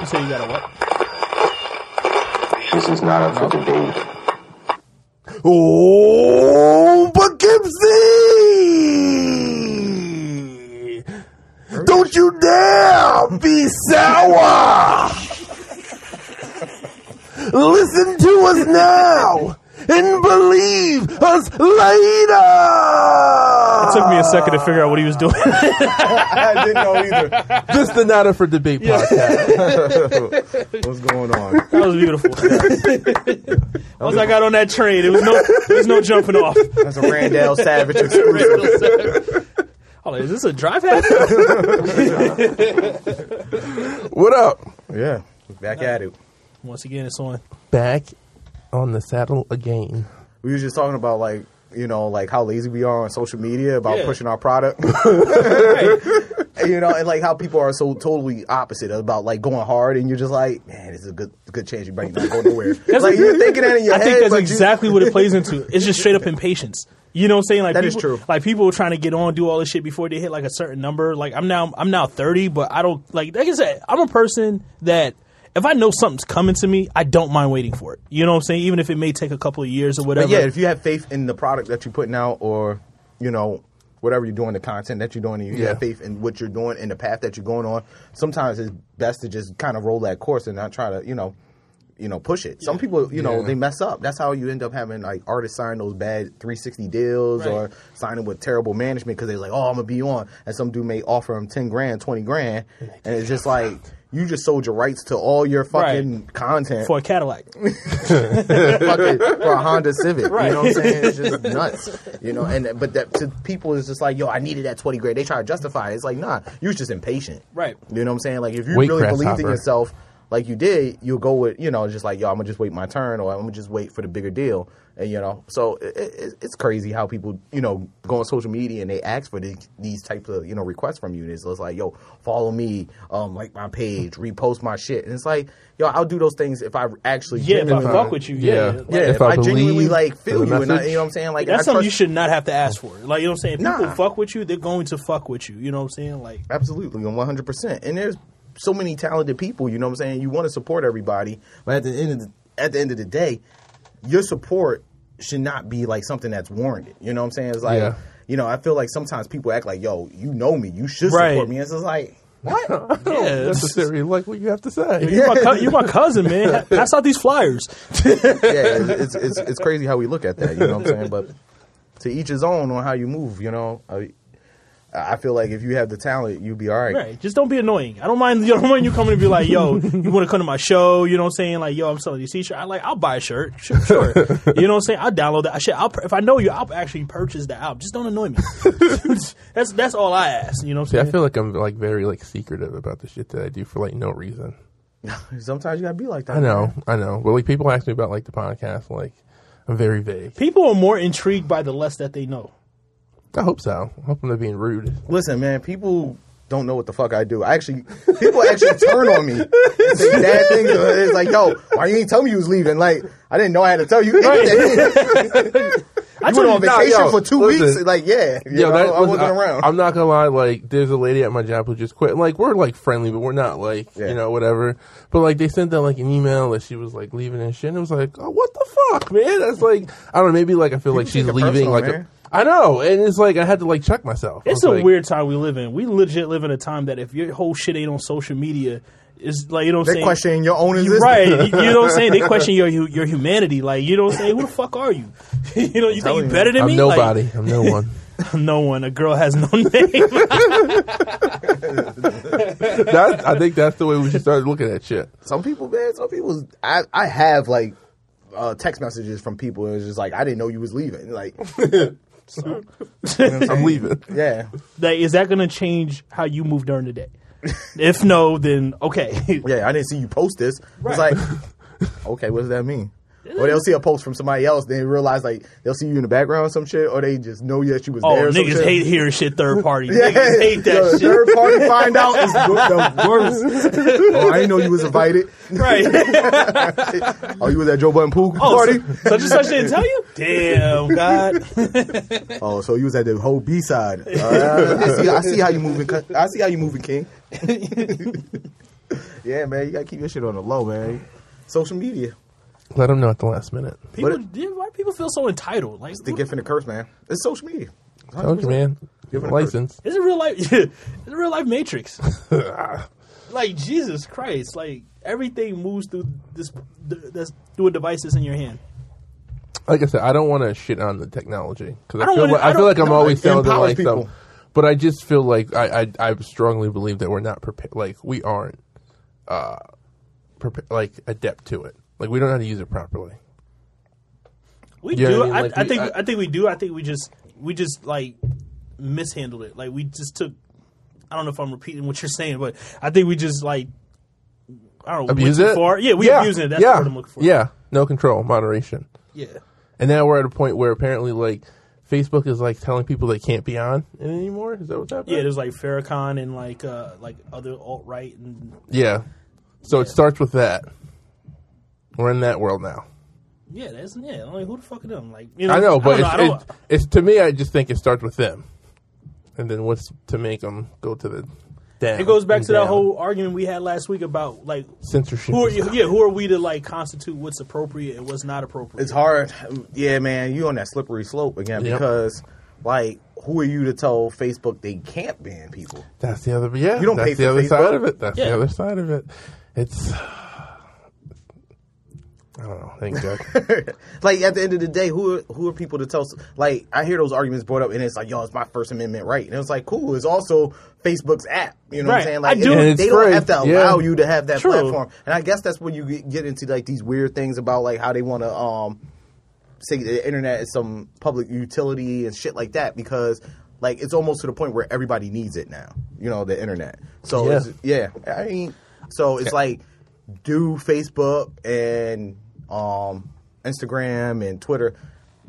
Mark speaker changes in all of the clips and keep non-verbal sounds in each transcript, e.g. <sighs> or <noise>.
Speaker 1: You say you got a what?
Speaker 2: This is not up for debate.
Speaker 3: Oh, Poughkeepsie! Don't you dare be sour! Listen to us now and believe us later!
Speaker 1: It took me a second to figure out what he was <laughs> doing.
Speaker 4: I didn't know either.
Speaker 3: Just the Not Up for Debate podcast.
Speaker 4: What's going on?
Speaker 1: That was beautiful. <laughs> Once I got on that train, it was no, there was no jumping <laughs> off.
Speaker 4: That's a Randall Savage exclusive.
Speaker 1: Oh, is this a drive hat?
Speaker 3: What up?
Speaker 4: Yeah, back at it.
Speaker 1: Once again, it's on.
Speaker 3: Back on the saddle again.
Speaker 4: We was just talking about like you know like how lazy we are on social media about
Speaker 1: Yeah.
Speaker 4: pushing our product. And, you know, and like how people are so totally opposite about like going hard, and you're just like, man, this is a good good chance you might not go nowhere. like you're thinking that in your
Speaker 1: I
Speaker 4: head.
Speaker 1: think that's
Speaker 4: but you-
Speaker 1: exactly what it plays into. It's just straight up impatience. You know what I'm saying? Like
Speaker 4: That is
Speaker 1: people,
Speaker 4: true.
Speaker 1: Like people trying to get on, do all this shit before they hit like a certain number. Like I'm now, I'm now 30, but I don't like. Like I said, I'm a person that if I know something's coming to me, I don't mind waiting for it. You know what I'm saying? Even if it may take a couple of years or whatever.
Speaker 4: But yeah, if you have faith in the product that you're putting out, or you know whatever you're doing, the content that you're doing, and you
Speaker 3: Yeah.
Speaker 4: have faith in what you're doing and the path that you're going on, sometimes it's best to just kind of roll that course and not try to you know you know push it. Some people you know
Speaker 3: Yeah.
Speaker 4: they mess up. That's how you end up having like artists sign those bad 360 deals
Speaker 1: Right.
Speaker 4: or signing with terrible management because they're like, oh, I'm gonna be on, and some dude may offer them 10 grand, 20 grand, and it's just like. You just sold your rights to all your fucking content
Speaker 1: for a Cadillac,
Speaker 4: fucking for a Honda Civic.
Speaker 1: Right.
Speaker 4: You know what I'm saying? It's just nuts. You know, and but that to people is just like, yo, I needed that 20 grade. They try to justify it. It's like, nah, you was just impatient.
Speaker 1: Right.
Speaker 4: You know what I'm saying? Like if you
Speaker 3: Wait,
Speaker 4: really believed in
Speaker 3: grasshopper.
Speaker 4: yourself like you did, you'll go with, you know, just like, yo, I'm gonna just wait my turn or I'm gonna just wait for the bigger deal. And you know, so it, it, it's crazy how people, you know, go on social media and they ask for these, these types of, you know, requests from you. And it's just like, yo, follow me, um, like my page, repost my shit. And it's like, yo, I'll do those things if I actually
Speaker 1: yeah. If I
Speaker 4: genuinely-
Speaker 1: fuck with you, yeah,
Speaker 3: Yeah.
Speaker 1: like-
Speaker 4: yeah,
Speaker 3: If
Speaker 4: if,
Speaker 3: I
Speaker 4: I, genuinely
Speaker 3: believe
Speaker 4: like feel
Speaker 3: in the
Speaker 4: you, and I,
Speaker 3: message,
Speaker 4: you know what I'm saying, like
Speaker 1: That's
Speaker 4: I
Speaker 1: something
Speaker 4: trust
Speaker 1: you should not have to ask for. Like you know what I'm saying? If
Speaker 4: Nah.
Speaker 1: people fuck with you, they're going to fuck with you. You know what I'm saying?
Speaker 4: <laughs>
Speaker 1: Like
Speaker 4: absolutely and 100. percent And there's so many talented people. You know what I'm saying? You want to support everybody, but at the end of the, at the end of the day, your support should not be like something that's warranted. You know what I'm saying? It's like
Speaker 3: Yeah.
Speaker 4: you know, I feel like sometimes people act like, yo, you know me, you should
Speaker 1: Right.
Speaker 4: support me. It's just like what?
Speaker 1: yeah,
Speaker 3: Necessarily like what you have to say.
Speaker 1: You're, my cou- you're my cousin,
Speaker 4: <laughs>
Speaker 1: man. Pass out these flyers.
Speaker 4: <laughs> yeah, it's, it's it's crazy how we look at that. You know what I'm saying? But to each his own on how you move. You know, I, I feel like if you have the talent, you'll be all right.
Speaker 1: Right. Just don't be annoying. I don't mind. You don't mind you coming and be like, "Yo, you want to come to my show?" You know what I'm saying? Like, "Yo, I'm selling this t-shirt." I like. I'll buy a shirt. Sure.
Speaker 4: <laughs>
Speaker 1: sure. you know what I'm saying? I'll download that shit. I'll, pur- if I know you, I'll actually purchase the album. Just don't
Speaker 4: <laughs>
Speaker 1: annoy me. that's that's all I ask. You know what I'm
Speaker 3: Yeah,
Speaker 1: saying?
Speaker 3: I feel like I'm like very like secretive about the shit that I do for like no reason.
Speaker 4: <laughs> Sometimes you gotta be like that.
Speaker 3: I know, I know. But like people ask me about like the podcast, like I'm very vague.
Speaker 1: People are more intrigued by the less that they know.
Speaker 3: I hope so. I hope I'm not being rude.
Speaker 4: Listen, man, people don't know what the fuck I do. I actually, people actually turn on me. and Say bad things. It's like, yo, why you ain't tell me you was leaving? Like, I didn't know I had to tell you. you
Speaker 1: I
Speaker 4: went
Speaker 1: told
Speaker 4: on
Speaker 1: you-
Speaker 3: nah,
Speaker 4: vacation
Speaker 3: yo,
Speaker 4: for two
Speaker 3: listen.
Speaker 4: weeks. Like, yeah, you know, I
Speaker 3: listen,
Speaker 4: wasn't around.
Speaker 3: I'm not gonna lie. Like, there's a lady at my job who just quit. Like, we're like friendly, but we're not like
Speaker 4: Yeah.
Speaker 3: you know whatever. But like, they sent out like an email that she was like leaving and shit. And it was like, oh, what the fuck, man? That's like, I don't know. Maybe like I feel like
Speaker 4: take
Speaker 3: she's
Speaker 4: it
Speaker 3: leaving.
Speaker 4: personal,
Speaker 3: like, a,
Speaker 4: man.
Speaker 3: I know, and it's like I had to like check myself. I
Speaker 1: It's
Speaker 3: was
Speaker 1: a
Speaker 3: like,
Speaker 1: weird time we live in. We legit live in a time that if your whole shit ain't on social media, is like you know what I'm
Speaker 4: They're
Speaker 1: saying.
Speaker 4: questioning your own
Speaker 1: You-
Speaker 4: existence.
Speaker 1: Right, you, you know what I'm saying? They question your hu- your humanity. Like you know what I'm saying? Who the fuck are you? <laughs> you know you think
Speaker 4: telling
Speaker 1: you
Speaker 4: you.
Speaker 1: better than
Speaker 3: I'm
Speaker 1: me? Like,
Speaker 3: nobody. I'm no one.
Speaker 1: <laughs> no one. A girl has no name. <laughs>
Speaker 3: <laughs> that, I think that's the way we should start looking at <laughs> shit.
Speaker 4: <laughs> Some people, man, some people, I, I have like uh, text messages from people. And it's just like, I didn't know you was leaving. Like,
Speaker 3: I'm leaving.
Speaker 4: yeah.
Speaker 1: like, is that going to change how you move during the day? If no, then okay.
Speaker 4: yeah, I didn't see you post this.
Speaker 1: Right.
Speaker 4: It's like, <laughs> okay, what does that mean? Or they'll see a post from somebody else, they realize like they'll see you in the background or some shit, or they just know that you was
Speaker 1: Oh,
Speaker 4: there. Or some
Speaker 1: niggas
Speaker 4: shit. <laughs>
Speaker 1: hate hearing shit third party.
Speaker 4: Yeah.
Speaker 1: Niggas hate
Speaker 4: Yo,
Speaker 1: that shit.
Speaker 4: Third party find out is the worst. oh, I didn't know you was invited.
Speaker 1: <laughs> Right.
Speaker 4: <laughs> Oh, you was at Joe Button pool
Speaker 1: Oh,
Speaker 4: party.
Speaker 1: so, such and such didn't tell you? Damn, God.
Speaker 4: Oh, so you was at the whole B
Speaker 1: <laughs>
Speaker 4: side. I see, I see how you moving. cu- I see how you moving, King. <laughs> yeah, man, you gotta keep your shit on the low, man. Social media.
Speaker 3: Let them know at the last minute.
Speaker 1: People, dude, why people feel so entitled? Like,
Speaker 4: They
Speaker 1: what-
Speaker 4: get from the curse, man. It's social media.
Speaker 3: Told you, man.
Speaker 4: Give it a
Speaker 3: License.
Speaker 1: It's a real life. <laughs> it's a real life
Speaker 3: <laughs>
Speaker 1: matrix. like Jesus Christ! Like everything moves through this th- that's through a device that's in your hand.
Speaker 3: Like I said, I don't want to shit on the technology because I,
Speaker 1: I don't
Speaker 3: feel
Speaker 1: wanna-
Speaker 3: like, I,
Speaker 1: I
Speaker 3: feel like
Speaker 1: don't-
Speaker 3: I'm
Speaker 1: no,
Speaker 3: always
Speaker 4: it
Speaker 3: sounding
Speaker 4: empowers
Speaker 3: like
Speaker 4: people.
Speaker 3: them. But I just feel like I, I I strongly believe that we're not prepared. Like we aren't uh prepa- like adept to it. Like we don't know how to use it properly.
Speaker 1: We
Speaker 3: Yeah,
Speaker 1: do. I,
Speaker 3: I mean, like,
Speaker 1: I
Speaker 3: we-
Speaker 1: think.
Speaker 3: I-
Speaker 1: I, think we do. I think we just we just like mishandled it. Like we just took. I don't know if I'm repeating what you're saying, but I think we just like. I don't know. went
Speaker 3: Abuse
Speaker 1: too
Speaker 3: it.
Speaker 1: Far. Yeah, we
Speaker 3: yeah.
Speaker 1: abusing it. That's
Speaker 3: yeah.
Speaker 1: the word I'm looking for.
Speaker 3: Yeah, no control, moderation.
Speaker 1: yeah.
Speaker 3: And now we're at a point where apparently like Facebook is like telling people they can't be on it anymore. Is that what's happening?
Speaker 1: Yeah, there's like Farrakhan and like uh like other alt right and
Speaker 3: Yeah. So it starts with that. We're in that world now.
Speaker 1: yeah, that's yeah. Like who the fuck are them? Like you
Speaker 3: I know,
Speaker 1: don't
Speaker 3: but
Speaker 1: I don't-
Speaker 3: it's, it's, it's to me. I just think it starts with them, and then what's to make them go to the down.
Speaker 1: It goes back
Speaker 3: and
Speaker 1: to that
Speaker 3: down.
Speaker 1: whole argument we had last week about like
Speaker 3: censorship.
Speaker 1: who are you, yeah who are we to like constitute what's appropriate and what's not appropriate.
Speaker 4: It's hard. Yeah, man, you on that slippery slope again
Speaker 3: Yep.
Speaker 4: because, like, who are you to tell Facebook they can't ban people?
Speaker 3: That's the other. Yeah,
Speaker 4: You don't
Speaker 3: that's
Speaker 4: pay
Speaker 3: the
Speaker 4: for
Speaker 3: other
Speaker 4: Facebook.
Speaker 3: side of it. That's the
Speaker 1: Yeah.
Speaker 3: other side of it. It's. <sighs> I don't know. Thank
Speaker 4: <laughs>
Speaker 3: God.
Speaker 4: like at the end of the day, who are, who are people to tell? Like I hear those arguments brought up, and it's like, yo, it's my First Amendment right, and it's like, cool. It's also Facebook's app. You know what I'm
Speaker 1: Right.
Speaker 4: saying? Like
Speaker 1: I do-
Speaker 4: it-
Speaker 1: And
Speaker 3: it's
Speaker 4: they don't
Speaker 3: free.
Speaker 4: have to
Speaker 3: Yeah.
Speaker 4: allow you to have that
Speaker 1: True.
Speaker 4: platform. And I guess that's when you get- get into like these weird things about like how they want to um say the internet is some public utility and shit like that because. Like it's almost to the point where everybody needs it now, you know, the internet. So
Speaker 3: Yeah.
Speaker 4: yeah, it's, yeah I mean, so it's like do Facebook and um, Instagram and Twitter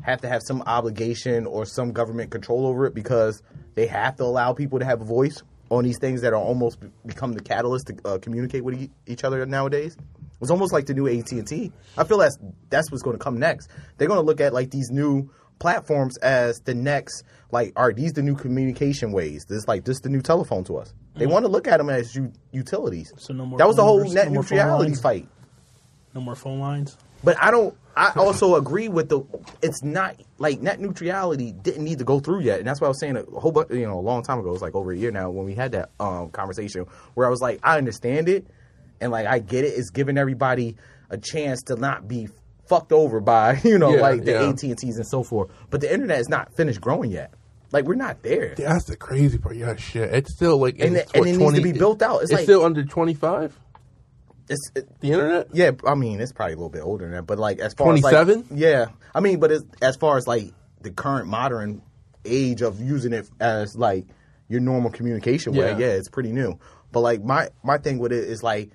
Speaker 4: have to have some obligation or some government control over it because they have to allow people to have a voice on these things that are almost be- become the catalyst to uh, communicate with e- each other nowadays. It's almost like the new AT and T. I feel that's that's what's going to come next. They're going to look at like these new platforms as the next like are these the new communication ways this like this the new telephone to us they want to look at them as u- utilities
Speaker 1: Mm-hmm. So no more
Speaker 4: that was the
Speaker 1: phone
Speaker 4: whole
Speaker 1: numbers,
Speaker 4: net
Speaker 1: no more phone
Speaker 4: neutrality
Speaker 1: lines?
Speaker 4: fight
Speaker 1: no more phone lines.
Speaker 4: but I don't. I also agree with the. It's not like net neutrality didn't need to go through yet, and that's why I was saying a whole bu- you know a long time ago. It was like over a year now when we had that um, conversation where I was like, I understand it, and like I get it. It's giving everybody a chance to not be fucked over by <laughs> you know
Speaker 3: Yeah,
Speaker 4: like the
Speaker 3: yeah.
Speaker 4: AT and T's and so forth. But the internet is not finished growing yet. Like we're not there.
Speaker 3: That's the crazy part. Yeah, shit. It's still like
Speaker 4: And
Speaker 3: it's,
Speaker 4: it-
Speaker 3: what,
Speaker 4: and it needs to
Speaker 3: 20
Speaker 4: be built out. It's like-
Speaker 3: still under twenty five.
Speaker 4: It's, it,
Speaker 3: The internet.
Speaker 4: Yeah, I mean it's probably a little bit older than that, but like as far as
Speaker 3: 27?
Speaker 4: like, yeah, I mean, but as, as far as like the current modern age of using it as like your normal communication way,
Speaker 3: Yeah.
Speaker 4: yeah, it's pretty new. But like my my thing with it is like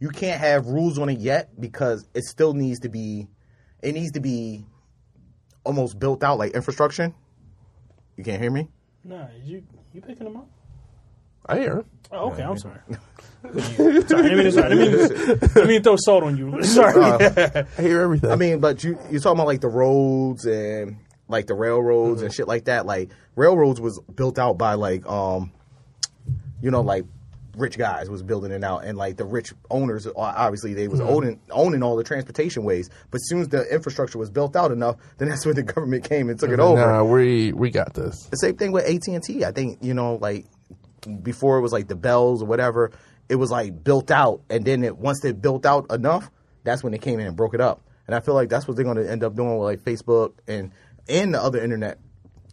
Speaker 4: you can't have rules on it yet because it still needs to be it needs to be almost built out like infrastructure. You can't hear me.
Speaker 1: Nah, you you picking them up?
Speaker 3: I hear.
Speaker 1: Oh, okay, I'm <laughs> sorry. sorry, I mean, sorry. I mean, I mean, throw salt on <laughs> you. Sorry.
Speaker 3: I hear everything.
Speaker 4: <laughs> I mean, but you you're talking about like the roads and like the railroads and shit like that. Like railroads was built out by like um, you know, like rich guys was building it out, and like the rich owners o- obviously they was owning owning all the transportation ways. But soon as the infrastructure was built out enough, then that's when the <laughs> government came and took it over.
Speaker 3: Nah, we we got this.
Speaker 4: The same thing with AT and T. I think you know, like before it was like the bells or whatever. It was like built out, and then it once they built out enough, that's when they came in and broke it up. And I feel like that's what they're going to end up doing with like Facebook and and the other internet.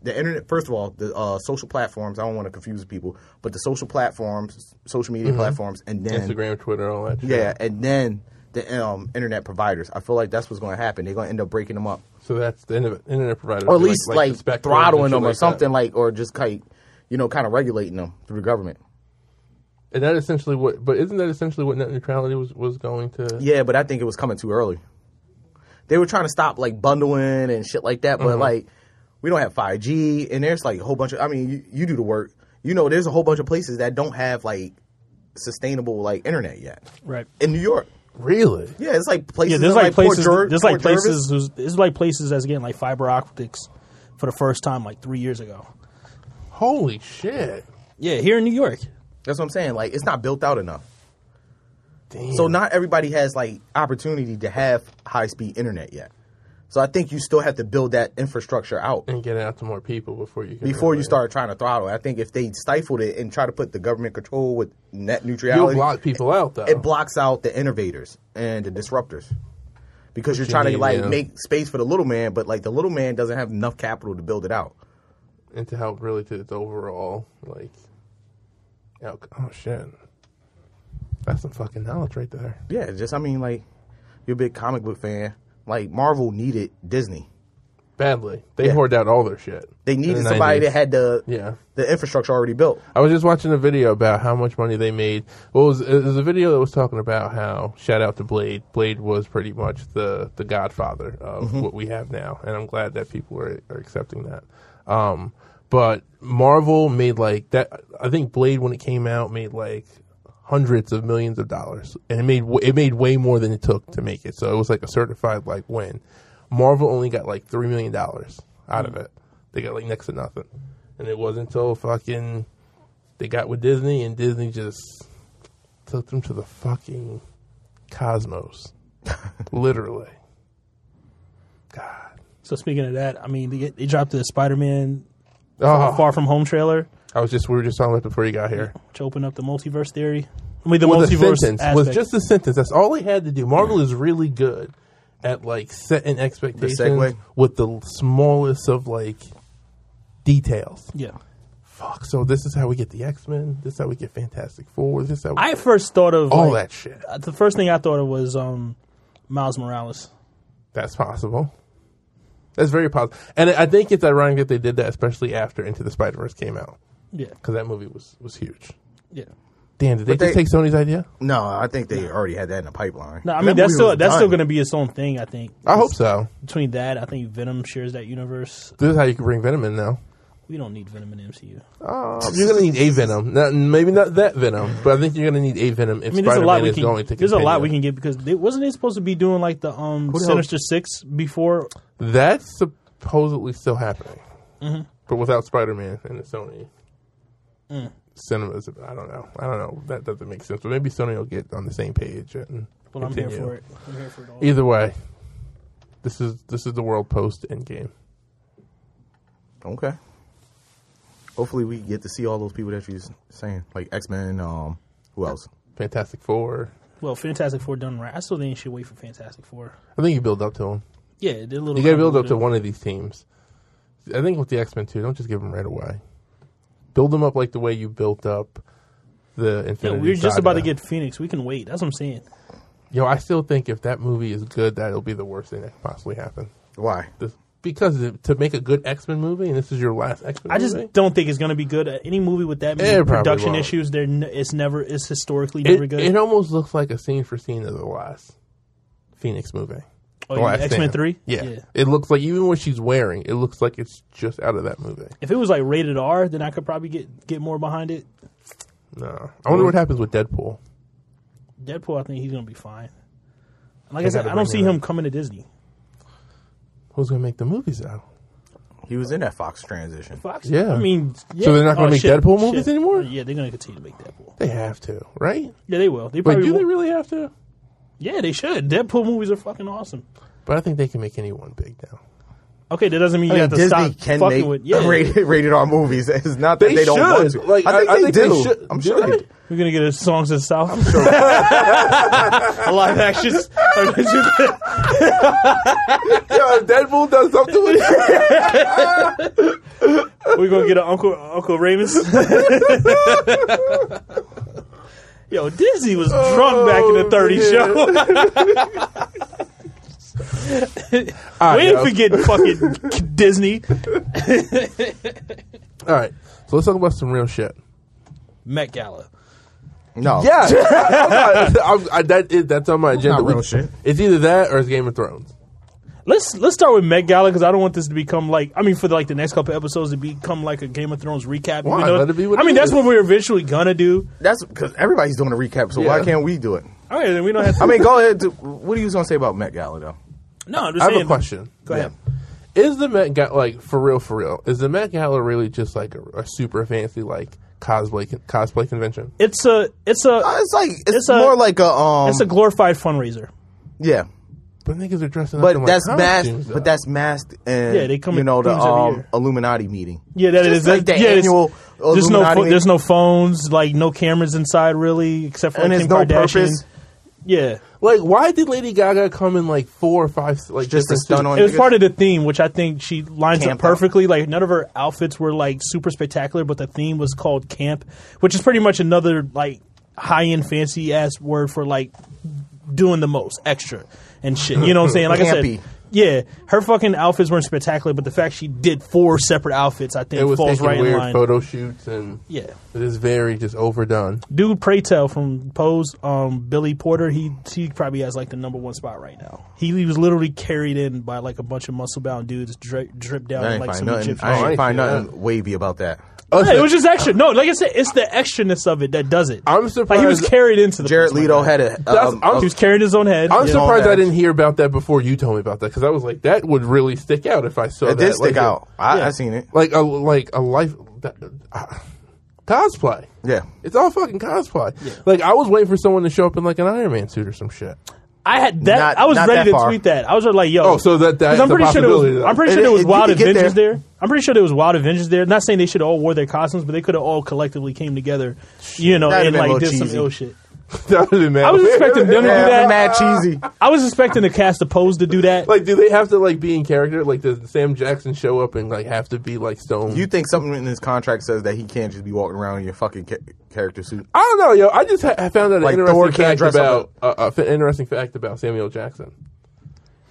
Speaker 4: The internet, first of all, the uh, social platforms. I don't want to confuse people, but the social platforms, social media platforms, and then
Speaker 3: Instagram, Twitter, all that. Shit.
Speaker 4: yeah, and then the um, internet providers. I feel like that's what's going to happen. They're going to end up breaking them up
Speaker 3: So that's the internet, internet provider.
Speaker 4: or at least like,
Speaker 3: the Spectrum and
Speaker 4: throttling
Speaker 3: shit
Speaker 4: them or
Speaker 3: like that.
Speaker 4: something like, or just like, you know, kind of regulating them through the government.
Speaker 3: And that essentially what, but isn't that essentially what net neutrality was was going to?
Speaker 4: Yeah, but I think it was coming too early. They were trying to stop like bundling and shit like that, but like we don't have five G, and there's like a whole bunch of. I mean, you, you do the work. You know, there's a whole bunch of places that don't have like sustainable like internet yet.
Speaker 1: Right.
Speaker 4: In New York,
Speaker 3: Really?
Speaker 4: yeah, it's like places.
Speaker 1: Yeah, there's
Speaker 4: in,
Speaker 1: like
Speaker 4: Port
Speaker 1: places.
Speaker 4: Jer-
Speaker 1: There's like
Speaker 4: Port Jervis.
Speaker 1: places. who's- There's like places that's getting like fiber optics for the first time like three years ago.
Speaker 3: Holy shit!
Speaker 1: Yeah, here in New York.
Speaker 4: That's what I'm saying. Like it's not built out enough. So not everybody has like opportunity to have high speed internet yet. So I think you still have to build that infrastructure out
Speaker 3: and get it out to more people before you can
Speaker 4: before you
Speaker 3: really-
Speaker 4: start trying to throttle. I think if they stifled it and try to put the government control with net neutrality,
Speaker 3: You'll block people out though.
Speaker 4: it blocks out the innovators and the disruptors because you're
Speaker 3: you
Speaker 4: trying
Speaker 3: need,
Speaker 4: to like
Speaker 3: yeah.
Speaker 4: make space for the little man, but like the little man doesn't have enough capital to build it out.
Speaker 3: and to help really to the overall like outc Oh shit, that's some fucking knowledge right there.
Speaker 4: Yeah, it's just I mean like you're a big comic book fan. Like Marvel needed Disney.
Speaker 3: Badly, they
Speaker 4: Yeah.
Speaker 3: hoard out all their shit.
Speaker 4: They
Speaker 3: in the
Speaker 4: needed somebody
Speaker 3: 90s.
Speaker 4: that had the
Speaker 3: Yeah.
Speaker 4: the infrastructure already built.
Speaker 3: I was just watching a video about how much money they made. Well, it was, it was a video that was talking about how shout out to Blade. Blade was pretty much the the godfather of what we have now, and I'm glad that people are, are accepting that. Um, but Marvel made like that. I think Blade when it came out made like hundreds of millions of dollars, and it made w- it made way more than it took to make it. So it was like a certified like win. Marvel only got like three million dollars out of it. They got like next to nothing, and it wasn't until fucking they got with Disney, and Disney just took them to the fucking cosmos, literally. God,
Speaker 1: So speaking of that, I mean, they, they dropped the Spider-Man uh,
Speaker 3: oh,
Speaker 1: Far From Home trailer,
Speaker 3: I was just we were just talking about it before you got here.
Speaker 1: which opened up the multiverse theory. I mean, the
Speaker 3: Well, the
Speaker 1: multiverse
Speaker 3: sentence
Speaker 1: aspect.
Speaker 3: was just the sentence. That's all they had to do. Marvel is really good at like setting expectations
Speaker 4: segue?
Speaker 3: with the smallest of like details.
Speaker 1: yeah.
Speaker 3: Fuck. So this is how we get the X Men. This is how we get Fantastic Four. This is how we
Speaker 1: I first thought of
Speaker 3: all
Speaker 1: like,
Speaker 3: that shit.
Speaker 1: uh, The first thing I thought of was um, Miles Morales.
Speaker 3: That's possible. That's very possible. And I I think it's ironic that they did that, especially after Into the Spider Verse came out,
Speaker 1: Yeah,
Speaker 3: because that movie was, was huge.
Speaker 1: yeah.
Speaker 3: Damn, did they,
Speaker 4: But
Speaker 3: just
Speaker 4: they-
Speaker 3: take Sony's idea?
Speaker 4: No, I think they already had that in the pipeline.
Speaker 1: No, I
Speaker 4: That
Speaker 1: mean that's
Speaker 4: movie
Speaker 1: still
Speaker 4: was
Speaker 1: that's still
Speaker 4: done.
Speaker 1: going to be its own thing. I think.
Speaker 3: I hope so.
Speaker 1: Between that, I think Venom shares that universe.
Speaker 3: This is how you can bring Venom in now.
Speaker 1: We don't need Venom in MCU.
Speaker 3: Oh, you're gonna need a Venom. Not, maybe not that Venom, but I think you're gonna need a Venom
Speaker 1: I
Speaker 3: if
Speaker 1: mean, there's a
Speaker 3: Spider
Speaker 1: lot
Speaker 3: Man
Speaker 1: we
Speaker 3: is
Speaker 1: can.
Speaker 3: going to.
Speaker 1: There's a lot we
Speaker 3: continue.
Speaker 1: can get because they, wasn't they supposed to be doing like the um
Speaker 3: the hell-
Speaker 1: Sinister Six before?
Speaker 3: That's supposedly still happening,
Speaker 1: Mm-hmm.
Speaker 3: but without Spider Man and the Sony
Speaker 1: Mm.
Speaker 3: cinemas. I don't know. I don't know. That doesn't make sense. But maybe Sony will get on the same page. And
Speaker 1: Well, I'm here
Speaker 3: continue.
Speaker 1: for it. I'm here for it all.
Speaker 3: Either way, this is this is the world post Endgame.
Speaker 4: Okay. Hopefully, we get to see all those people that you're saying, like X Men. Um, who else?
Speaker 3: Fantastic Four.
Speaker 1: Well, Fantastic Four done right. I still think you should wait for Fantastic Four.
Speaker 3: I think you build up to them.
Speaker 1: Yeah, they're a little.
Speaker 3: You got to build up to
Speaker 1: convoluted.
Speaker 3: one of these teams. I think with the X Men too, don't just give them right away. Build them up like the way you built up the
Speaker 1: Yeah,
Speaker 3: Infinity.
Speaker 1: we're just about to
Speaker 3: Saga.
Speaker 1: get Phoenix. We can wait. That's what I'm saying.
Speaker 3: Yo, I still think if that movie is good, that'll be the worst thing that could possibly happen.
Speaker 4: Why?
Speaker 3: This, because it- to make a good X Men movie, and this is your last X Men.
Speaker 1: I just don't think it's going to be good. Any movie with that
Speaker 3: It
Speaker 1: many
Speaker 3: probably
Speaker 1: production
Speaker 3: won't.
Speaker 1: issues, they're n- it's never it's historically never
Speaker 3: it,
Speaker 1: good.
Speaker 3: it almost looks like a scene for scene of the last Phoenix movie.
Speaker 1: Oh,
Speaker 3: The
Speaker 1: you mean
Speaker 3: Last
Speaker 1: X-Men
Speaker 3: Stand.
Speaker 1: 3?
Speaker 3: Yeah.
Speaker 1: Yeah.
Speaker 3: It looks like, even what she's wearing, it looks like it's just out of that movie.
Speaker 1: if it was like rated R, then I could probably get get more behind it.
Speaker 3: No. I wonder what happens with Deadpool.
Speaker 1: Deadpool, I think he's going to be fine. Like
Speaker 3: They
Speaker 1: I said, I
Speaker 3: gotta
Speaker 1: don't
Speaker 3: bring
Speaker 1: see
Speaker 3: it
Speaker 1: him
Speaker 3: in.
Speaker 1: coming to Disney.
Speaker 3: Who's going to make the movies now?
Speaker 4: He was in that Fox transition.
Speaker 1: Fox.
Speaker 3: Yeah.
Speaker 1: I mean, yeah.
Speaker 3: they're not gonna
Speaker 1: Oh,
Speaker 3: make
Speaker 1: shit.
Speaker 3: Deadpool movies
Speaker 1: Shit.
Speaker 3: anymore?
Speaker 1: Yeah, they're going to continue to make Deadpool.
Speaker 3: They have to, right?
Speaker 1: Yeah, they will. They
Speaker 3: Like,
Speaker 1: probably.
Speaker 3: do they
Speaker 1: will.
Speaker 3: really have to?
Speaker 1: yeah, they should. Deadpool movies are fucking awesome.
Speaker 3: But I think they can make anyone big now.
Speaker 1: Okay, that doesn't mean you
Speaker 3: Oh,
Speaker 4: I
Speaker 1: have
Speaker 4: mean,
Speaker 1: to
Speaker 4: Disney
Speaker 1: stop
Speaker 4: can
Speaker 1: fucking
Speaker 4: make
Speaker 1: with. Yeah,
Speaker 4: rated, rated R movies. <laughs> It's not that
Speaker 3: They
Speaker 4: they, don't
Speaker 3: should.
Speaker 4: want to.
Speaker 3: Like,
Speaker 4: I think,
Speaker 3: I- I
Speaker 4: they,
Speaker 3: think they
Speaker 4: do.
Speaker 3: should.
Speaker 4: I'm
Speaker 3: Do
Speaker 4: sure
Speaker 3: they?
Speaker 4: they do.
Speaker 1: We're gonna get a songs of the south. <laughs> a live action.
Speaker 3: Yeah, if Deadpool does something with it.
Speaker 1: We're gonna get an Uncle Uncle Ramus. <laughs> Yo, Disney was drunk back
Speaker 3: Oh,
Speaker 1: in the '30s, yo. <laughs>
Speaker 3: All
Speaker 1: we
Speaker 3: right,
Speaker 1: didn't
Speaker 3: yo.
Speaker 1: forget fucking Disney.
Speaker 3: All right. So let's talk about some real shit.
Speaker 1: Met Gala.
Speaker 4: No.
Speaker 3: Yeah, I'm not- I'm- I- that is- that's on my agenda.
Speaker 4: not real
Speaker 3: We-
Speaker 4: shit.
Speaker 3: It's either that or it's Game of Thrones.
Speaker 1: Let's let's start with Met Gala because I don't want this to become like I mean for like the next couple episodes to become like a Game of Thrones recap.
Speaker 3: Why?
Speaker 1: even though-
Speaker 3: Let it be what
Speaker 1: I
Speaker 3: it
Speaker 1: mean that's
Speaker 3: is.
Speaker 1: what we're eventually gonna do.
Speaker 4: That's because everybody's doing a recap, so why
Speaker 3: Yeah.
Speaker 4: can't we do it?
Speaker 1: All right, then we don't have. To,
Speaker 4: I mean, go ahead. To, what are you going to say about Met Gala, though?
Speaker 1: no, I'm just
Speaker 3: I have
Speaker 1: saying,
Speaker 3: a question.
Speaker 1: Go ahead.
Speaker 3: Is the Met Gala like for real? For real? Is the Met Gala really just like a, a super fancy like cosplay cosplay convention.
Speaker 1: It's a it's a
Speaker 4: Uh, It's like it's,
Speaker 1: It's a-
Speaker 4: more like a um
Speaker 1: it's a glorified fundraiser.
Speaker 4: yeah.
Speaker 3: But niggas are dressing up. in,
Speaker 4: But
Speaker 3: like,
Speaker 4: that's
Speaker 3: costumes,
Speaker 4: masked. But that's masked. And
Speaker 1: Yeah, they come
Speaker 4: You
Speaker 1: in
Speaker 4: know the
Speaker 1: themes every
Speaker 4: um,
Speaker 1: year.
Speaker 4: Illuminati meeting.
Speaker 1: Yeah, that
Speaker 4: Just
Speaker 1: is
Speaker 4: like
Speaker 1: that-
Speaker 4: the
Speaker 1: yeah, it's-
Speaker 4: annual
Speaker 1: There's no
Speaker 4: Illuminati
Speaker 1: pho- there's
Speaker 4: meeting.
Speaker 1: no phones, like no cameras inside really, except for
Speaker 4: and
Speaker 1: like, Kim
Speaker 4: there's no
Speaker 1: Kardashian.
Speaker 4: purpose.
Speaker 1: Yeah,
Speaker 3: like why did Lady Gaga come in like four or five like
Speaker 4: Just to
Speaker 3: different
Speaker 4: stun
Speaker 3: suits?
Speaker 4: on
Speaker 1: it was
Speaker 4: niggas.
Speaker 1: part of the theme, which I think she lines up
Speaker 4: Camp out.
Speaker 1: perfectly. Like none of her outfits were like super spectacular, but the theme was called camp, which is pretty much another like high end fancy ass word for like doing the most extra and shit. You know what I'm saying? Like I
Speaker 4: Campy.
Speaker 1: said. Yeah, her fucking outfits weren't spectacular, but the fact she did four separate outfits, I think,
Speaker 3: It was
Speaker 1: falls
Speaker 3: taking
Speaker 1: right in
Speaker 3: weird
Speaker 1: line.
Speaker 3: photo shoots and
Speaker 1: Yeah.
Speaker 3: it is very just overdone.
Speaker 1: Dude Praytell from Pose, um, Billy Porter, he he probably has like the number one spot right now. He, he was literally carried in by like a bunch of muscle bound dudes drip, dripped down
Speaker 4: I ain't
Speaker 1: in, like
Speaker 4: find
Speaker 1: some
Speaker 4: nothing.
Speaker 1: Egyptian.
Speaker 4: I
Speaker 3: shit.
Speaker 4: ain't find
Speaker 3: Yeah.
Speaker 4: nothing wavy about that.
Speaker 1: Yeah, it was just extra. No, like I said, it's the extraness of it that does it.
Speaker 3: I'm
Speaker 1: Like he was
Speaker 3: surprised-
Speaker 1: carried into the
Speaker 4: Jared
Speaker 1: place like
Speaker 4: Leto
Speaker 1: that.
Speaker 4: had a.
Speaker 3: That's-
Speaker 4: um,
Speaker 3: I'm
Speaker 1: he was carrying his own head.
Speaker 3: I'm
Speaker 1: Yeah.
Speaker 3: surprised I
Speaker 4: that's-
Speaker 3: didn't hear about that before you told me about that because I was like, that would really stick out if I saw
Speaker 4: it
Speaker 3: that.
Speaker 4: did
Speaker 3: Like,
Speaker 4: stick out. I,
Speaker 1: Yeah.
Speaker 4: I seen it.
Speaker 3: like a like a life that, uh, cosplay.
Speaker 4: Yeah.
Speaker 3: It's all fucking cosplay. Like I was waiting for someone to show up in like an Iron Man suit or some shit. <laughs>
Speaker 1: I had that.
Speaker 4: Not-
Speaker 1: I was
Speaker 4: not
Speaker 1: ready
Speaker 4: that
Speaker 1: to
Speaker 4: far.
Speaker 1: tweet that. I was just like, yo.
Speaker 3: Oh, so that- that
Speaker 1: 'Cause
Speaker 3: is
Speaker 1: I'm
Speaker 3: a
Speaker 1: pretty sure there
Speaker 3: possibility,
Speaker 1: was.
Speaker 3: though.
Speaker 1: I'm pretty
Speaker 4: It-
Speaker 1: sure there
Speaker 4: it-
Speaker 1: was
Speaker 4: it-
Speaker 1: Wild
Speaker 4: you could get
Speaker 1: Adventures there.
Speaker 4: there.
Speaker 1: I'm pretty sure there was Wild Adventures there. Not saying they should all wear their costumes, but they could have all collectively came together, you know,
Speaker 4: That'd
Speaker 1: and
Speaker 4: have been a
Speaker 1: like did
Speaker 4: little
Speaker 1: some
Speaker 4: cheesy.
Speaker 1: ill shit.
Speaker 3: that would have been
Speaker 1: I was
Speaker 3: mad.
Speaker 1: expecting them to do
Speaker 4: <laughs> Yeah,
Speaker 1: that. Uh,
Speaker 4: mad cheesy.
Speaker 1: I was expecting the cast of Pose to do that.
Speaker 3: <laughs> Like, do they have to like be in character? Like, does Sam Jackson show up and like have to be like stone?
Speaker 4: You think something in his contract says that he can't just be walking around in your fucking ca- character suit?
Speaker 3: I don't know, yo. I just ha- I found out
Speaker 4: Like,
Speaker 3: an
Speaker 4: Thor
Speaker 3: interesting fact
Speaker 4: can't dress
Speaker 3: about
Speaker 4: up
Speaker 3: uh, uh, fa- interesting fact about Samuel Jackson.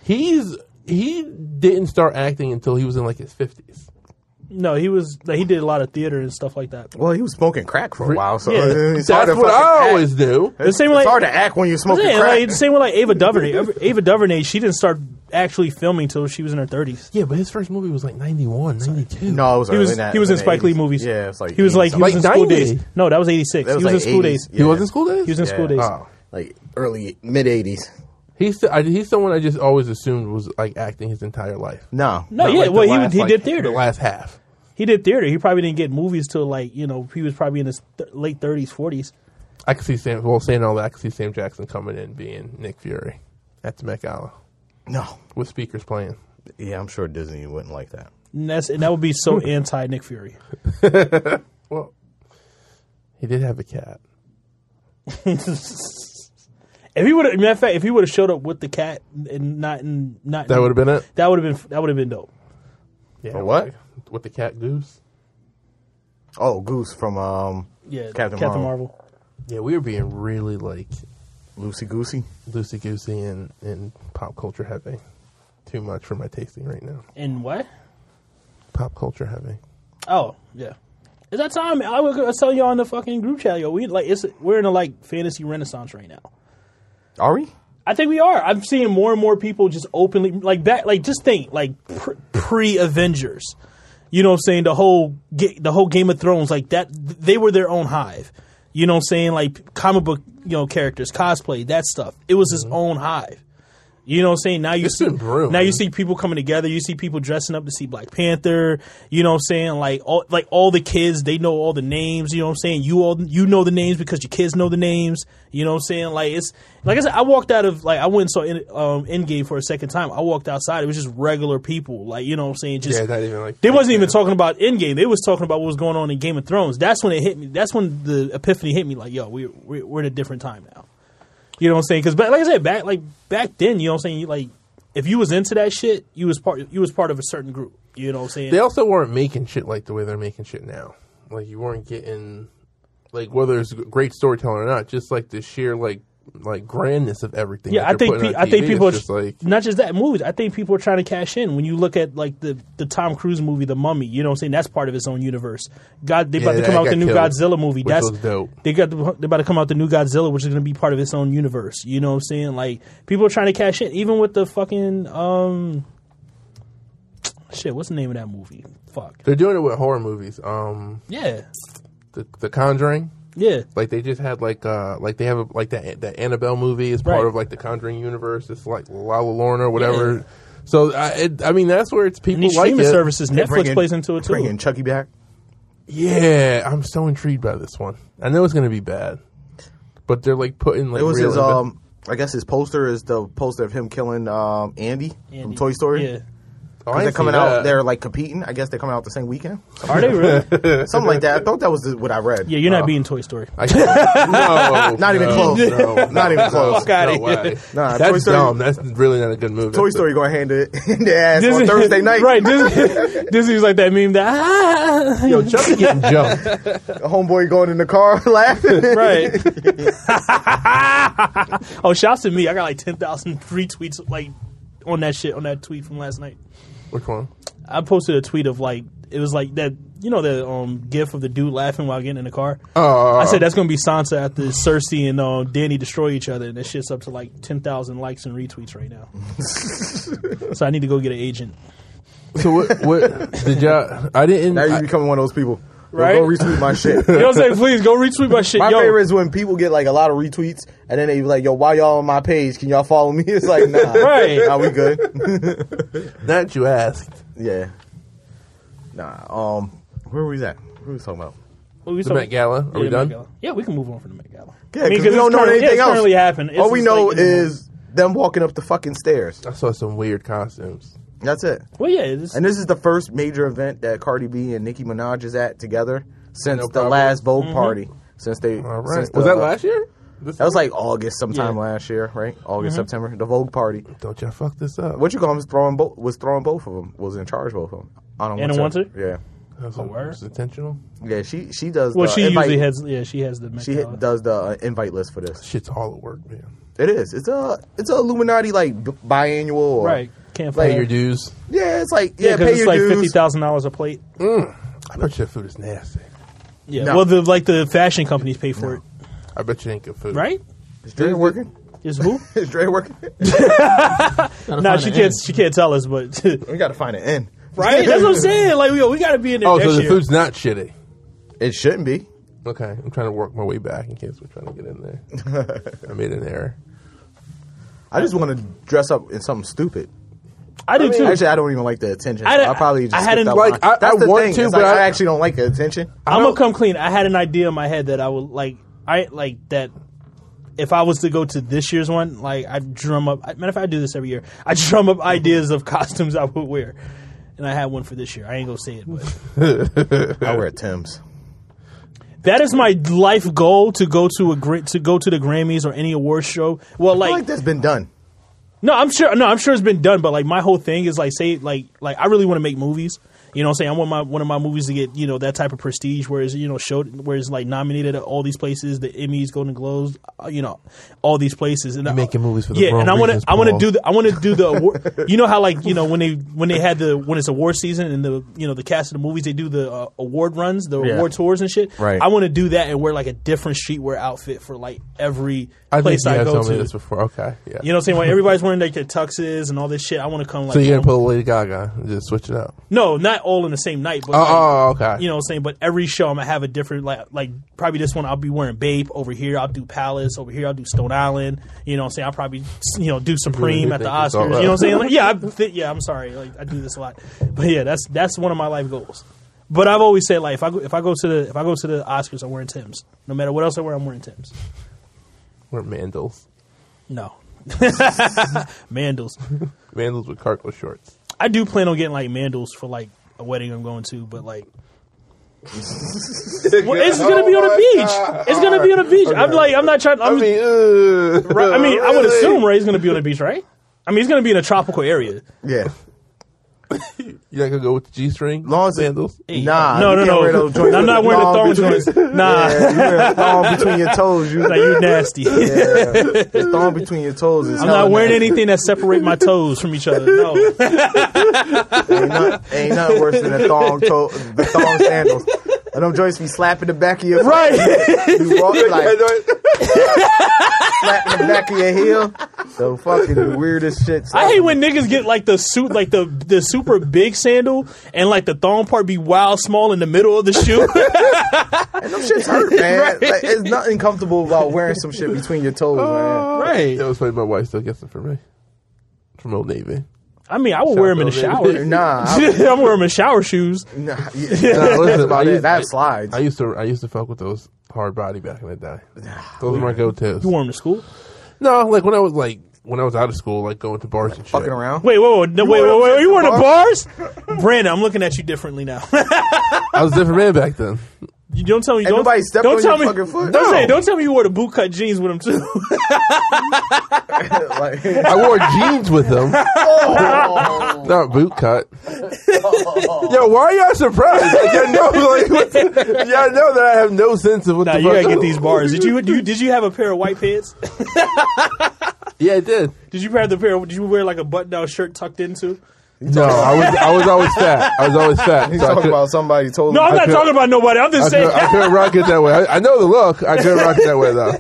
Speaker 3: He's he didn't start acting until he was in like his fifties.
Speaker 1: no, he was like, he did a lot of theater and stuff like that.
Speaker 4: Well, he was smoking crack for a while, so
Speaker 1: Yeah.
Speaker 4: <laughs> it's hard
Speaker 3: That's
Speaker 4: to
Speaker 3: what
Speaker 4: fucking
Speaker 3: I
Speaker 4: act.
Speaker 3: always do.
Speaker 1: The same
Speaker 4: it's
Speaker 1: like
Speaker 4: hard to act when you're smoking
Speaker 1: yeah,
Speaker 4: crack.
Speaker 1: like, the same way like Ava DuVernay. Ava DuVernay, she didn't start actually filming till she was in her thirties.
Speaker 3: Yeah, but his first movie was like 91, 92.
Speaker 4: no, it was
Speaker 1: He
Speaker 4: early
Speaker 1: was
Speaker 4: in that-
Speaker 1: he was in
Speaker 4: the
Speaker 1: Spike Lee
Speaker 4: 80s.
Speaker 1: movies.
Speaker 4: Yeah, it's like
Speaker 1: he was like he was
Speaker 3: Like
Speaker 1: in school
Speaker 3: 90s.
Speaker 1: days. No, that was eighty six.
Speaker 4: That
Speaker 1: He was
Speaker 4: like
Speaker 1: in school
Speaker 4: 80s.
Speaker 1: days.
Speaker 3: he
Speaker 4: Yeah.
Speaker 3: was in school days.
Speaker 1: He was in school days.
Speaker 4: Oh, like early mid '80s.
Speaker 3: He's the- I, he's someone I just always assumed was like acting his entire life.
Speaker 4: No,
Speaker 1: No,
Speaker 3: Not,
Speaker 1: yeah,
Speaker 3: like, the
Speaker 1: well he
Speaker 3: last,
Speaker 1: he
Speaker 3: like,
Speaker 1: did theater.
Speaker 3: The last half.
Speaker 1: He did theater. He probably didn't get movies till like you know he was probably in his th- late thirties, forties.
Speaker 3: I could see Sam. Well, saying all that, I could see Sam Jackson coming in being Nick Fury at the Met Gala
Speaker 4: no.
Speaker 3: with speakers playing.
Speaker 4: Yeah, I'm sure Disney wouldn't like that.
Speaker 1: And that's and that would be
Speaker 4: Hmm.
Speaker 1: so anti Nick Fury.
Speaker 3: Well, he did have a cat.
Speaker 1: If he would, have matter of fact, if he would have showed up with the cat and not in not
Speaker 3: That would have been it.
Speaker 1: that would have been that would have been dope.
Speaker 3: Yeah.
Speaker 4: A what?
Speaker 3: With the cat goose.
Speaker 4: Oh, Goose from um,
Speaker 1: Yeah,
Speaker 4: Captain,
Speaker 1: Captain
Speaker 4: Marvel,
Speaker 1: Marvel.
Speaker 3: Yeah, we were being really like
Speaker 4: Lucy Goosey.
Speaker 3: loosey goosey and, and pop culture heavy. Too much for my tasting right now.
Speaker 1: And what?
Speaker 3: Pop culture heavy.
Speaker 1: Oh yeah. Is that time? I was gonna tell y'all in the fucking group chat, yo. We like it's we're in a like fantasy renaissance right now.
Speaker 4: Are we?
Speaker 1: I think we are. I'm seeing more and more people just openly like back. Like just think like pre Avengers. You know what I'm saying? The whole ga- the whole Game of Thrones like that. They were their own hive. You know what I'm saying? Like comic book you know characters, cosplay, that stuff. It was his own hive. You know what I'm saying? Now you
Speaker 3: Mm-hmm. It's
Speaker 1: see
Speaker 3: been brewing.
Speaker 1: now you see people coming together. You see people dressing up to see Black Panther. You know what I'm saying? Like all like all the kids, they know all the names. You know what I'm saying? You all you know the names because your kids know the names. You know what I'm saying? Like it's like I said, I walked out of like I went and saw in, um, Endgame for a second time. I walked outside. It was just regular people. Like you know what I'm saying? Just
Speaker 3: Yeah, not even like
Speaker 1: they wasn't even talking about Endgame. They was talking about what was going on in Game of Thrones. That's when it hit me. That's when the epiphany hit me. Like, yo, we we're, we're in a different time now. You know what I'm saying? Because like I said, back like back then, you know what I'm saying. You, like, if you was into that shit, you was part you was part of a certain group. You know what I'm saying?
Speaker 3: They also weren't making shit like the way they're making shit now. Like you weren't getting like whether it's great storytelling or not, just like the sheer like like grandness of everything.
Speaker 1: yeah, I
Speaker 3: that they're
Speaker 1: think
Speaker 3: putting
Speaker 1: pe-
Speaker 3: on
Speaker 1: I think
Speaker 3: TV,
Speaker 1: people are
Speaker 3: it's just like
Speaker 1: not just that movies. I think people are trying to cash in. When you look at like the the Tom Cruise movie, The Mummy. You know what I'm saying? That's part of its own universe. God, they about
Speaker 3: Yeah,
Speaker 1: to
Speaker 3: that
Speaker 1: come out with
Speaker 3: got
Speaker 1: the new
Speaker 3: killed,
Speaker 1: Godzilla movie.
Speaker 3: which
Speaker 1: That's
Speaker 3: was dope.
Speaker 1: They got the, they about to come out the new Godzilla, which is going to be part of its own universe. You know what I'm saying? Like people are trying to cash in, even with the fucking um, shit. What's the name of that movie? Fuck.
Speaker 3: they're doing it with horror movies. Um
Speaker 1: Yeah,
Speaker 3: the, the Conjuring.
Speaker 1: yeah.
Speaker 3: Like they just had like uh like they have a, like that that Annabelle movie is part
Speaker 1: Right.
Speaker 3: of like the Conjuring universe. It's like La La Lorna or whatever. So I it, I mean that's where it's people
Speaker 1: And these
Speaker 3: like
Speaker 1: streaming
Speaker 3: it.
Speaker 1: services, Netflix
Speaker 4: Bringing-
Speaker 1: plays into it too.
Speaker 4: Bringing Chucky back.
Speaker 3: Yeah, I'm so intrigued by this one. I know it's going to be bad, but they're like putting like
Speaker 4: It was
Speaker 3: real
Speaker 4: his
Speaker 3: inve-
Speaker 4: um. I guess his poster is the poster of him killing um, Andy, from
Speaker 1: Andy.
Speaker 4: Toy Story.
Speaker 1: Yeah.
Speaker 3: Oh, I
Speaker 4: Because they're
Speaker 3: didn't see
Speaker 4: coming
Speaker 3: that.
Speaker 4: out, they're like competing. I guess they're coming out the same weekend,
Speaker 1: Are they really?
Speaker 4: something like that. I thought that was the, what I read.
Speaker 1: Yeah, you're not beating Toy Story.
Speaker 3: I can't. <laughs> No,
Speaker 4: Not even
Speaker 3: no,
Speaker 4: close.
Speaker 3: no,
Speaker 4: Not
Speaker 3: no,
Speaker 4: even
Speaker 3: no,
Speaker 4: close.
Speaker 3: No,
Speaker 1: Outta
Speaker 3: way.
Speaker 1: here.
Speaker 4: Nah,
Speaker 3: that's
Speaker 4: Toy Story-
Speaker 3: dumb. That's really not a good movie.
Speaker 4: Toy Story going to hand it in <laughs> their ass
Speaker 1: <laughs>
Speaker 4: on Thursday night.
Speaker 1: right? Disney, <laughs> Disney's like that meme that ah, <laughs>
Speaker 3: Yo, Chucky getting jumped.
Speaker 4: The homeboy going in the car <laughs>
Speaker 1: <laughs>
Speaker 4: laughing. <laughs>
Speaker 1: right. oh, shouts to me! I got like ten thousand retweets like on that shit on that tweet from last night.
Speaker 3: Which one?
Speaker 1: I posted a tweet of like it was like that you know the um gif of the dude laughing while getting in the car.
Speaker 4: Uh.
Speaker 3: Oh,
Speaker 1: I said that's gonna be Sansa after Cersei and uh, Danny destroy each other, and that shit's up to like ten thousand likes and retweets right
Speaker 4: <laughs>
Speaker 1: now. so I need to go get an agent.
Speaker 3: So what? What did y'all? I didn't.
Speaker 4: Now you
Speaker 3: I,
Speaker 4: becoming one of those people. Yo,
Speaker 1: Right?
Speaker 4: Go retweet my
Speaker 1: <laughs>
Speaker 4: shit.
Speaker 1: You know what I'm saying? Please go retweet my shit.
Speaker 4: <laughs> My
Speaker 1: Yo,
Speaker 4: favorite is when people get like a lot of retweets and then they be like, yo, why y'all on my page? Can y'all follow me? <laughs> It's like, nah.
Speaker 1: Right.
Speaker 4: Nah, we good. <laughs>
Speaker 3: that you asked.
Speaker 4: yeah. Nah. Um, where were we at? What were we talking about?
Speaker 1: Well, we
Speaker 3: The
Speaker 1: saw-
Speaker 3: Met Gala. Are
Speaker 1: Yeah,
Speaker 3: we
Speaker 1: the Met
Speaker 3: done?
Speaker 1: Gala. Yeah, we can move on from the Met Gala.
Speaker 4: Yeah, because
Speaker 1: it's
Speaker 4: we don't
Speaker 1: currently-
Speaker 4: know
Speaker 1: yeah,
Speaker 4: anything
Speaker 1: it's
Speaker 4: else.
Speaker 1: currently happened. It's
Speaker 4: All we
Speaker 1: just,
Speaker 4: know
Speaker 1: like, in the moment.
Speaker 4: is them walking up the fucking stairs.
Speaker 3: I saw some weird costumes.
Speaker 4: That's it.
Speaker 1: well, yeah, it's,
Speaker 4: And this is the first major event that Cardi B and Nicki Minaj is at together since
Speaker 3: No
Speaker 4: the
Speaker 3: problem.
Speaker 4: last Vogue
Speaker 1: Mm-hmm.
Speaker 4: party. Since they
Speaker 3: All right.
Speaker 4: since
Speaker 3: Was
Speaker 4: the-
Speaker 3: that last year? This-
Speaker 4: That was like August, sometime
Speaker 1: Yeah. Mm-hmm.
Speaker 4: last year, right? August, September, the Vogue party.
Speaker 3: <laughs> Don't y'all fuck this up?
Speaker 4: What you call him? Was throwing both was throwing both of them. Was in charge both of them. I don't
Speaker 1: And
Speaker 4: want
Speaker 1: a
Speaker 4: to.
Speaker 1: wanted?
Speaker 4: Yeah,
Speaker 3: That was,
Speaker 1: Oh, word?
Speaker 3: was intentional.
Speaker 4: yeah. She she does.
Speaker 1: well,
Speaker 4: the
Speaker 1: she
Speaker 4: invite-
Speaker 1: usually has. Yeah, she has the Met
Speaker 4: she
Speaker 1: Gala.
Speaker 4: hit, does the uh, invite list for this.
Speaker 3: Shit's all at work, man.
Speaker 4: It is. It's a it's a Illuminati like b- biannual. Or,
Speaker 1: right. Can't
Speaker 4: Like,
Speaker 1: fight.
Speaker 3: Pay your dues.
Speaker 4: Yeah, it's like yeah,
Speaker 1: Yeah, because
Speaker 4: pay
Speaker 1: it's
Speaker 4: your
Speaker 1: like
Speaker 4: dues.
Speaker 1: fifty thousand dollars a plate.
Speaker 3: I bet you that food is nasty.
Speaker 1: Yeah.
Speaker 4: No.
Speaker 1: Well, the like the fashion companies pay for it,
Speaker 3: I bet you ain't good food.
Speaker 1: right?
Speaker 4: Is Dre working? <laughs>
Speaker 1: Is
Speaker 3: <laughs>
Speaker 1: who?
Speaker 4: Is Dre working? <laughs>
Speaker 1: no, she can't. She can't tell us, but <laughs>
Speaker 4: we got to find an end.
Speaker 1: right. <laughs> That's what I'm saying. Like we, we got to be in there.
Speaker 3: Oh,
Speaker 1: next
Speaker 3: so the
Speaker 1: year.
Speaker 3: food's not shitty.
Speaker 4: It shouldn't be.
Speaker 3: Okay, I'm trying to work my way back in case we're trying to get in there.
Speaker 1: <laughs>
Speaker 3: I made an error.
Speaker 4: I just want to dress up in something stupid.
Speaker 1: I do too.
Speaker 4: Actually, I don't even like the attention.
Speaker 1: I
Speaker 4: I,
Speaker 1: did-
Speaker 4: probably just
Speaker 1: I
Speaker 4: skip
Speaker 1: hadn't-
Speaker 4: that
Speaker 3: like,
Speaker 4: line.
Speaker 3: I-
Speaker 4: That's
Speaker 3: I
Speaker 4: the
Speaker 3: want
Speaker 4: thing.
Speaker 3: to,
Speaker 4: It's
Speaker 3: but
Speaker 4: like,
Speaker 3: I-
Speaker 4: I actually don't like the attention.
Speaker 1: I'm gonna come clean. I had an idea in my head that I would like. I like that. If I was to go to this year's one, like I drum up. I- Matter of fact, I do this every year. I drum up ideas of costumes I would wear, and I had one for this year. I ain't gonna say it, but
Speaker 4: I wear Tim's.
Speaker 1: that is my life goal to go to a great to go to the Grammys or any award show. Well,
Speaker 4: I feel
Speaker 1: like
Speaker 4: like that's been done.
Speaker 1: No, I'm sure. No, I'm sure it's been done. But like my whole thing is like, say, like, like I really want to make movies. You know, what I'm saying I want my one of my movies to get you know that type of prestige, whereas you know showed, whereas like nominated at all these places, the Emmys, Golden Globes, uh, you know, all these places. And I-
Speaker 3: making movies for the
Speaker 1: yeah,
Speaker 3: wrong
Speaker 1: and I want
Speaker 3: reasons,
Speaker 1: to, I want to
Speaker 3: Paul.
Speaker 1: do the, I want to do the, award, <laughs> you know how like you know when they when they had the when it's award season and the you know the cast of the movies they do the uh, award runs, the
Speaker 4: Yeah.
Speaker 1: award tours and shit.
Speaker 4: Right.
Speaker 1: I want to do that and wear like a different streetwear outfit for like every
Speaker 3: I think
Speaker 1: place
Speaker 3: you
Speaker 1: I
Speaker 3: have
Speaker 1: go
Speaker 3: told
Speaker 1: to.
Speaker 3: me this before. Okay, yeah.
Speaker 1: You know what I'm saying? Why everybody's wearing like their tuxes and all this shit. I want to come like
Speaker 3: so you're gonna pull Lady Gaga and just switch it up?
Speaker 1: no, not all in the same night, but
Speaker 3: Oh,
Speaker 1: like,
Speaker 3: oh, okay.
Speaker 1: you know what I'm saying. But every show I'm gonna have a different like like probably this one I'll be wearing Babe over here. I'll do Palace over here. I'll do Stone Island. You know what I'm saying. I'll probably you know do Supreme
Speaker 3: Really
Speaker 1: at the
Speaker 3: think it's all
Speaker 1: Oscars. You know
Speaker 3: right.
Speaker 1: what I'm saying? Like, yeah, I th- yeah. I'm sorry. Like I do this a lot, but yeah, that's that's one of my life goals. But I've always said like if I go, if I go to the if I go to the Oscars, I'm wearing Tims. No matter what else I wear, I'm wearing Tims.
Speaker 3: we're Mandels.
Speaker 1: No, <laughs> Mandels.
Speaker 3: Mandels with cargo shorts.
Speaker 1: I do plan on getting like mandals for like a wedding I'm going to, but like well, it's gonna be on
Speaker 3: Oh
Speaker 1: the
Speaker 4: Oh,
Speaker 1: beach. It's gonna be on the beach. I'm like I'm not trying. I'm,
Speaker 3: I mean, uh,
Speaker 1: I mean, I would assume Ray's gonna be on the beach, right? I mean, he's gonna be in a tropical area.
Speaker 4: Yeah.
Speaker 3: You're not gonna go with the G-string
Speaker 4: Long as it-
Speaker 3: sandals.
Speaker 4: Nah.
Speaker 1: no,
Speaker 4: Uh, you
Speaker 1: no,
Speaker 4: can't wear those
Speaker 1: no.
Speaker 4: joints
Speaker 1: I'm
Speaker 4: with
Speaker 1: not wearing the
Speaker 4: long
Speaker 1: thong
Speaker 4: between-
Speaker 1: joints. Nah,
Speaker 4: <laughs> Yeah, you wear a thong between your toes. You,
Speaker 1: nah, you nasty.
Speaker 4: your thong between your toes is
Speaker 1: I'm not wearing anything that separate my toes from each other. No,
Speaker 4: Ain't nothing, ain't nothing worse than a thong toe, the thong sandals. And them joints be slapping the back of your
Speaker 1: right?
Speaker 4: You walk like slapping the back of your heel. The fucking weirdest shit.
Speaker 1: I hate when niggas get like the suit, like the the super big sandal, and like the thong part be wild small in the middle of the
Speaker 4: <laughs>
Speaker 1: shoe.
Speaker 4: And them shits hurt, man. Like, it's nothing comfortable about wearing some shit
Speaker 1: Oh.
Speaker 4: between your toes, man.
Speaker 1: right.
Speaker 3: That was funny. My wife still gets it for me from Old Navy.
Speaker 1: I mean, I would wear them in the
Speaker 3: Shower.
Speaker 1: shower.
Speaker 4: <laughs> Nah,
Speaker 1: <laughs>
Speaker 4: I-
Speaker 1: I'm wearing my shower shoes.
Speaker 4: Nah, yeah, nah, listen, about
Speaker 3: I
Speaker 4: that.
Speaker 3: used-
Speaker 4: That slides.
Speaker 3: I used to I used to fuck with those hard body back in the
Speaker 4: <sighs>
Speaker 3: day. Those were my go tos.
Speaker 1: You wore them to school.
Speaker 3: No, like when I was like when I was out of school, like going to bars and shit.
Speaker 4: fucking around.
Speaker 1: Wait, whoa, whoa, no, wait,
Speaker 4: wore
Speaker 1: wait,
Speaker 4: them
Speaker 1: wait.
Speaker 4: to
Speaker 1: You wore the
Speaker 4: the
Speaker 1: bars, Brandon. I'm looking at you differently now. <laughs>
Speaker 3: I was a different man back then.
Speaker 1: you don't tell me.
Speaker 4: Ain't
Speaker 1: don't,
Speaker 4: nobody stepped
Speaker 1: don't
Speaker 4: on
Speaker 1: tell
Speaker 4: your
Speaker 1: me,
Speaker 4: fucking foot.
Speaker 1: Don't,
Speaker 4: No.
Speaker 1: say, don't tell me you wore the boot cut jeans with them too.
Speaker 4: <laughs> like, <laughs>
Speaker 3: I wore jeans with them.
Speaker 4: Oh.
Speaker 3: Not boot cut. Yo, why are y'all surprised? Like, y'all know, like, what- y'all know that I have no sense of what
Speaker 1: nah,
Speaker 3: the
Speaker 1: you
Speaker 3: fuck.
Speaker 1: gotta get these bars. Did you, do
Speaker 4: <laughs>
Speaker 1: you did you have a pair of white pants?
Speaker 3: Yeah, I did.
Speaker 1: Did you have the pair? Did you wear like a button down shirt tucked into?
Speaker 3: No, I was I was always fat. I was always fat.
Speaker 4: he's
Speaker 3: so I
Speaker 4: talking
Speaker 3: could-
Speaker 4: about somebody told
Speaker 1: No,
Speaker 4: him.
Speaker 1: I'm not
Speaker 3: could-
Speaker 1: talking about nobody. I'm
Speaker 3: I
Speaker 1: just saying.
Speaker 3: couldn't, I couldn't rock it that way. I, I know the look. I couldn't rock it that way though.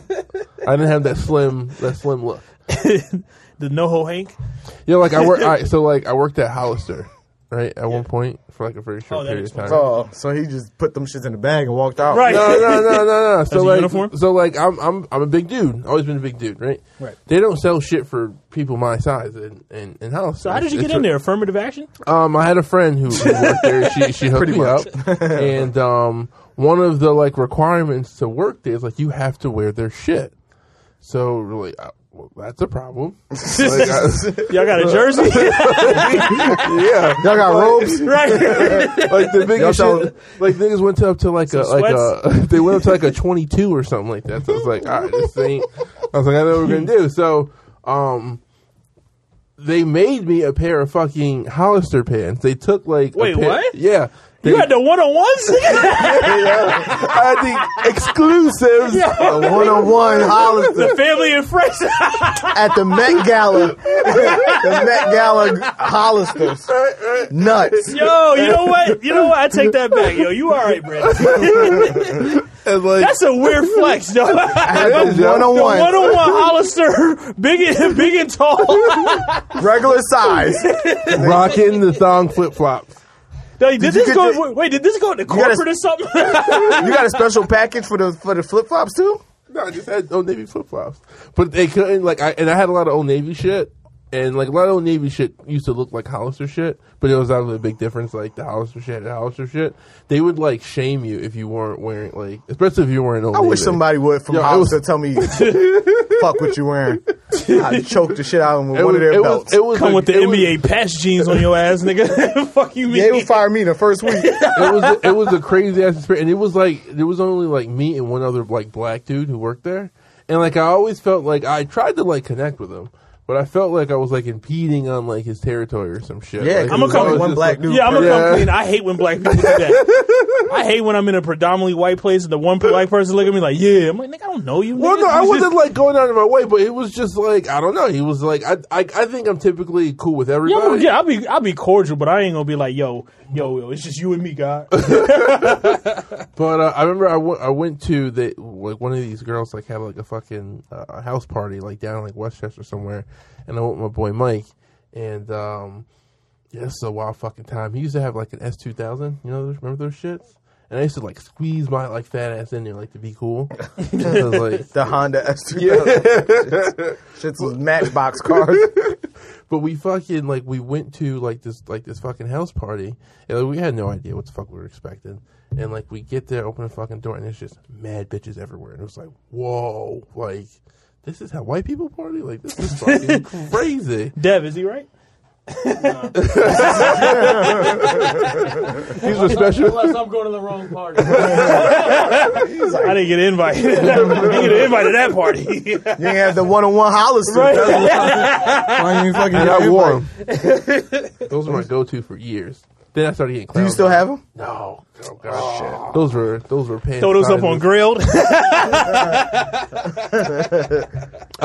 Speaker 3: I didn't have that slim that slim look.
Speaker 1: the NoHo Hank.
Speaker 3: Yeah, like I work. I, so like I worked at Hollister, right? At one point for like a very short
Speaker 1: Oh, that
Speaker 3: period
Speaker 1: makes
Speaker 3: of time.
Speaker 4: Oh, so he just put them shits in the bag and walked out.
Speaker 1: <laughs> Right.
Speaker 3: No, no, no, no, no.
Speaker 1: a
Speaker 3: So like,
Speaker 1: uniform?
Speaker 3: so like, I'm I'm I'm a big dude. Always been a big dude, right?
Speaker 1: Right.
Speaker 3: They don't sell shit for people my size in in, in Hollister.
Speaker 1: So how did you get in there? Affirmative action.
Speaker 3: Um, I had a friend who, who worked there.
Speaker 1: <laughs>
Speaker 3: She she hooked
Speaker 4: Pretty
Speaker 3: me
Speaker 4: much.
Speaker 3: up, and um, one of the like requirements to work there is like you have to wear their shit. So really, uh, well, that's a problem. Like, I-
Speaker 1: <laughs> Y'all got a jersey,
Speaker 4: <laughs>
Speaker 1: <laughs>
Speaker 3: yeah,
Speaker 4: Y'all got robes.
Speaker 1: right? <laughs>
Speaker 3: like the biggest
Speaker 4: Y'all
Speaker 3: shit, like niggas went up to like a
Speaker 1: Some
Speaker 3: like a <laughs> they went up to like a twenty two or something like that. So I was like, all right, this ain't. I was like, I know what we're gonna do. So, um, they made me a pair of fucking Hollister pants. They took like a
Speaker 1: Wait,
Speaker 3: pair-
Speaker 1: what?
Speaker 3: Yeah. They,
Speaker 1: you had the one on
Speaker 4: <laughs>
Speaker 1: ones.
Speaker 3: I had
Speaker 1: <laughs>
Speaker 3: the exclusives.
Speaker 4: A one on one Hollister
Speaker 1: the family and friends. <laughs>
Speaker 4: at the Met Gala. <laughs> the Met Gala Hollisters. Nuts.
Speaker 1: Yo, you know what? You know what? I take that back. Yo, you all right, Brandon?
Speaker 3: And like,
Speaker 1: That's a weird flex, <laughs> though.
Speaker 4: At
Speaker 3: That is,
Speaker 4: the
Speaker 3: yo.
Speaker 4: one on
Speaker 1: The one
Speaker 4: one.
Speaker 1: on one Hollister, big and big and <laughs> tall.
Speaker 4: Regular size.
Speaker 3: rocking the thong flip flops.
Speaker 1: Like, did,
Speaker 4: you
Speaker 1: this
Speaker 4: get
Speaker 1: go?
Speaker 4: your-
Speaker 1: wait, did this go to
Speaker 4: gotta-
Speaker 1: corporate or something?
Speaker 4: You got a special package for the for the flip flops too?
Speaker 3: No, I just had Old Navy flip flops, but they couldn't like. I and I had a lot of Old Navy shit, and like a lot of Old Navy shit used to look like Hollister shit, but it was obviously a big difference. Like the Hollister shit and Hollister shit, they would like shame you if you weren't wearing like, especially if you weren't Old
Speaker 4: I
Speaker 3: Navy.
Speaker 4: wish somebody would from
Speaker 3: Yo, it
Speaker 4: Hollister
Speaker 3: was- <laughs>
Speaker 4: tell me fuck what you wearing. I'd choke the shit out of them with
Speaker 3: It was,
Speaker 4: one of their
Speaker 3: it was,
Speaker 4: belts.
Speaker 3: it
Speaker 1: <laughs>
Speaker 3: was
Speaker 1: Come
Speaker 3: a-
Speaker 1: with the
Speaker 3: it was-
Speaker 1: NBA patch jeans on your ass, nigga. <laughs> Fuck you,
Speaker 4: They
Speaker 1: mean?
Speaker 4: would fire me the
Speaker 3: <laughs>
Speaker 4: first week.
Speaker 3: it was it was a crazy ass experience, and it was like there was only like me and one other like black dude who worked there, and like I always felt like I tried to like connect with him, but I felt like I was like impeding on like his territory or some shit.
Speaker 4: Yeah,
Speaker 3: like,
Speaker 4: I'm
Speaker 3: it
Speaker 1: gonna
Speaker 3: was
Speaker 1: call
Speaker 3: always
Speaker 4: one
Speaker 3: just,
Speaker 4: black
Speaker 3: like,
Speaker 4: dude.
Speaker 1: Yeah, I'm
Speaker 3: <laughs>
Speaker 1: gonna
Speaker 3: Yeah.
Speaker 1: come clean. I hate when black people do that. I hate when I'm in a predominantly white place and the one black person look at me like, "Yeah," I'm like, "Nigga, I don't know you."
Speaker 3: Well,
Speaker 1: nigga.
Speaker 3: no, I
Speaker 1: You
Speaker 3: wasn't
Speaker 1: just-
Speaker 3: like going out of my way, but it was just like I don't know. He was like, I, I, I think I'm typically cool with
Speaker 1: Yeah, well,
Speaker 3: everybody.
Speaker 1: yeah, I'll be I'll be cordial, but I ain't gonna be like, "Yo, yo, yo, it's just you and me, guy."
Speaker 3: But uh, I remember I went, I went to the like one of these girls like had like a fucking uh, a house party like down in, like Westchester somewhere, and I went with my boy Mike, and um, yeah, this is a wild fucking time. He used to have like an S two thousand, you know, those- remember those shits? And I used to like squeeze my like fat ass in there like to be cool. <laughs> I was like,
Speaker 4: The Honda S2000. Shit's matchbox cars.
Speaker 3: But we fucking like we went to like this like this fucking house party and like, we had no idea what the fuck we were expecting. And like we get there, open the fucking door, and there's just mad bitches everywhere. And it was like, whoa, like this is how white people party? Like this is
Speaker 1: <laughs>
Speaker 3: fucking crazy.
Speaker 1: Dev, is he
Speaker 4: <laughs>
Speaker 1: right?
Speaker 3: These were special.
Speaker 5: Unless I'm going to the wrong party.
Speaker 1: I didn't get an invite. <laughs> I didn't get an invite to that
Speaker 4: <laughs>
Speaker 1: party.
Speaker 4: You ain't have the one on one Hollister. That's <laughs> why you ain't fucking
Speaker 3: And
Speaker 4: get
Speaker 3: I
Speaker 4: it.
Speaker 3: wore 'em. <laughs> Those were my go-to for years. Then I started getting.
Speaker 4: Do you still have them?
Speaker 3: No. Oh god. Shit. Those were those were pants.
Speaker 1: Throw those up
Speaker 3: sizes.
Speaker 1: on
Speaker 4: <laughs>
Speaker 1: grilled. <laughs>
Speaker 3: I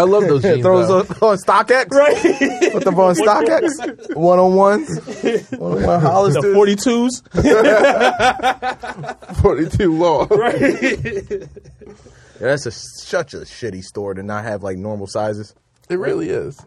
Speaker 3: love
Speaker 1: <laughs>
Speaker 3: those jeans. <laughs>
Speaker 4: Throws
Speaker 3: though.
Speaker 4: up on StockX?
Speaker 1: right?
Speaker 4: Put them on StockX? One on ones? One on one
Speaker 1: The
Speaker 4: Hollister?
Speaker 1: 42s.
Speaker 3: 42 long.
Speaker 1: <laughs>
Speaker 4: Yeah, that's a, such a shitty store to not have like normal sizes.
Speaker 3: It really is.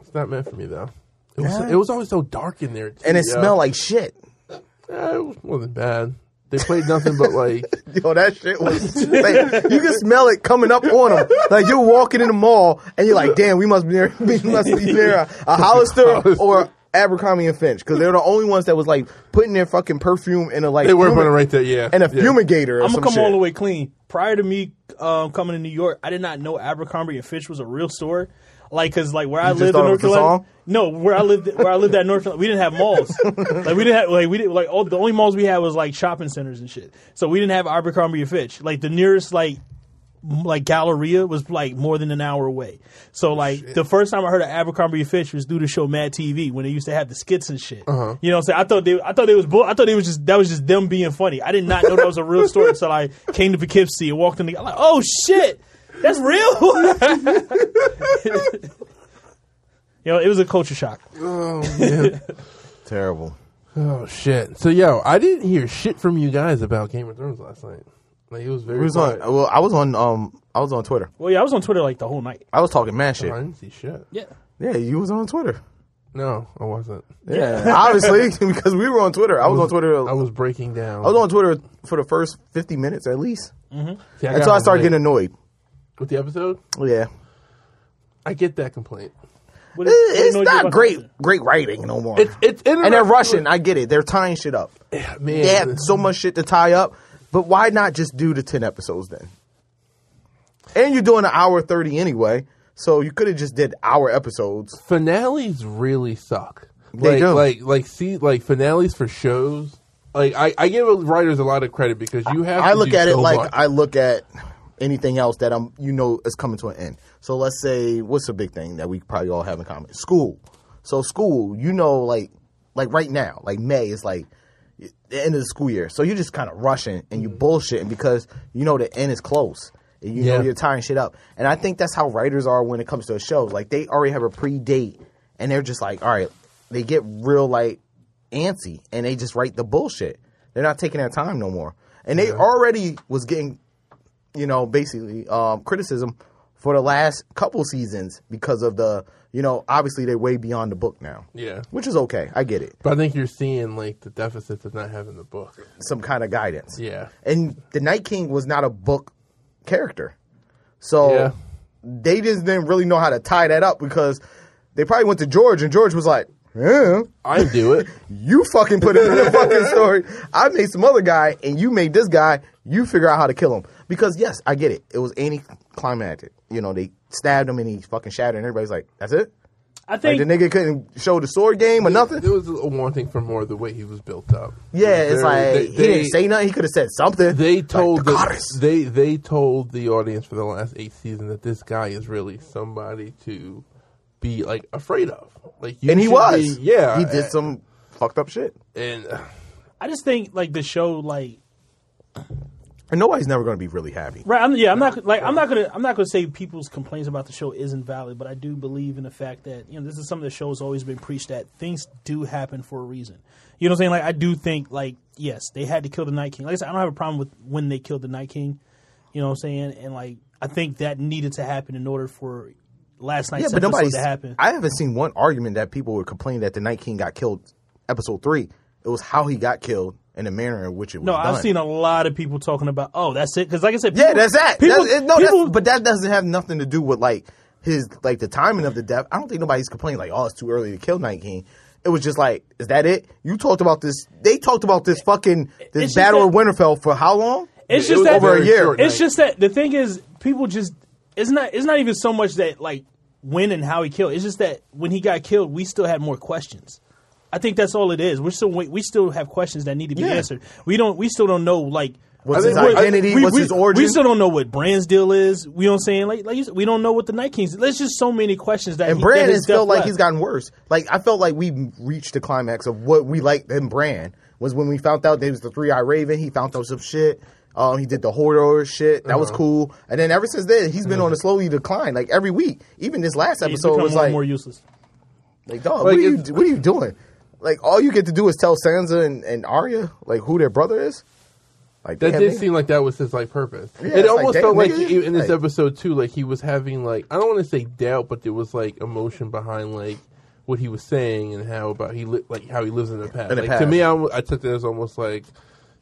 Speaker 3: It's not meant for me though. It was,
Speaker 4: Yeah.
Speaker 3: it was always so dark in there, too,
Speaker 4: And it
Speaker 3: yo.
Speaker 4: smelled like shit.
Speaker 3: Eh, it wasn't bad. They played nothing but
Speaker 4: <laughs>
Speaker 3: like
Speaker 4: Yo, that shit was. Like, you can smell it coming up on them. Like <laughs> you're walking in the mall and you're like, "Damn, we must be near, we must be near a, a Hollister or Abercrombie and Finch because they're the only ones that was like putting their fucking perfume in a like
Speaker 3: They were
Speaker 4: fumi-
Speaker 3: putting it right there, yeah.
Speaker 4: in a
Speaker 3: yeah.
Speaker 4: fumigator. Or
Speaker 1: I'm
Speaker 4: some
Speaker 1: gonna come
Speaker 4: shit.
Speaker 1: all the way clean. Prior to me um, coming to New York, I did not know Abercrombie and Fitch was a real store. Like, cause like where I
Speaker 4: just
Speaker 1: lived
Speaker 4: thought
Speaker 1: in
Speaker 4: it
Speaker 1: North
Speaker 4: was a
Speaker 1: Carolina,
Speaker 4: song?
Speaker 1: no, where I lived, where I lived at North Carolina, we didn't have malls.
Speaker 4: <laughs>
Speaker 1: like we didn't have, like we didn't like all the only malls we had was like shopping centers and shit. So we didn't have Abercrombie and Fitch. Like the nearest like m- like Galleria was like more than an hour away. So like the first time I heard of Abercrombie and Fitch was due to show Mad TV when they used to have the skits and shit.
Speaker 4: Uh-huh.
Speaker 1: You know, what I'm saying I thought they I thought they was bull. I thought they was just that was just them being funny. I did not know that was a real story until I came to Poughkeepsie and walked in the. I'm like, oh shit, that's real. <laughs> you know, it was a culture shock.
Speaker 4: Terrible.
Speaker 3: Oh shit! So yo, I didn't hear shit from you guys about Game of Thrones last night. Like it was very.
Speaker 4: We was on.
Speaker 3: quiet.
Speaker 4: Well, I was on. Um, I was on Twitter.
Speaker 1: Well, yeah, I was on Twitter like the whole night.
Speaker 4: I was talking man shit.
Speaker 3: I didn't see shit.
Speaker 1: Yeah.
Speaker 4: Yeah, you was on Twitter.
Speaker 3: No, I wasn't.
Speaker 4: Yeah, <laughs> obviously because we were on Twitter. I was on Twitter.
Speaker 3: I was breaking down.
Speaker 4: I was on Twitter for the first 50 minutes at least.
Speaker 3: See, got
Speaker 4: Until I
Speaker 3: home
Speaker 4: started
Speaker 3: late.
Speaker 4: getting annoyed.
Speaker 3: with the episode.
Speaker 4: Yeah.
Speaker 3: I get that complaint.
Speaker 1: What
Speaker 4: It-
Speaker 1: is- what do you
Speaker 4: it's
Speaker 1: know you
Speaker 4: not
Speaker 1: about
Speaker 4: great
Speaker 1: that?
Speaker 4: great writing no more.
Speaker 3: It's it's
Speaker 4: and they're rushing. I get it. They're tying shit up.
Speaker 3: Man,
Speaker 4: They have so much shit to tie up. But why not just do the 10 episodes then? And you're doing an hour 30 anyway. So you could have just did hour episodes.
Speaker 3: finales really suck.
Speaker 4: They
Speaker 3: like,
Speaker 4: do.
Speaker 3: Like, like, see, like finales for shows. Like, I, I give writers a lot of credit because you have.
Speaker 4: I
Speaker 3: to
Speaker 4: look
Speaker 3: do
Speaker 4: at it
Speaker 3: so
Speaker 4: like
Speaker 3: much.
Speaker 4: I look at anything else that I'm you know is coming to an end. So let's say what's a big thing that we probably all have in common? School. So school, you know, like like right now, like May is like the end of the school year. So you're just kind of rushing and
Speaker 3: Mm.
Speaker 4: you bullshitting because you know the end is close. And you
Speaker 3: Yeah.
Speaker 4: know you're tying shit up. And I think that's how writers are when it comes to a show. Like they already have a pre date and they're just like, all right, they get real like antsy and they just write the bullshit. They're not taking their time no more. And they already was getting, you know, basically um, criticism for the last couple seasons because of the, you know, obviously they're way beyond the book now.
Speaker 3: Yeah.
Speaker 4: Which is okay. I get it.
Speaker 3: But I think you're seeing like the deficits of not having the book.
Speaker 4: Some kind of guidance.
Speaker 3: Yeah.
Speaker 4: And the Night King was not a book character. So
Speaker 3: Yeah.
Speaker 4: they just didn't really know how to tie that up because they probably went to George and George was like, yeah,
Speaker 3: I do
Speaker 4: <laughs>
Speaker 3: it.
Speaker 4: you fucking put him
Speaker 3: <laughs>
Speaker 4: in the fucking story. I made some other guy, and you made this guy. You figure out how to kill him. Because yes, I get it. It was anticlimactic. You know, they stabbed him and he fucking shattered. And everybody's like, "That's it."
Speaker 1: I
Speaker 4: Like
Speaker 1: think
Speaker 4: the nigga couldn't show the sword game or nothing.
Speaker 3: There was a wanting for more of the way he was built up.
Speaker 4: Yeah, it's
Speaker 3: They're-
Speaker 4: like
Speaker 3: they-
Speaker 4: he
Speaker 3: they-
Speaker 4: didn't say nothing. He could have said something.
Speaker 3: They
Speaker 4: Like,
Speaker 3: told
Speaker 4: the
Speaker 3: the-
Speaker 4: goddess.
Speaker 3: they they told the audience for the last eight seasons that this guy is really somebody to be like afraid of. Like, you
Speaker 4: and he
Speaker 3: should
Speaker 4: was.
Speaker 3: be- yeah,
Speaker 4: he did some fucked up shit.
Speaker 3: and uh,
Speaker 1: I just think like the show like
Speaker 4: And nobody's never going to be really happy.
Speaker 1: Right. I'm, yeah. I'm not like I'm not gonna I'm not gonna say people's complaints about the show isn't valid, but I do believe in the fact that you know this is something the show's always been preached that things do happen for a reason. You know what I'm saying? Like I do think like yes, they had to kill the Night King. Like I said, I don't have a problem with when they killed the Night King. You know what I'm saying? And like I think that needed to happen in order for last night's
Speaker 4: Yeah, but
Speaker 1: episode
Speaker 4: nobody's.
Speaker 1: to happen.
Speaker 4: I haven't seen one argument that people would complain that the Night King got killed. Episode three, it was how he got killed and the manner in which it was
Speaker 1: no,
Speaker 4: done.
Speaker 1: I've seen a lot of people talking about oh that's it because like I said
Speaker 4: yeah,
Speaker 1: people-
Speaker 4: that's that.
Speaker 1: people-
Speaker 4: That's- it- no, that's-
Speaker 1: people-
Speaker 4: but that doesn't have nothing to do with like his like the timing of the death. I don't think nobody's complaining like, oh, it's too early to kill Night King. It was just like, is that it? You talked about this. They talked about this fucking
Speaker 1: It's
Speaker 4: this
Speaker 1: just
Speaker 4: battle of
Speaker 1: that-
Speaker 4: Winterfell for how long?
Speaker 1: It's
Speaker 3: It
Speaker 1: just
Speaker 3: was
Speaker 1: that
Speaker 4: over a
Speaker 1: it's
Speaker 4: year.
Speaker 3: short
Speaker 1: It's
Speaker 3: night.
Speaker 1: just that the thing is, people just it's not it's not even so much that like when and how he killed. It's just that when he got killed, we still had more questions. I think that's all it is. We're still we, we still have questions that need to be
Speaker 4: Yeah.
Speaker 1: answered. We don't we still don't know like
Speaker 4: What's
Speaker 1: I
Speaker 3: his
Speaker 1: what-
Speaker 4: identity?
Speaker 1: we-
Speaker 4: What's
Speaker 1: we-
Speaker 4: his origin?
Speaker 1: We still don't know what Brand's deal is. We don't saying like like you said, we don't know what the Night King's. There's just so many questions that
Speaker 4: And
Speaker 1: he, that
Speaker 4: Bran
Speaker 1: his
Speaker 4: has felt
Speaker 1: death
Speaker 4: like
Speaker 1: left.
Speaker 4: he's gotten worse. Like I felt like we reached the climax of what we liked in Bran was when we found out there was the three eye raven. He found out some shit. Um, he did the horror shit. That
Speaker 1: Uh-huh.
Speaker 4: was cool. And then ever since then, he's been on a slowly decline. Like every week, even this last
Speaker 1: He's
Speaker 4: episode
Speaker 1: become
Speaker 4: was
Speaker 1: more and
Speaker 4: like,
Speaker 1: more useless.
Speaker 4: like, dog,
Speaker 3: Like,
Speaker 4: what, are you,
Speaker 3: it's-
Speaker 4: what are you doing? Like all you get to do is tell Sansa and, and Arya like who their brother is. Like
Speaker 3: That
Speaker 4: damn,
Speaker 3: did
Speaker 4: they-
Speaker 3: seem like that was his like purpose.
Speaker 4: Yeah,
Speaker 3: it
Speaker 4: it's like,
Speaker 3: almost
Speaker 4: damn,
Speaker 3: felt like
Speaker 4: nigga,
Speaker 3: he, in this
Speaker 4: like-
Speaker 3: episode too, like he was having like I don't want to say doubt, but there was like emotion behind like what he was saying and how about he li- like how he lives in the past.
Speaker 4: In the
Speaker 3: like to
Speaker 4: past.
Speaker 3: me, I, w- I took that as almost like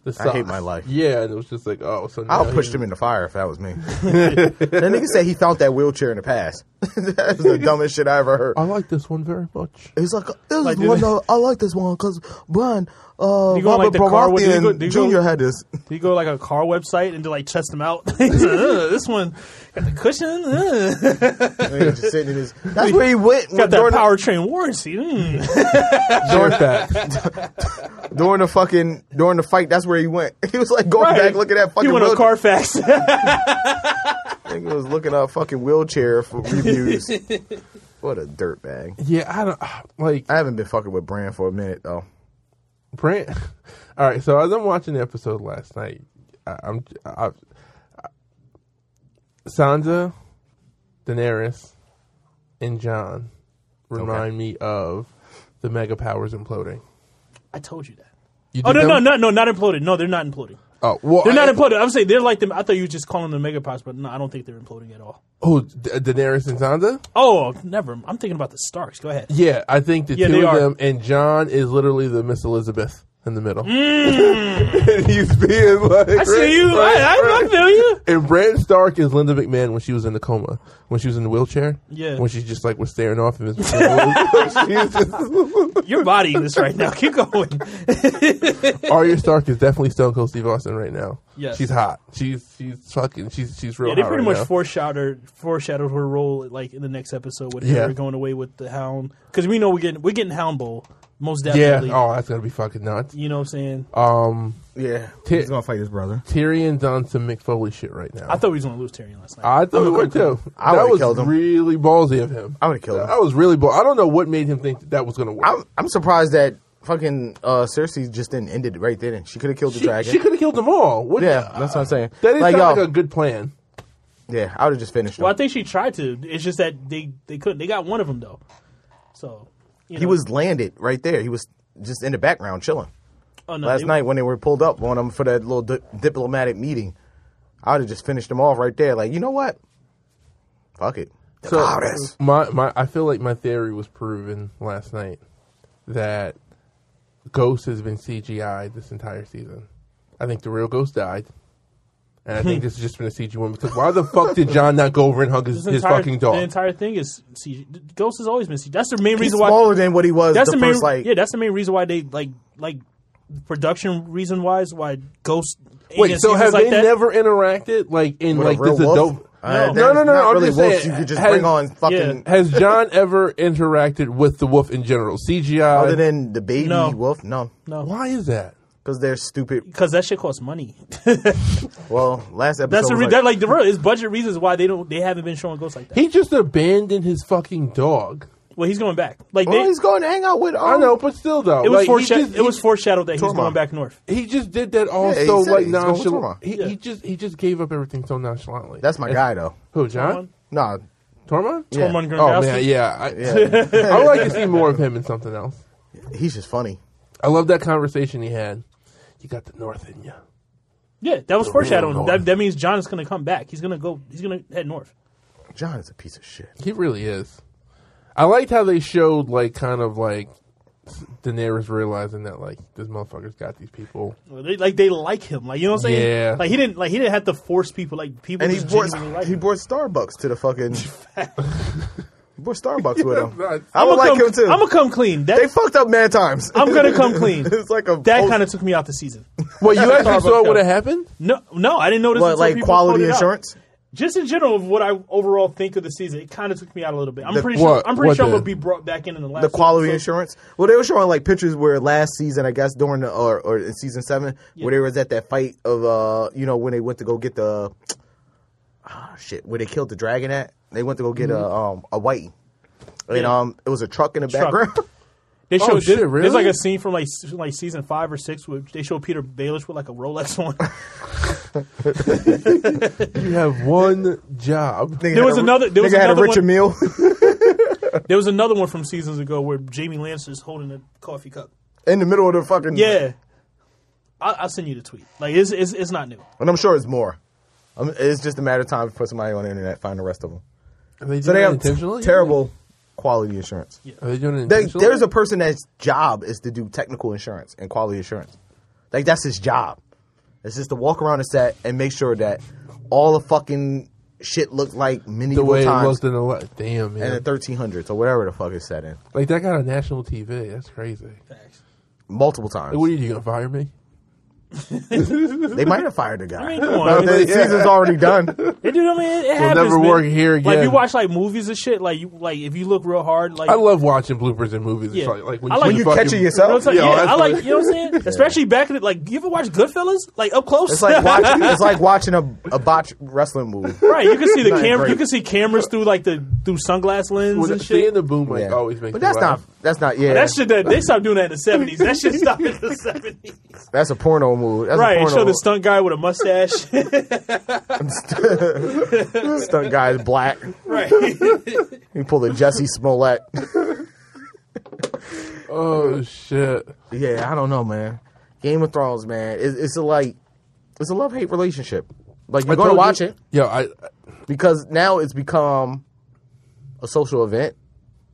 Speaker 3: the
Speaker 4: I hate
Speaker 3: socks.
Speaker 4: my life.
Speaker 3: Yeah, and it was just like, oh, so now
Speaker 4: I'll push
Speaker 3: he-
Speaker 4: him in the fire if
Speaker 1: <laughs>
Speaker 4: that was me. that nigga said he found that wheelchair in the past. <laughs> That's the dumbest shit I ever heard.
Speaker 3: I like this one very
Speaker 4: <laughs>
Speaker 3: much.
Speaker 4: He's like, this
Speaker 1: Like,
Speaker 4: is
Speaker 1: do
Speaker 4: one.
Speaker 1: they-
Speaker 4: uh, I like this one because Brian, uh,
Speaker 1: you go on,
Speaker 4: Robert
Speaker 1: like, the car with- do you go- do
Speaker 4: Baratheon
Speaker 1: you go-
Speaker 4: Junior
Speaker 1: <laughs>
Speaker 4: had this.
Speaker 1: Do you go to, like a car website and do like test them out? <laughs> Ugh, this one got the cushion. Ugh.
Speaker 4: <laughs> just sitting in his, that's where he went
Speaker 1: Got that
Speaker 4: during, the,
Speaker 1: powertrain warranty. Mm.
Speaker 4: <laughs>
Speaker 3: Short facts.
Speaker 4: during the fucking during the fight. That's where he went. <laughs> He was like going back looking at fucking.
Speaker 1: He went on
Speaker 4: wheel- <laughs>
Speaker 1: Carfax.
Speaker 4: Nigga was looking up fucking
Speaker 1: <laughs>
Speaker 4: wheelchair for reviews. what a dirtbag.
Speaker 3: Yeah, I don't like
Speaker 4: I haven't been fucking with Brand for a minute though.
Speaker 3: Brand. <laughs> All right, so as I'm watching the episode last night, I, I'm I, I, Sansa, Daenerys, and John remind me of the Mega Powers imploding.
Speaker 1: I told you that.
Speaker 3: You
Speaker 1: Oh
Speaker 3: did
Speaker 1: no no
Speaker 3: them?
Speaker 1: no no not imploded. No, they're not imploding.
Speaker 3: Oh, well,
Speaker 1: They're
Speaker 3: I-
Speaker 1: not imploding. I'm saying they're like them. I thought you were just calling them megapods, but no, I don't think they're imploding at all.
Speaker 3: Oh, D- Daenerys and Sansa.
Speaker 1: Oh, never. I'm thinking about the Starks. Go ahead.
Speaker 3: Yeah, I think the
Speaker 1: Yeah,
Speaker 3: two
Speaker 1: they
Speaker 3: of
Speaker 1: are.
Speaker 3: them and John is literally the Miss Elizabeth in the middle. <laughs> and he's being like,
Speaker 1: Mm. I see you. I, I, I feel you.
Speaker 3: And Bran Stark is Linda McMahon when she was in the coma, when she was in the wheelchair.
Speaker 1: Yeah.
Speaker 3: When she just like was staring off <laughs> and Miss McMahon was-
Speaker 1: You're bodying this right now. <laughs> Keep going.
Speaker 3: Arya Stark is definitely Stone Cold Steve Austin right now.
Speaker 1: Yes.
Speaker 3: She's hot. She's she's fucking. She's she's real.
Speaker 1: Yeah, they
Speaker 3: hot
Speaker 1: pretty
Speaker 3: right
Speaker 1: much
Speaker 3: now.
Speaker 1: foreshadowed foreshadowed her role like in the next episode with
Speaker 3: Yeah.
Speaker 1: her going away with the Hound because we know we're getting we're getting Hound Bowl most
Speaker 3: Yeah.
Speaker 1: definitely.
Speaker 3: Oh, that's gonna be fucking nuts.
Speaker 1: You know what I'm saying?
Speaker 3: Um,
Speaker 4: Yeah,
Speaker 3: Ti-
Speaker 4: he's gonna fight his brother.
Speaker 3: Tyrion's on some Mick Foley shit right now.
Speaker 1: I thought we was gonna lose Tyrion last night.
Speaker 3: I thought it would too.
Speaker 4: I
Speaker 3: that
Speaker 4: would've
Speaker 3: was
Speaker 4: killed him.
Speaker 3: really ballsy of him.
Speaker 4: I would've killed him.
Speaker 3: That was really ball. I don't know what made him think that, that was going to work.
Speaker 4: I'm I'm surprised that fucking uh, Cersei just didn't end it right then. She could have killed the
Speaker 3: she
Speaker 4: dragon.
Speaker 3: could have killed them all. What,
Speaker 4: yeah, that's what I'm saying.
Speaker 3: that is
Speaker 4: like,
Speaker 3: not
Speaker 4: yo,
Speaker 3: like a good plan.
Speaker 4: yeah, I would have just finished. Him.
Speaker 1: well, I think she tried to. It's just that they they couldn't. They got one of them though. So you
Speaker 4: He
Speaker 1: know.
Speaker 4: was landed right there. He was just in the background chilling.
Speaker 1: oh, no,
Speaker 4: Last
Speaker 1: they-
Speaker 4: night when they were pulled up on him for that little di- diplomatic meeting, I would have just finished him off right there. Like, you know what? Fuck it.
Speaker 3: So
Speaker 4: Daenerys.
Speaker 3: my my I feel like my theory was proven last night that Ghost has been CGI this entire season. I think the real Ghost died. And
Speaker 1: <laughs>
Speaker 3: I think this has just been a CG one because why the fuck did John not go over and hug his,
Speaker 1: this
Speaker 3: his
Speaker 1: entire-
Speaker 3: fucking dog?
Speaker 1: The entire thing is CG. Ghost has always been CG. That's the main
Speaker 4: He's
Speaker 1: reason why.
Speaker 4: smaller than what he was
Speaker 1: that's
Speaker 4: the,
Speaker 1: the, main.
Speaker 4: first, like,
Speaker 1: yeah, that's the main reason why they like like production reason wise why Ghost.
Speaker 3: Wait,
Speaker 1: agents
Speaker 3: so
Speaker 1: use
Speaker 3: have
Speaker 1: like
Speaker 3: they
Speaker 1: that.
Speaker 3: never interacted like in
Speaker 4: with
Speaker 3: like
Speaker 4: a real
Speaker 3: this
Speaker 4: wolf.
Speaker 3: adult?
Speaker 4: Uh,
Speaker 1: No.
Speaker 4: there's
Speaker 3: No, no, no,
Speaker 4: not
Speaker 3: no, I'm
Speaker 4: really
Speaker 3: just
Speaker 4: wolves
Speaker 3: saying,
Speaker 4: You could just
Speaker 3: has-
Speaker 4: bring on fucking.
Speaker 3: Has John ever interacted with the wolf in general? CGI.
Speaker 4: Other than the baby
Speaker 1: No.
Speaker 4: wolf, no,
Speaker 1: No,
Speaker 3: why is that?
Speaker 4: because they're stupid.
Speaker 1: because that shit costs money.
Speaker 4: Well, last episode
Speaker 1: That's the
Speaker 4: was
Speaker 1: re-
Speaker 4: like,
Speaker 1: that, like the real it's budget reasons why they don't they haven't been showing ghosts like that.
Speaker 3: He just abandoned his fucking dog.
Speaker 1: well, he's going back. Like
Speaker 4: well,
Speaker 1: they,
Speaker 4: "Oh, he's going to hang out with. Um,
Speaker 3: I know, but still though,
Speaker 1: it was
Speaker 3: like, he
Speaker 1: foresha-
Speaker 3: just-
Speaker 1: it was foreshadowed that he's
Speaker 4: Tormund.
Speaker 1: going back north.
Speaker 3: He just did that all
Speaker 4: Yeah, he
Speaker 3: so
Speaker 4: said
Speaker 3: like
Speaker 4: he's going with Tormund.
Speaker 3: nonchalant. He,
Speaker 1: Yeah.
Speaker 3: he just he just gave up everything so nonchalantly.
Speaker 4: That's my guy though.
Speaker 3: who John
Speaker 4: Nah,
Speaker 3: Tormund.
Speaker 4: Yeah.
Speaker 1: Tormund
Speaker 3: Oh
Speaker 1: Grandowski.
Speaker 3: man, yeah. I, <laughs> I would like to see
Speaker 4: <laughs>
Speaker 3: more of him in something else.
Speaker 4: he's just funny.
Speaker 3: I love that conversation he had. You got the North in you.
Speaker 1: Yeah, that
Speaker 4: Oh,
Speaker 1: was foreshadowing.
Speaker 3: north.
Speaker 1: That, that means John is going to come back. He's going to go. He's going to head north.
Speaker 4: John is a piece of shit.
Speaker 3: He really is. I liked how they showed like kind of like Daenerys realizing that like this motherfucker's got these
Speaker 4: <laughs>
Speaker 3: people.
Speaker 1: They, like they like him. Like you know what I'm saying?
Speaker 3: Yeah.
Speaker 1: Like he didn't. Like he didn't have to force people. Like people.
Speaker 4: And he
Speaker 1: just
Speaker 4: brought
Speaker 1: genuinely like
Speaker 4: he
Speaker 1: him.
Speaker 4: brought Starbucks to
Speaker 1: <laughs>
Speaker 4: the fucking. he brought Starbucks with
Speaker 3: Nice.
Speaker 4: him. <laughs> I would like
Speaker 1: come,
Speaker 4: him too.
Speaker 1: I'm gonna come clean. That,
Speaker 4: they fucked up mad times.
Speaker 1: I'm
Speaker 4: <laughs>
Speaker 1: gonna come clean.
Speaker 4: it's like a
Speaker 1: that
Speaker 4: <laughs> oh,
Speaker 1: kind of took me out the season.
Speaker 3: Well, you actually
Speaker 1: Starbucks
Speaker 3: saw what
Speaker 1: cup.
Speaker 3: had happened.
Speaker 1: No, no, I didn't notice.
Speaker 4: what,
Speaker 1: until
Speaker 4: like
Speaker 1: people
Speaker 4: quality
Speaker 1: pointed out.
Speaker 4: insurance.
Speaker 1: Just in general of what I overall think of the season, it kind of took me out a little bit. I'm
Speaker 4: The-
Speaker 1: pretty sure.
Speaker 3: what-
Speaker 1: I'm pretty
Speaker 3: what
Speaker 1: sure I'm
Speaker 3: the-
Speaker 1: gonna be brought back in in the last.
Speaker 4: The quality
Speaker 1: episode.
Speaker 4: insurance. Well, they were showing like pictures where last season, I guess, during the or, or in season seven, where they was at that fight of uh, you know, when they went to go get the ah shit, where they killed the dragon at. They went to go get a um a white, and
Speaker 1: Mm-hmm. Yeah.
Speaker 4: um, it was a truck in the
Speaker 1: Truck.
Speaker 4: background. <laughs>
Speaker 1: They show
Speaker 3: Oh, shit,
Speaker 1: there's-
Speaker 3: really?
Speaker 1: There's like a scene from like s- like season five or six where they show Peter Baelish with like a Rolex on. <laughs>
Speaker 3: You have one job.
Speaker 4: Nigga
Speaker 1: There
Speaker 4: had
Speaker 1: was
Speaker 4: a-
Speaker 1: another- there was
Speaker 4: nigga had a
Speaker 1: another
Speaker 4: richer
Speaker 1: one-
Speaker 4: <laughs> meal.
Speaker 1: there was another one from seasons ago where Jamie Lannister's holding a coffee cup.
Speaker 4: in the middle of the fucking
Speaker 1: Yeah, I, I'll send you the tweet. Like it's it's, it's not new.
Speaker 4: and I'm sure it's more. i it's just a matter of time for somebody on the internet to find the rest of them.
Speaker 3: Are they doing
Speaker 4: So they
Speaker 3: it
Speaker 4: have
Speaker 3: intentionally?
Speaker 4: terrible quality insurance.
Speaker 3: Are they doing it
Speaker 4: They,
Speaker 3: intentionally?
Speaker 4: there's a person that's job is to do technical insurance and quality assurance. Like that's his job. It's just to walk around the set and make sure that all the fucking shit looked like
Speaker 3: the
Speaker 4: medieval
Speaker 3: way it
Speaker 4: times
Speaker 3: looked in the li- damn man,
Speaker 4: and the 1300s or whatever the fuck is set in.
Speaker 3: like that got on national TV. That's crazy.
Speaker 4: Multiple times.
Speaker 3: Like, what are you, you gonna fire me?
Speaker 4: They might have fired the guy.
Speaker 1: mean, come on.
Speaker 4: But <laughs> the season's already done.
Speaker 1: It, dude, I mean, it, it happens.
Speaker 3: never
Speaker 1: man.
Speaker 3: work here
Speaker 1: Like
Speaker 3: again.
Speaker 1: you watch like movies and shit. Like you, like if you look real hard, like
Speaker 3: I love watching bloopers in movies. It's
Speaker 1: Yeah.
Speaker 3: like, like when
Speaker 1: I
Speaker 3: you,
Speaker 1: like-
Speaker 3: see
Speaker 1: You
Speaker 3: fucking-
Speaker 4: catching
Speaker 1: You know
Speaker 4: yourself.
Speaker 1: what I'm saying?
Speaker 3: Yo,
Speaker 1: yeah,
Speaker 3: that's
Speaker 1: I like
Speaker 3: funny.
Speaker 1: you know what I'm
Speaker 3: <laughs>
Speaker 1: saying. Especially back in the, like you ever watch Goodfellas? Like up close, <laughs>
Speaker 4: It's like
Speaker 3: <laughs>
Speaker 4: watching, it's like watching a, a botch wrestling movie.
Speaker 1: right. You can see the
Speaker 4: Not
Speaker 1: camera.
Speaker 4: great.
Speaker 1: You can see cameras through like the through sunglass lens
Speaker 3: When,
Speaker 1: and
Speaker 3: seeing
Speaker 1: shit.
Speaker 3: the boom mic
Speaker 4: Yeah.
Speaker 3: always makes.
Speaker 4: but that's
Speaker 3: me
Speaker 4: not
Speaker 3: laugh.
Speaker 4: that's not yeah.
Speaker 1: That shit that they stopped doing that in the seventies. That shit stopped in
Speaker 3: <laughs>
Speaker 1: the seventies.
Speaker 4: that's a porno movie. That's
Speaker 1: Right.
Speaker 4: a
Speaker 1: And show
Speaker 4: porno.
Speaker 1: the stunt guy with a
Speaker 3: <laughs>
Speaker 1: mustache.
Speaker 4: <laughs> stunt guy is black.
Speaker 1: right.
Speaker 4: He pulled a Jesse Smollett.
Speaker 3: Oh shit!
Speaker 4: yeah, I don't know, man. Game of Thrones, man. It's, it's a like it's a love hate relationship. Like you're
Speaker 3: I
Speaker 4: going to
Speaker 3: told
Speaker 4: watch
Speaker 3: you-
Speaker 4: it
Speaker 3: Yo, I
Speaker 4: because now it's become a social event.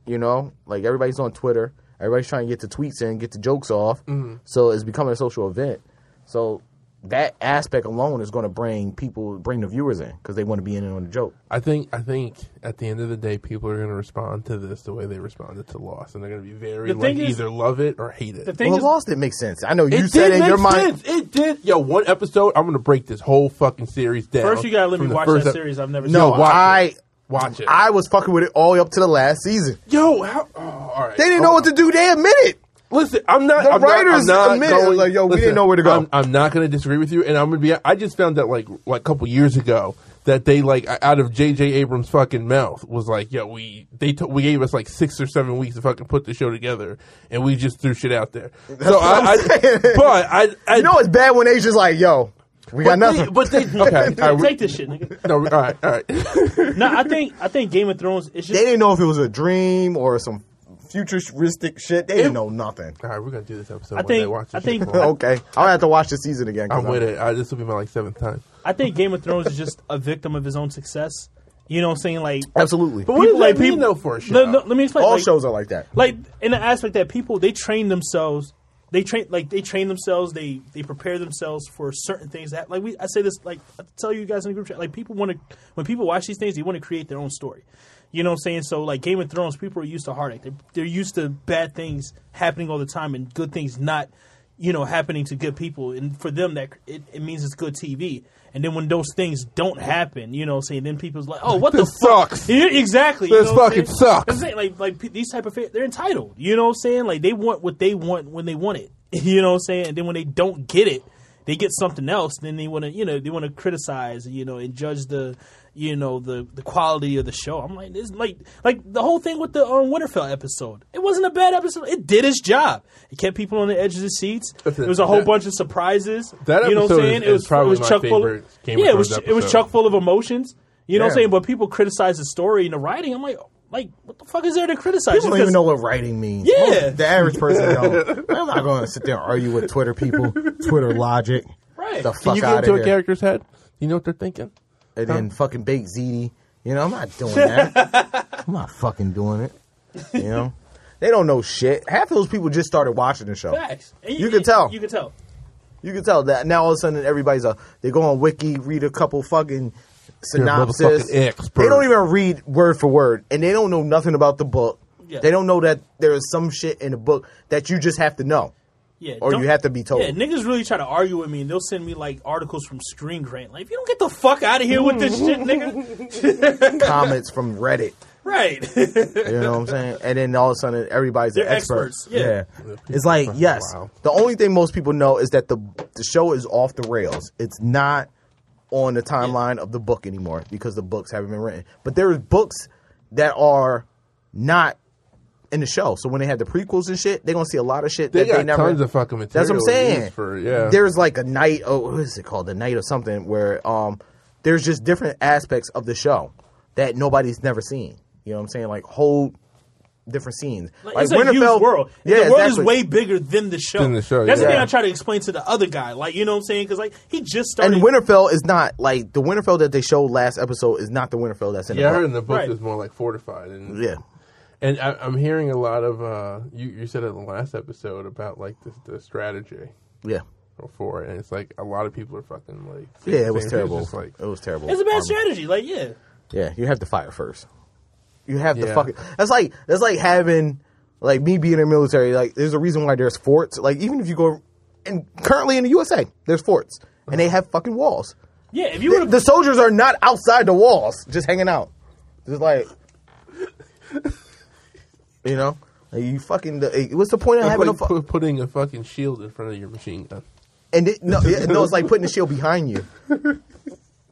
Speaker 4: You know, like everybody's on Twitter. Everybody's trying to get the tweets in, get the jokes off.
Speaker 3: Mm-hmm.
Speaker 4: So it's becoming a social event. So that aspect alone is going to bring people, bring the viewers in because they want to be in on the joke.
Speaker 3: I think I think at the end of the day, people are going to respond to this the way they responded to Lost, and they're going to be very
Speaker 1: The thing
Speaker 3: like
Speaker 1: is-
Speaker 3: either love it or hate
Speaker 1: <laughs>
Speaker 3: it.
Speaker 1: The thing
Speaker 4: well,
Speaker 1: is,
Speaker 4: Lost, it makes sense. I know you
Speaker 3: it
Speaker 4: said
Speaker 3: did
Speaker 4: in
Speaker 3: make
Speaker 4: your mind.
Speaker 3: sense. It did. Yo, one episode, I'm going to break this whole fucking series down.
Speaker 1: first you gotta let
Speaker 3: from
Speaker 1: me
Speaker 3: the
Speaker 1: watch
Speaker 3: first
Speaker 1: that
Speaker 3: ep-
Speaker 1: series. I've never
Speaker 4: No,
Speaker 1: seen.
Speaker 3: watch
Speaker 4: I
Speaker 3: it. Watch it.
Speaker 4: I was fucking with it all the way up to the last season.
Speaker 3: yo, how? Oh, all right.
Speaker 4: They didn't know what to do. They admitted.
Speaker 3: Listen, I'm not.
Speaker 4: The
Speaker 3: I'm not- I'm
Speaker 4: writers
Speaker 3: not
Speaker 4: admit it,
Speaker 3: going-
Speaker 4: like, yo, we didn't know where to go.
Speaker 3: I'm, I'm not going to disagree with you, and I'm going to be. I just found out like like a couple years ago that they like out of J.J. Abrams' fucking mouth was like, yo, we they took we gave us like six or seven weeks to fucking put the show together, and we just threw shit out there. so
Speaker 4: what I'm
Speaker 3: I, I
Speaker 4: saying.
Speaker 3: but I, I
Speaker 4: You know it's bad when Asians like, yo, we
Speaker 3: but
Speaker 4: got nothing.
Speaker 3: they, but they okay. all right,
Speaker 1: Take this shit, nigga.
Speaker 3: no, all right, all right.
Speaker 1: No, I think I think Game of Thrones. It's
Speaker 4: they
Speaker 1: just
Speaker 4: didn't know if it was a dream or some futuristic shit. They didn't
Speaker 3: <laughs>
Speaker 4: know nothing.
Speaker 3: All right, we're gonna do this episode.
Speaker 1: I
Speaker 3: one day.
Speaker 1: think-
Speaker 3: Watch this
Speaker 1: I
Speaker 3: shit
Speaker 1: think-
Speaker 3: tomorrow.
Speaker 4: Okay, I'll have to watch the season again. 'cause
Speaker 3: I'm with it. I, this will be my like seventh time.
Speaker 1: I think Game of Thrones is just a victim of his own success. You know what I'm saying? Like
Speaker 4: Absolutely.
Speaker 3: But what does
Speaker 1: people like
Speaker 3: that mean,
Speaker 1: people
Speaker 3: though, for a show?
Speaker 1: No, no, let me explain.
Speaker 4: All
Speaker 1: like,
Speaker 4: shows are like that.
Speaker 1: like in the aspect that people they train themselves they train like they train themselves they they prepare themselves for certain things that like we i say this like i tell you guys in the group chat like people want to when people watch these things they want to create their own story you know what i'm saying so like game of thrones people are used to heartache they're, they're used to bad things happening all the time and good things not you know happening to good people and for them that it, it means it's good tv and then when those things don't happen you know what I'm saying then people's like oh what
Speaker 3: This
Speaker 1: the fuck
Speaker 3: sucks.
Speaker 1: Yeah, <laughs> exactly
Speaker 3: This
Speaker 1: know what I'm
Speaker 3: fucking
Speaker 1: saying?
Speaker 3: sucks.
Speaker 1: That's saying, like like pe- these type of fa- they're entitled. You know what I'm saying? Like they want what they want when they want it. <laughs> You know what I'm saying? And then when they don't get it, they get something else. Then they want to you know they want to criticize you know and judge the you know the the quality of the show. I'm like this like like the whole thing with the um, Winterfell episode. It wasn't a bad episode. It did its job. It kept people on the edge of the seats. It
Speaker 3: Listen,
Speaker 1: was a whole
Speaker 3: that-
Speaker 1: bunch of surprises.
Speaker 3: That
Speaker 1: you know what I'm
Speaker 3: episode is-
Speaker 1: saying?
Speaker 3: is
Speaker 1: it was
Speaker 3: probably
Speaker 1: it was
Speaker 3: my
Speaker 1: chock full.
Speaker 3: favorite
Speaker 1: Of,
Speaker 3: Game of
Speaker 1: yeah, it was
Speaker 3: Thrones
Speaker 1: it was
Speaker 3: episode.
Speaker 1: chock full of emotions. You know what I'm
Speaker 4: Yeah.
Speaker 1: saying? But people criticize the story and the writing. I'm like, like what the fuck is there to criticize?
Speaker 4: People don't
Speaker 1: Because-
Speaker 4: even know what writing means.
Speaker 1: Yeah.
Speaker 4: Most- the average
Speaker 3: <laughs>
Speaker 4: person don't. I'm not going to sit there and argue with Twitter people, Twitter logic.
Speaker 1: Right.
Speaker 4: The
Speaker 1: Can
Speaker 3: Can
Speaker 4: fuck
Speaker 3: you get
Speaker 4: out
Speaker 3: into
Speaker 4: of
Speaker 3: a
Speaker 4: here.
Speaker 3: character's head? You know what they're thinking?
Speaker 4: and then fucking bake ziti. You know, I'm
Speaker 3: <laughs>
Speaker 4: not doing that. I'm not fucking doing it. You know, they don't know shit. Half of those people just started watching the show.
Speaker 1: Facts. And
Speaker 4: You can tell.
Speaker 1: You can tell.
Speaker 4: You can tell that now all of a sudden everybody's a they go on wiki, read a couple fucking synopsis.
Speaker 3: motherfucking expert.
Speaker 4: They don't even read word for word, and they don't know nothing about the book.
Speaker 1: Yeah.
Speaker 4: They don't know that there is some shit in the book that you just have to know.
Speaker 1: Yeah.
Speaker 4: Or
Speaker 1: don't-
Speaker 4: you have to be told.
Speaker 1: Yeah, niggas really try to argue with me, and they'll send me like articles from Screen Grant. Like, if you don't get the fuck out of here with this shit,
Speaker 4: <laughs>
Speaker 1: nigga.
Speaker 4: Comments from Reddit.
Speaker 1: Right. <laughs>
Speaker 4: You know what I'm saying? And then all of a sudden, everybody's an
Speaker 1: They're
Speaker 4: expert.
Speaker 1: experts, yeah.
Speaker 4: It's like, yes.
Speaker 3: Wow.
Speaker 4: The only thing most people know is that the the show is off the rails. It's not on the timeline of the book anymore because the books haven't been written. But there is books that are not in the show. So when they have the prequels and shit, they're gonna see a lot of shit
Speaker 3: They
Speaker 4: that
Speaker 3: got
Speaker 4: they never
Speaker 3: tons of fucking material.
Speaker 4: that's what I'm
Speaker 3: to
Speaker 4: saying.
Speaker 3: use For, yeah.
Speaker 4: There's like a night. Oh, what is it called? The night of something where um, there's just different aspects of the show that nobody's never seen. You know what I'm saying? Like whole different scenes.
Speaker 1: Like, it's a huge world. And the world is way bigger than the show.
Speaker 3: Than the show,
Speaker 1: That's the
Speaker 3: yeah.
Speaker 1: thing I try to explain to the other guy. Like, you know what I'm saying? Because like he just started.
Speaker 4: And Winterfell is not like the Winterfell that they showed last episode is not the Winterfell that's in
Speaker 3: yeah, I
Speaker 4: the
Speaker 3: heard
Speaker 4: book.
Speaker 3: in the book
Speaker 1: Right.
Speaker 3: it was more like fortified, and
Speaker 4: Yeah.
Speaker 3: and I, I'm hearing a lot of uh, you. You said it in the last episode about like the, the strategy
Speaker 4: Yeah.
Speaker 3: or four, and it's like a lot of people are fucking like
Speaker 4: Yeah, it was
Speaker 3: saying-
Speaker 4: terrible.
Speaker 3: just like
Speaker 4: it was terrible.
Speaker 1: It's a bad
Speaker 4: Army.
Speaker 1: strategy. Like, yeah.
Speaker 4: Yeah, you have to fire first. You have to
Speaker 3: Yeah.
Speaker 4: fucking. That's like that's like having like me being in the military. Like there's a reason why there's forts. Like even if you go and currently in the USA, there's forts and they have fucking walls.
Speaker 1: Yeah, if you
Speaker 4: The,
Speaker 1: would
Speaker 4: the
Speaker 1: have.
Speaker 4: soldiers are not outside the walls, just hanging out, just like you know. Like, you fucking. What's the point of
Speaker 3: It's
Speaker 4: having
Speaker 3: like
Speaker 4: a? Fu-
Speaker 3: pu- putting a fucking shield in front of your machine gun.
Speaker 4: And it, no, yeah, no, it's like putting the shield
Speaker 3: <laughs>
Speaker 4: behind you.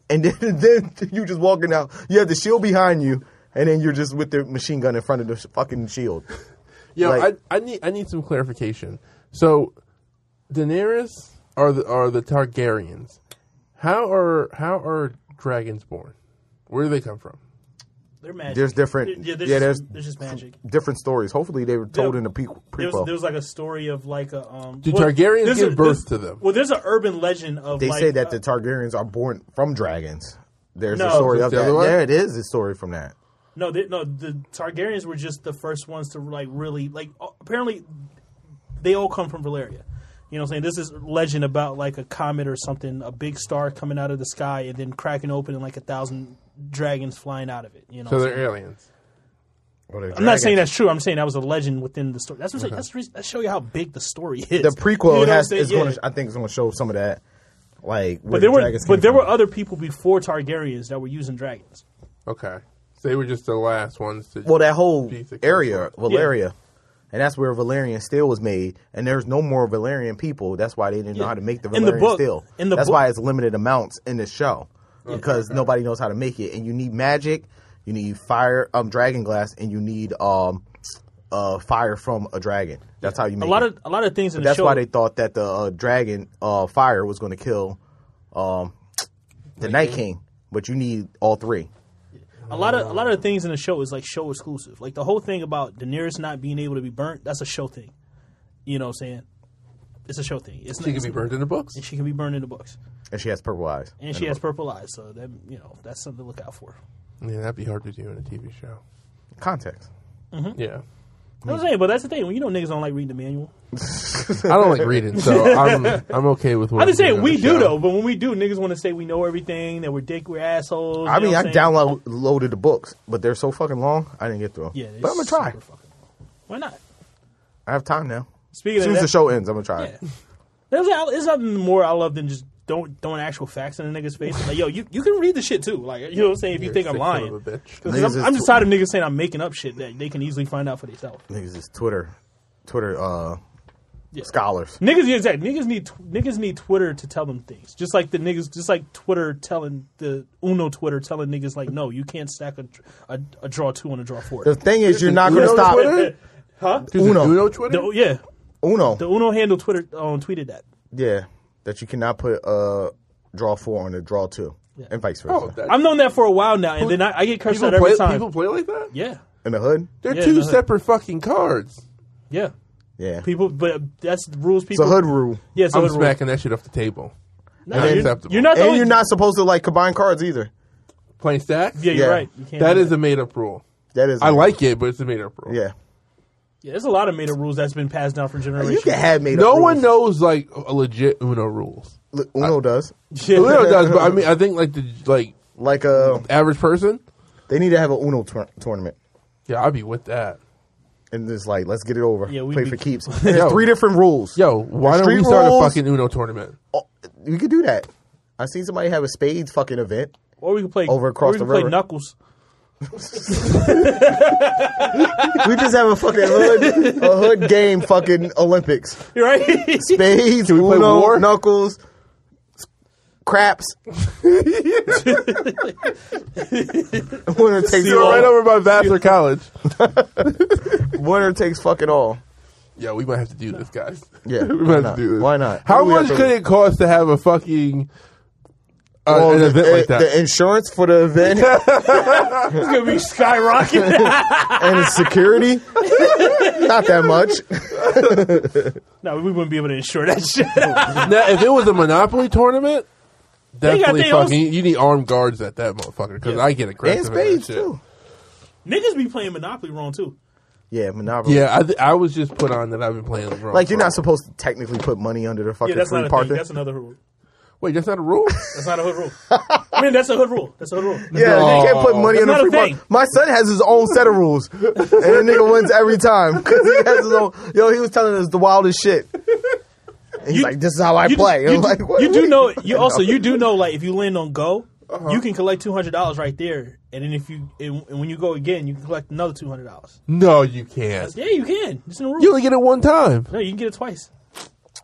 Speaker 4: And then, <laughs> then you just walking out. You have the shield behind you, and then you're just with the machine gun in front of the sh- fucking shield.
Speaker 3: Yo,
Speaker 4: Like-
Speaker 3: I I need I need some clarification. So, Daenerys are the are the Targaryens. How are how are dragons born? Where do they come from?
Speaker 1: They're magic.
Speaker 4: There's different-
Speaker 1: Yeah, there's,
Speaker 4: yeah,
Speaker 1: just,
Speaker 4: there's-
Speaker 1: there's just magic.
Speaker 4: Different stories. Hopefully, they were told
Speaker 1: Yeah.
Speaker 4: in the pre-
Speaker 1: There was,
Speaker 4: prequel.
Speaker 1: there was like a story of like a. Um,
Speaker 3: Do Targaryens
Speaker 1: there's
Speaker 3: give
Speaker 1: a- there's-
Speaker 3: birth to them?
Speaker 1: Well, there's an urban legend of.
Speaker 4: they
Speaker 1: like,
Speaker 4: say that
Speaker 1: uh,
Speaker 4: the Targaryens are born from dragons. There's a
Speaker 1: No.
Speaker 4: story
Speaker 3: Just
Speaker 4: of
Speaker 3: the
Speaker 4: that.
Speaker 3: other way?
Speaker 4: There it is. A story from that.
Speaker 1: No, they, no, the Targaryens were just the first ones to like really like. uh, Apparently, they all come from Valeria. You know, what I'm saying this is legend about like a comet or something, a big star coming out of the sky and then cracking open and like a thousand dragons flying out of it. You know,
Speaker 3: So they're aliens. Oh,
Speaker 1: I'm not saying that's true. I'm saying that was a legend within the story. That's what I'm saying. That's the reason, that show you how big the story is.
Speaker 4: the prequel
Speaker 1: You know
Speaker 4: has.
Speaker 1: what I'm saying?
Speaker 4: Is going
Speaker 1: Yeah.
Speaker 4: to, I think it's going to show some of that. Like, where
Speaker 1: but there
Speaker 4: the
Speaker 1: were
Speaker 4: dragons
Speaker 1: but
Speaker 4: came
Speaker 1: there
Speaker 4: from.
Speaker 1: were other people before Targaryens that were using dragons.
Speaker 3: Okay, so they were just the last ones to.
Speaker 4: well that whole
Speaker 3: Piece of
Speaker 4: area
Speaker 3: cardboard.
Speaker 4: Valeria, and that's where Valerian steel was made. And there's no more Valerian people. That's why they didn't know
Speaker 1: Yeah.
Speaker 4: how to make the
Speaker 1: In
Speaker 4: Valerian
Speaker 1: the book-
Speaker 4: steel.
Speaker 1: in the
Speaker 4: that's
Speaker 1: book-
Speaker 4: why it's limited amounts in the show because nobody knows how to make it. And you need magic, you need fire, um, dragon glass, and you need um, uh, fire from a dragon. That's how you
Speaker 1: A
Speaker 4: make
Speaker 1: lot
Speaker 4: it.
Speaker 1: of a lot of things in the
Speaker 4: that's
Speaker 1: show.
Speaker 4: why they thought that the uh, dragon uh, fire was going to kill um, the Night King. But you need all three.
Speaker 1: a lot of a lot of things in the show is like show exclusive. Like the whole thing about Daenerys not being able to be burnt, that's a show thing. You know what I'm saying? It's a show thing. It's
Speaker 3: she
Speaker 1: not,
Speaker 3: could be burned in the books.
Speaker 1: She can be burned in the books,
Speaker 4: And she has purple eyes.
Speaker 1: and she has purple eyes. So that you know that's something to look out for.
Speaker 3: Yeah, that'd be hard to do in a TV show.
Speaker 4: Context. Mm-hmm.
Speaker 3: Yeah,
Speaker 1: You know
Speaker 4: Hmm.
Speaker 1: what I'm saying, but that's the thing. Well, you know, niggas don't like reading the manual.
Speaker 3: I don't like reading, so I'm I'm okay with. what
Speaker 1: I'm just
Speaker 3: they
Speaker 1: saying
Speaker 3: on
Speaker 1: we
Speaker 3: the
Speaker 1: do
Speaker 3: show.
Speaker 1: though, but when we do, niggas want to say we know everything, that we're dick, we're assholes.
Speaker 4: I
Speaker 1: you know
Speaker 4: mean,
Speaker 1: what
Speaker 4: I
Speaker 1: I'm saying?
Speaker 4: downloaded the books, but they're so fucking long. I didn't get through them.
Speaker 1: Yeah,
Speaker 4: but I'm gonna
Speaker 1: it's
Speaker 4: try.
Speaker 1: super fucking- Why not?
Speaker 4: I have time now.
Speaker 1: Speaking of
Speaker 4: as soon as
Speaker 1: that,
Speaker 4: the show ends, I'm gonna try. it.
Speaker 1: Yeah. There's, there's nothing more I love than just don't throwing actual facts in a nigga's face. Like, yo, you, you can read the shit too. Like, you know what I'm saying? If you
Speaker 3: You're
Speaker 1: think I'm
Speaker 3: sick son
Speaker 1: lying.
Speaker 3: of a bitch.
Speaker 1: 'Cause
Speaker 4: Niggas
Speaker 1: I'm,
Speaker 4: is
Speaker 1: I'm just
Speaker 4: tw-
Speaker 1: tired of niggas saying I'm making up shit that they can easily find out for themselves.
Speaker 4: Niggas is Twitter, Twitter uh,
Speaker 1: Yeah.
Speaker 4: scholars.
Speaker 1: Niggas, yeah, exactly. Niggas need tw- niggas need Twitter to tell them things. Just like the niggas, just like Twitter telling the Uno Twitter telling niggas like, no, you can't stack a dr- a, a draw two and a draw four.
Speaker 4: The thing is, you're not
Speaker 3: you
Speaker 4: gonna
Speaker 3: know
Speaker 4: stop.
Speaker 3: Twitter?
Speaker 1: <laughs> huh?
Speaker 3: Is it
Speaker 4: Uno.
Speaker 3: Uno Twitter.
Speaker 1: The, yeah,
Speaker 4: Uno,
Speaker 1: the Uno handle Twitter um, tweeted that.
Speaker 4: yeah, that you cannot put uh, draw four on a draw two, and vice versa.
Speaker 3: Oh, that-
Speaker 1: I've known that for a while now, and then I, I get cursed
Speaker 3: people
Speaker 1: out every
Speaker 3: play,
Speaker 1: time.
Speaker 3: people play like that.
Speaker 1: yeah,
Speaker 4: In the hood,
Speaker 3: They're
Speaker 1: Yeah,
Speaker 3: two
Speaker 1: the hood.
Speaker 3: separate fucking cards.
Speaker 1: yeah.
Speaker 4: yeah,
Speaker 1: People, but that's the rules.
Speaker 4: it's a
Speaker 1: People,
Speaker 4: hood rule.
Speaker 1: Yeah, so
Speaker 3: I'm
Speaker 1: hood rule.
Speaker 3: smacking that shit off the table.
Speaker 1: No,
Speaker 3: Not
Speaker 1: you're,
Speaker 3: acceptable.
Speaker 1: you're not. The
Speaker 4: and
Speaker 1: only,
Speaker 4: you're not supposed to like combine cards either.
Speaker 3: Playing stacks.
Speaker 1: Yeah, you're
Speaker 4: yeah.
Speaker 1: right. You can't
Speaker 3: that
Speaker 1: do
Speaker 3: is a made up rule.
Speaker 4: That is,
Speaker 3: I like it, but it's a made up rule.
Speaker 4: Yeah,
Speaker 1: Yeah, there's a lot of made up rules that's been passed down for generations.
Speaker 4: you
Speaker 1: <laughs>
Speaker 4: can have made.
Speaker 3: No
Speaker 4: up
Speaker 3: one
Speaker 4: rules.
Speaker 3: knows like a legit Uno rules.
Speaker 4: Uno does.
Speaker 1: Yeah. <laughs>
Speaker 3: Uno does, but I mean, I think like the like
Speaker 4: Like uh,
Speaker 3: average person.
Speaker 4: they need to have an Uno tour- tournament.
Speaker 3: Yeah, I'd be with that.
Speaker 4: and it's like let's get it over.
Speaker 1: Yeah, we'd
Speaker 4: play
Speaker 1: be-
Speaker 4: for keeps. There's
Speaker 3: Yo.
Speaker 4: three different rules.
Speaker 3: Yo, why don't we
Speaker 4: Street
Speaker 3: start
Speaker 4: rules?
Speaker 3: a fucking
Speaker 1: <laughs>
Speaker 3: Uno tournament?
Speaker 4: Oh, we could do that. I seen somebody have a spades fucking event.
Speaker 1: or we can play
Speaker 4: Over across
Speaker 1: or we
Speaker 4: the
Speaker 1: can play
Speaker 4: river.
Speaker 1: Knuckles. <laughs>
Speaker 4: We just have a fucking hood, a hood game fucking Olympics.
Speaker 1: You're right. <laughs>
Speaker 4: Spades, we
Speaker 3: play war?
Speaker 4: knuckles,
Speaker 3: <laughs>
Speaker 4: craps. winner takes
Speaker 1: See
Speaker 4: all.
Speaker 1: all.
Speaker 3: Right
Speaker 1: <laughs>
Speaker 3: over by Vassar College. <laughs>
Speaker 4: Winner takes fucking all.
Speaker 3: Yo, we might have to do this, guys. <laughs>
Speaker 4: Yeah,
Speaker 3: we
Speaker 4: why
Speaker 3: might have
Speaker 4: not?
Speaker 3: to do this.
Speaker 4: Why not?
Speaker 3: How
Speaker 4: What do we
Speaker 3: much
Speaker 4: have to
Speaker 3: could
Speaker 4: lose?
Speaker 3: it cost to have a fucking uh,
Speaker 4: Well,
Speaker 3: an
Speaker 4: the,
Speaker 3: event like that?
Speaker 4: the insurance for the event
Speaker 1: it's gonna
Speaker 4: <laughs>
Speaker 1: be skyrocketing. <laughs>
Speaker 4: and the
Speaker 3: <laughs>
Speaker 4: security, not that much.
Speaker 1: no, we wouldn't be able to ensure that shit.
Speaker 3: now, if it was a Monopoly tournament, definitely
Speaker 1: they
Speaker 3: fucking. You need armed guards at that motherfucker because I get
Speaker 4: And
Speaker 3: aggressive. at that
Speaker 4: spades
Speaker 3: shit.
Speaker 4: too.
Speaker 1: Niggas be playing Monopoly wrong too.
Speaker 4: Yeah, Monopoly.
Speaker 3: Yeah, I, th- I was just put on that I've been playing LeBron.
Speaker 4: Like you're
Speaker 3: for-
Speaker 4: not supposed to technically put money under the fucking
Speaker 1: Yeah, that's
Speaker 4: free
Speaker 1: not a
Speaker 4: parking.
Speaker 1: thing. That's another rule.
Speaker 3: Wait, that's not
Speaker 1: <laughs>
Speaker 3: a rule.
Speaker 1: That's not a hood rule. I mean, that's a hood rule. That's a hood rule.
Speaker 4: <laughs> yeah,
Speaker 3: No.
Speaker 4: you can't put money
Speaker 1: That's
Speaker 4: under
Speaker 1: not a
Speaker 4: free
Speaker 1: thing.
Speaker 4: parking. My son has his own set of rules,
Speaker 1: <laughs>
Speaker 4: and the nigga wins every time 'cause he has his own. Yo, he was telling us the wildest shit. And he's
Speaker 1: You-
Speaker 4: like, "This is how I
Speaker 1: You,
Speaker 4: play."
Speaker 1: do,
Speaker 4: <laughs> I'm
Speaker 1: you,
Speaker 4: like,
Speaker 1: do,
Speaker 4: what-
Speaker 1: you
Speaker 4: what
Speaker 1: do know.
Speaker 4: fucking <laughs>
Speaker 1: You also you do know like if you land on go, you can collect two hundred dollars right there, and then if you and, and when you go again, you can collect another two hundred dollars.
Speaker 3: no, you can't.
Speaker 1: Yeah, you can. It's in the rule.
Speaker 3: You only get it one time.
Speaker 1: no, you can get it twice.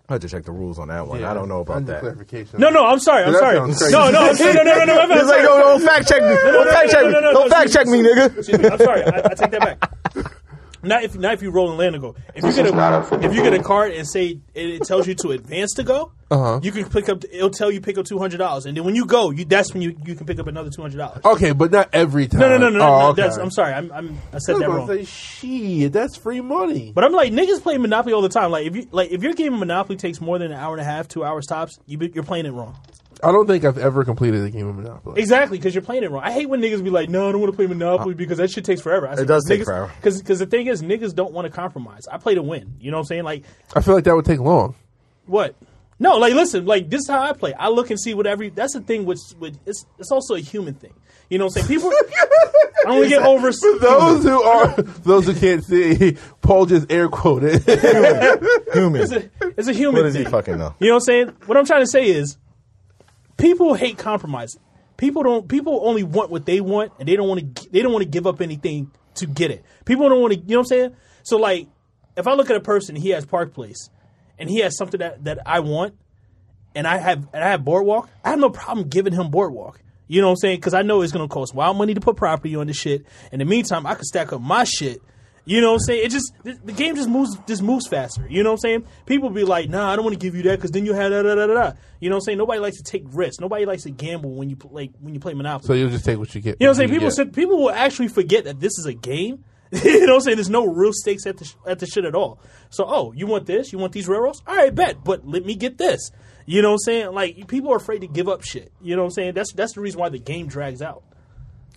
Speaker 4: I have to check the rules on that one. I don't know
Speaker 3: I need
Speaker 4: about that.
Speaker 3: Clarification.
Speaker 1: No, no, I'm sorry. I'm
Speaker 3: That
Speaker 1: sorry.
Speaker 3: sounds crazy.
Speaker 1: No, no, I'm sorry. No, no, no, no. I'm,
Speaker 4: He's
Speaker 1: I'm sorry.
Speaker 4: like, "Yo, don't fact check me. Don't fact check me.
Speaker 1: no, no, no,
Speaker 4: Don't fact check me, nigga."
Speaker 1: Excuse me. I'm sorry. I, I take that back. Not if not if you roll and land to go. If you
Speaker 2: This
Speaker 1: get
Speaker 2: is not
Speaker 1: a
Speaker 2: a-
Speaker 1: if you get a card and say it, it tells you to advance to go,
Speaker 3: Uh-huh.
Speaker 1: you can pick up. It'll tell you pick up two hundred dollars, and then when you go, you that's when you, you can pick up another two hundred dollars.
Speaker 3: Okay, but not every time.
Speaker 1: No, no, no, no, no.
Speaker 3: Oh,
Speaker 1: no
Speaker 3: okay.
Speaker 1: that's, I'm sorry. I'm, I'm I
Speaker 3: I
Speaker 1: said
Speaker 3: was
Speaker 1: that
Speaker 3: about
Speaker 1: wrong.
Speaker 3: to say, shit, that's free money.
Speaker 1: But I'm like niggas play Monopoly all the time. Like if you like if your game of Monopoly takes more than an hour and a half, two hours tops, you, be- you're playing it wrong.
Speaker 3: I don't think I've ever completed a game of Monopoly.
Speaker 1: Exactly, because you're playing it wrong. I hate when niggas be like, "No, I don't want to play Monopoly because that shit takes forever." I said,
Speaker 4: Uh, does take
Speaker 1: niggas,
Speaker 4: forever.
Speaker 1: Because the thing is, niggas don't want to compromise. I play to win. You know what I'm saying? Like
Speaker 3: I feel like that would take long.
Speaker 1: what? No, like listen, like this is how I play. I look and see what every. That's the thing. Which, which it's it's also a human thing. You know what I'm saying?
Speaker 4: <laughs>
Speaker 1: People, I only get over
Speaker 3: Those who are, <laughs> those who can't see, Paul just air quoted.
Speaker 1: <laughs>
Speaker 3: <laughs>
Speaker 1: It's
Speaker 4: Human.
Speaker 1: a, it's a human
Speaker 4: What does
Speaker 1: thing.
Speaker 4: he fucking know?
Speaker 1: You know what I'm saying? What I'm trying to say is, people hate compromise. People don't. People only want what they want, and they don't want to. They don't want to give up anything to get it. People don't want to. You know what I'm saying? So like, if I look at a person, he has Park Place, and he has something that that I want, and I have and I have Boardwalk. I have no problem giving him Boardwalk. You know what I'm saying? Because I know it's going to cost wild money to put property on this shit. In the meantime, I could stack up my shit. You know what I'm saying? It just the the game just moves just moves faster. You know what I'm saying? People be like, "Nah, I don't want to give you that because then you have da da da da da." You know what I'm saying? Nobody likes to take risks. Nobody likes to gamble when you pl- like when you play Monopoly.
Speaker 3: so you'll just take what you get.
Speaker 1: You know what I'm saying? People should, people will actually forget that this is a game. <laughs> you know what I'm saying? There's no real stakes at the sh- at the shit at all. So, oh, you want this? You want these railroads? All right, bet. But let me get this. You know what I'm saying? Like people are afraid to give up shit. You know what I'm saying? That's that's the reason why the game drags out.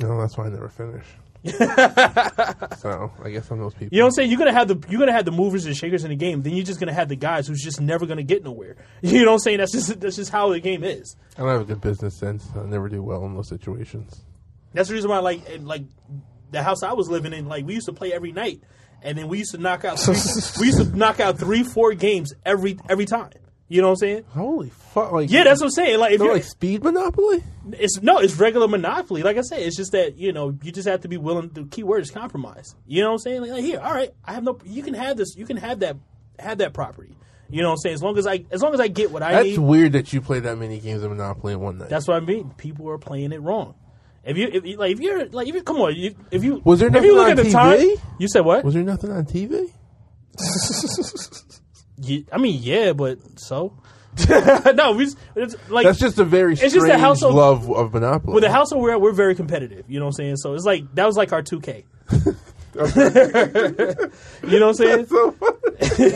Speaker 3: No, that's why I never <laughs> finish. so I guess I'm those people.
Speaker 1: You know what I'm saying? You're gonna have the you're gonna have the movers and shakers in the game. Then you're just gonna have the guys who's just never gonna get nowhere. <laughs> You know what I'm saying? That's just that's just how the game is.
Speaker 3: I don't have a good business sense. I never do well in those situations.
Speaker 1: That's the reason why, like, and, like the house I was living in, like we used to play every night, and then we used to knock out three,
Speaker 3: <laughs>
Speaker 1: we used to knock out three, four games every every time. You know what I'm saying?
Speaker 3: Holy fuck! Like
Speaker 1: Yeah, that's what I'm saying. Like, if
Speaker 3: no,
Speaker 1: you
Speaker 3: like speed monopoly.
Speaker 1: it's no, it's regular monopoly. Like I said, it's just that you know you just have to be willing. The key word is compromise. You know what I'm saying? Like, like, here, all right, I have no. You can have this. You can have that. Have that property. You know what I'm saying? As long as I, as long as I get what I
Speaker 3: That's
Speaker 1: need.
Speaker 3: weird that you play that many games of Monopoly in one night.
Speaker 1: That's what I mean. People are playing it wrong. If you, if you like, if you're like, if you come on, you, if you
Speaker 3: Was there
Speaker 1: if you
Speaker 3: nothing
Speaker 1: look
Speaker 3: on
Speaker 1: at the
Speaker 3: TV?
Speaker 1: time, you said what?
Speaker 3: Was there nothing on TV?
Speaker 1: Ye- I mean, yeah, but
Speaker 3: <laughs>
Speaker 1: so <laughs> no, we it's like
Speaker 3: That's just a very
Speaker 1: It's
Speaker 3: strange
Speaker 1: just a household-
Speaker 3: love of Monopoly.
Speaker 1: with the household we're at, we're very competitive. You know what I'm saying? So it's like that was like our <laughs>
Speaker 3: <laughs>
Speaker 1: 2K. you know what I'm saying?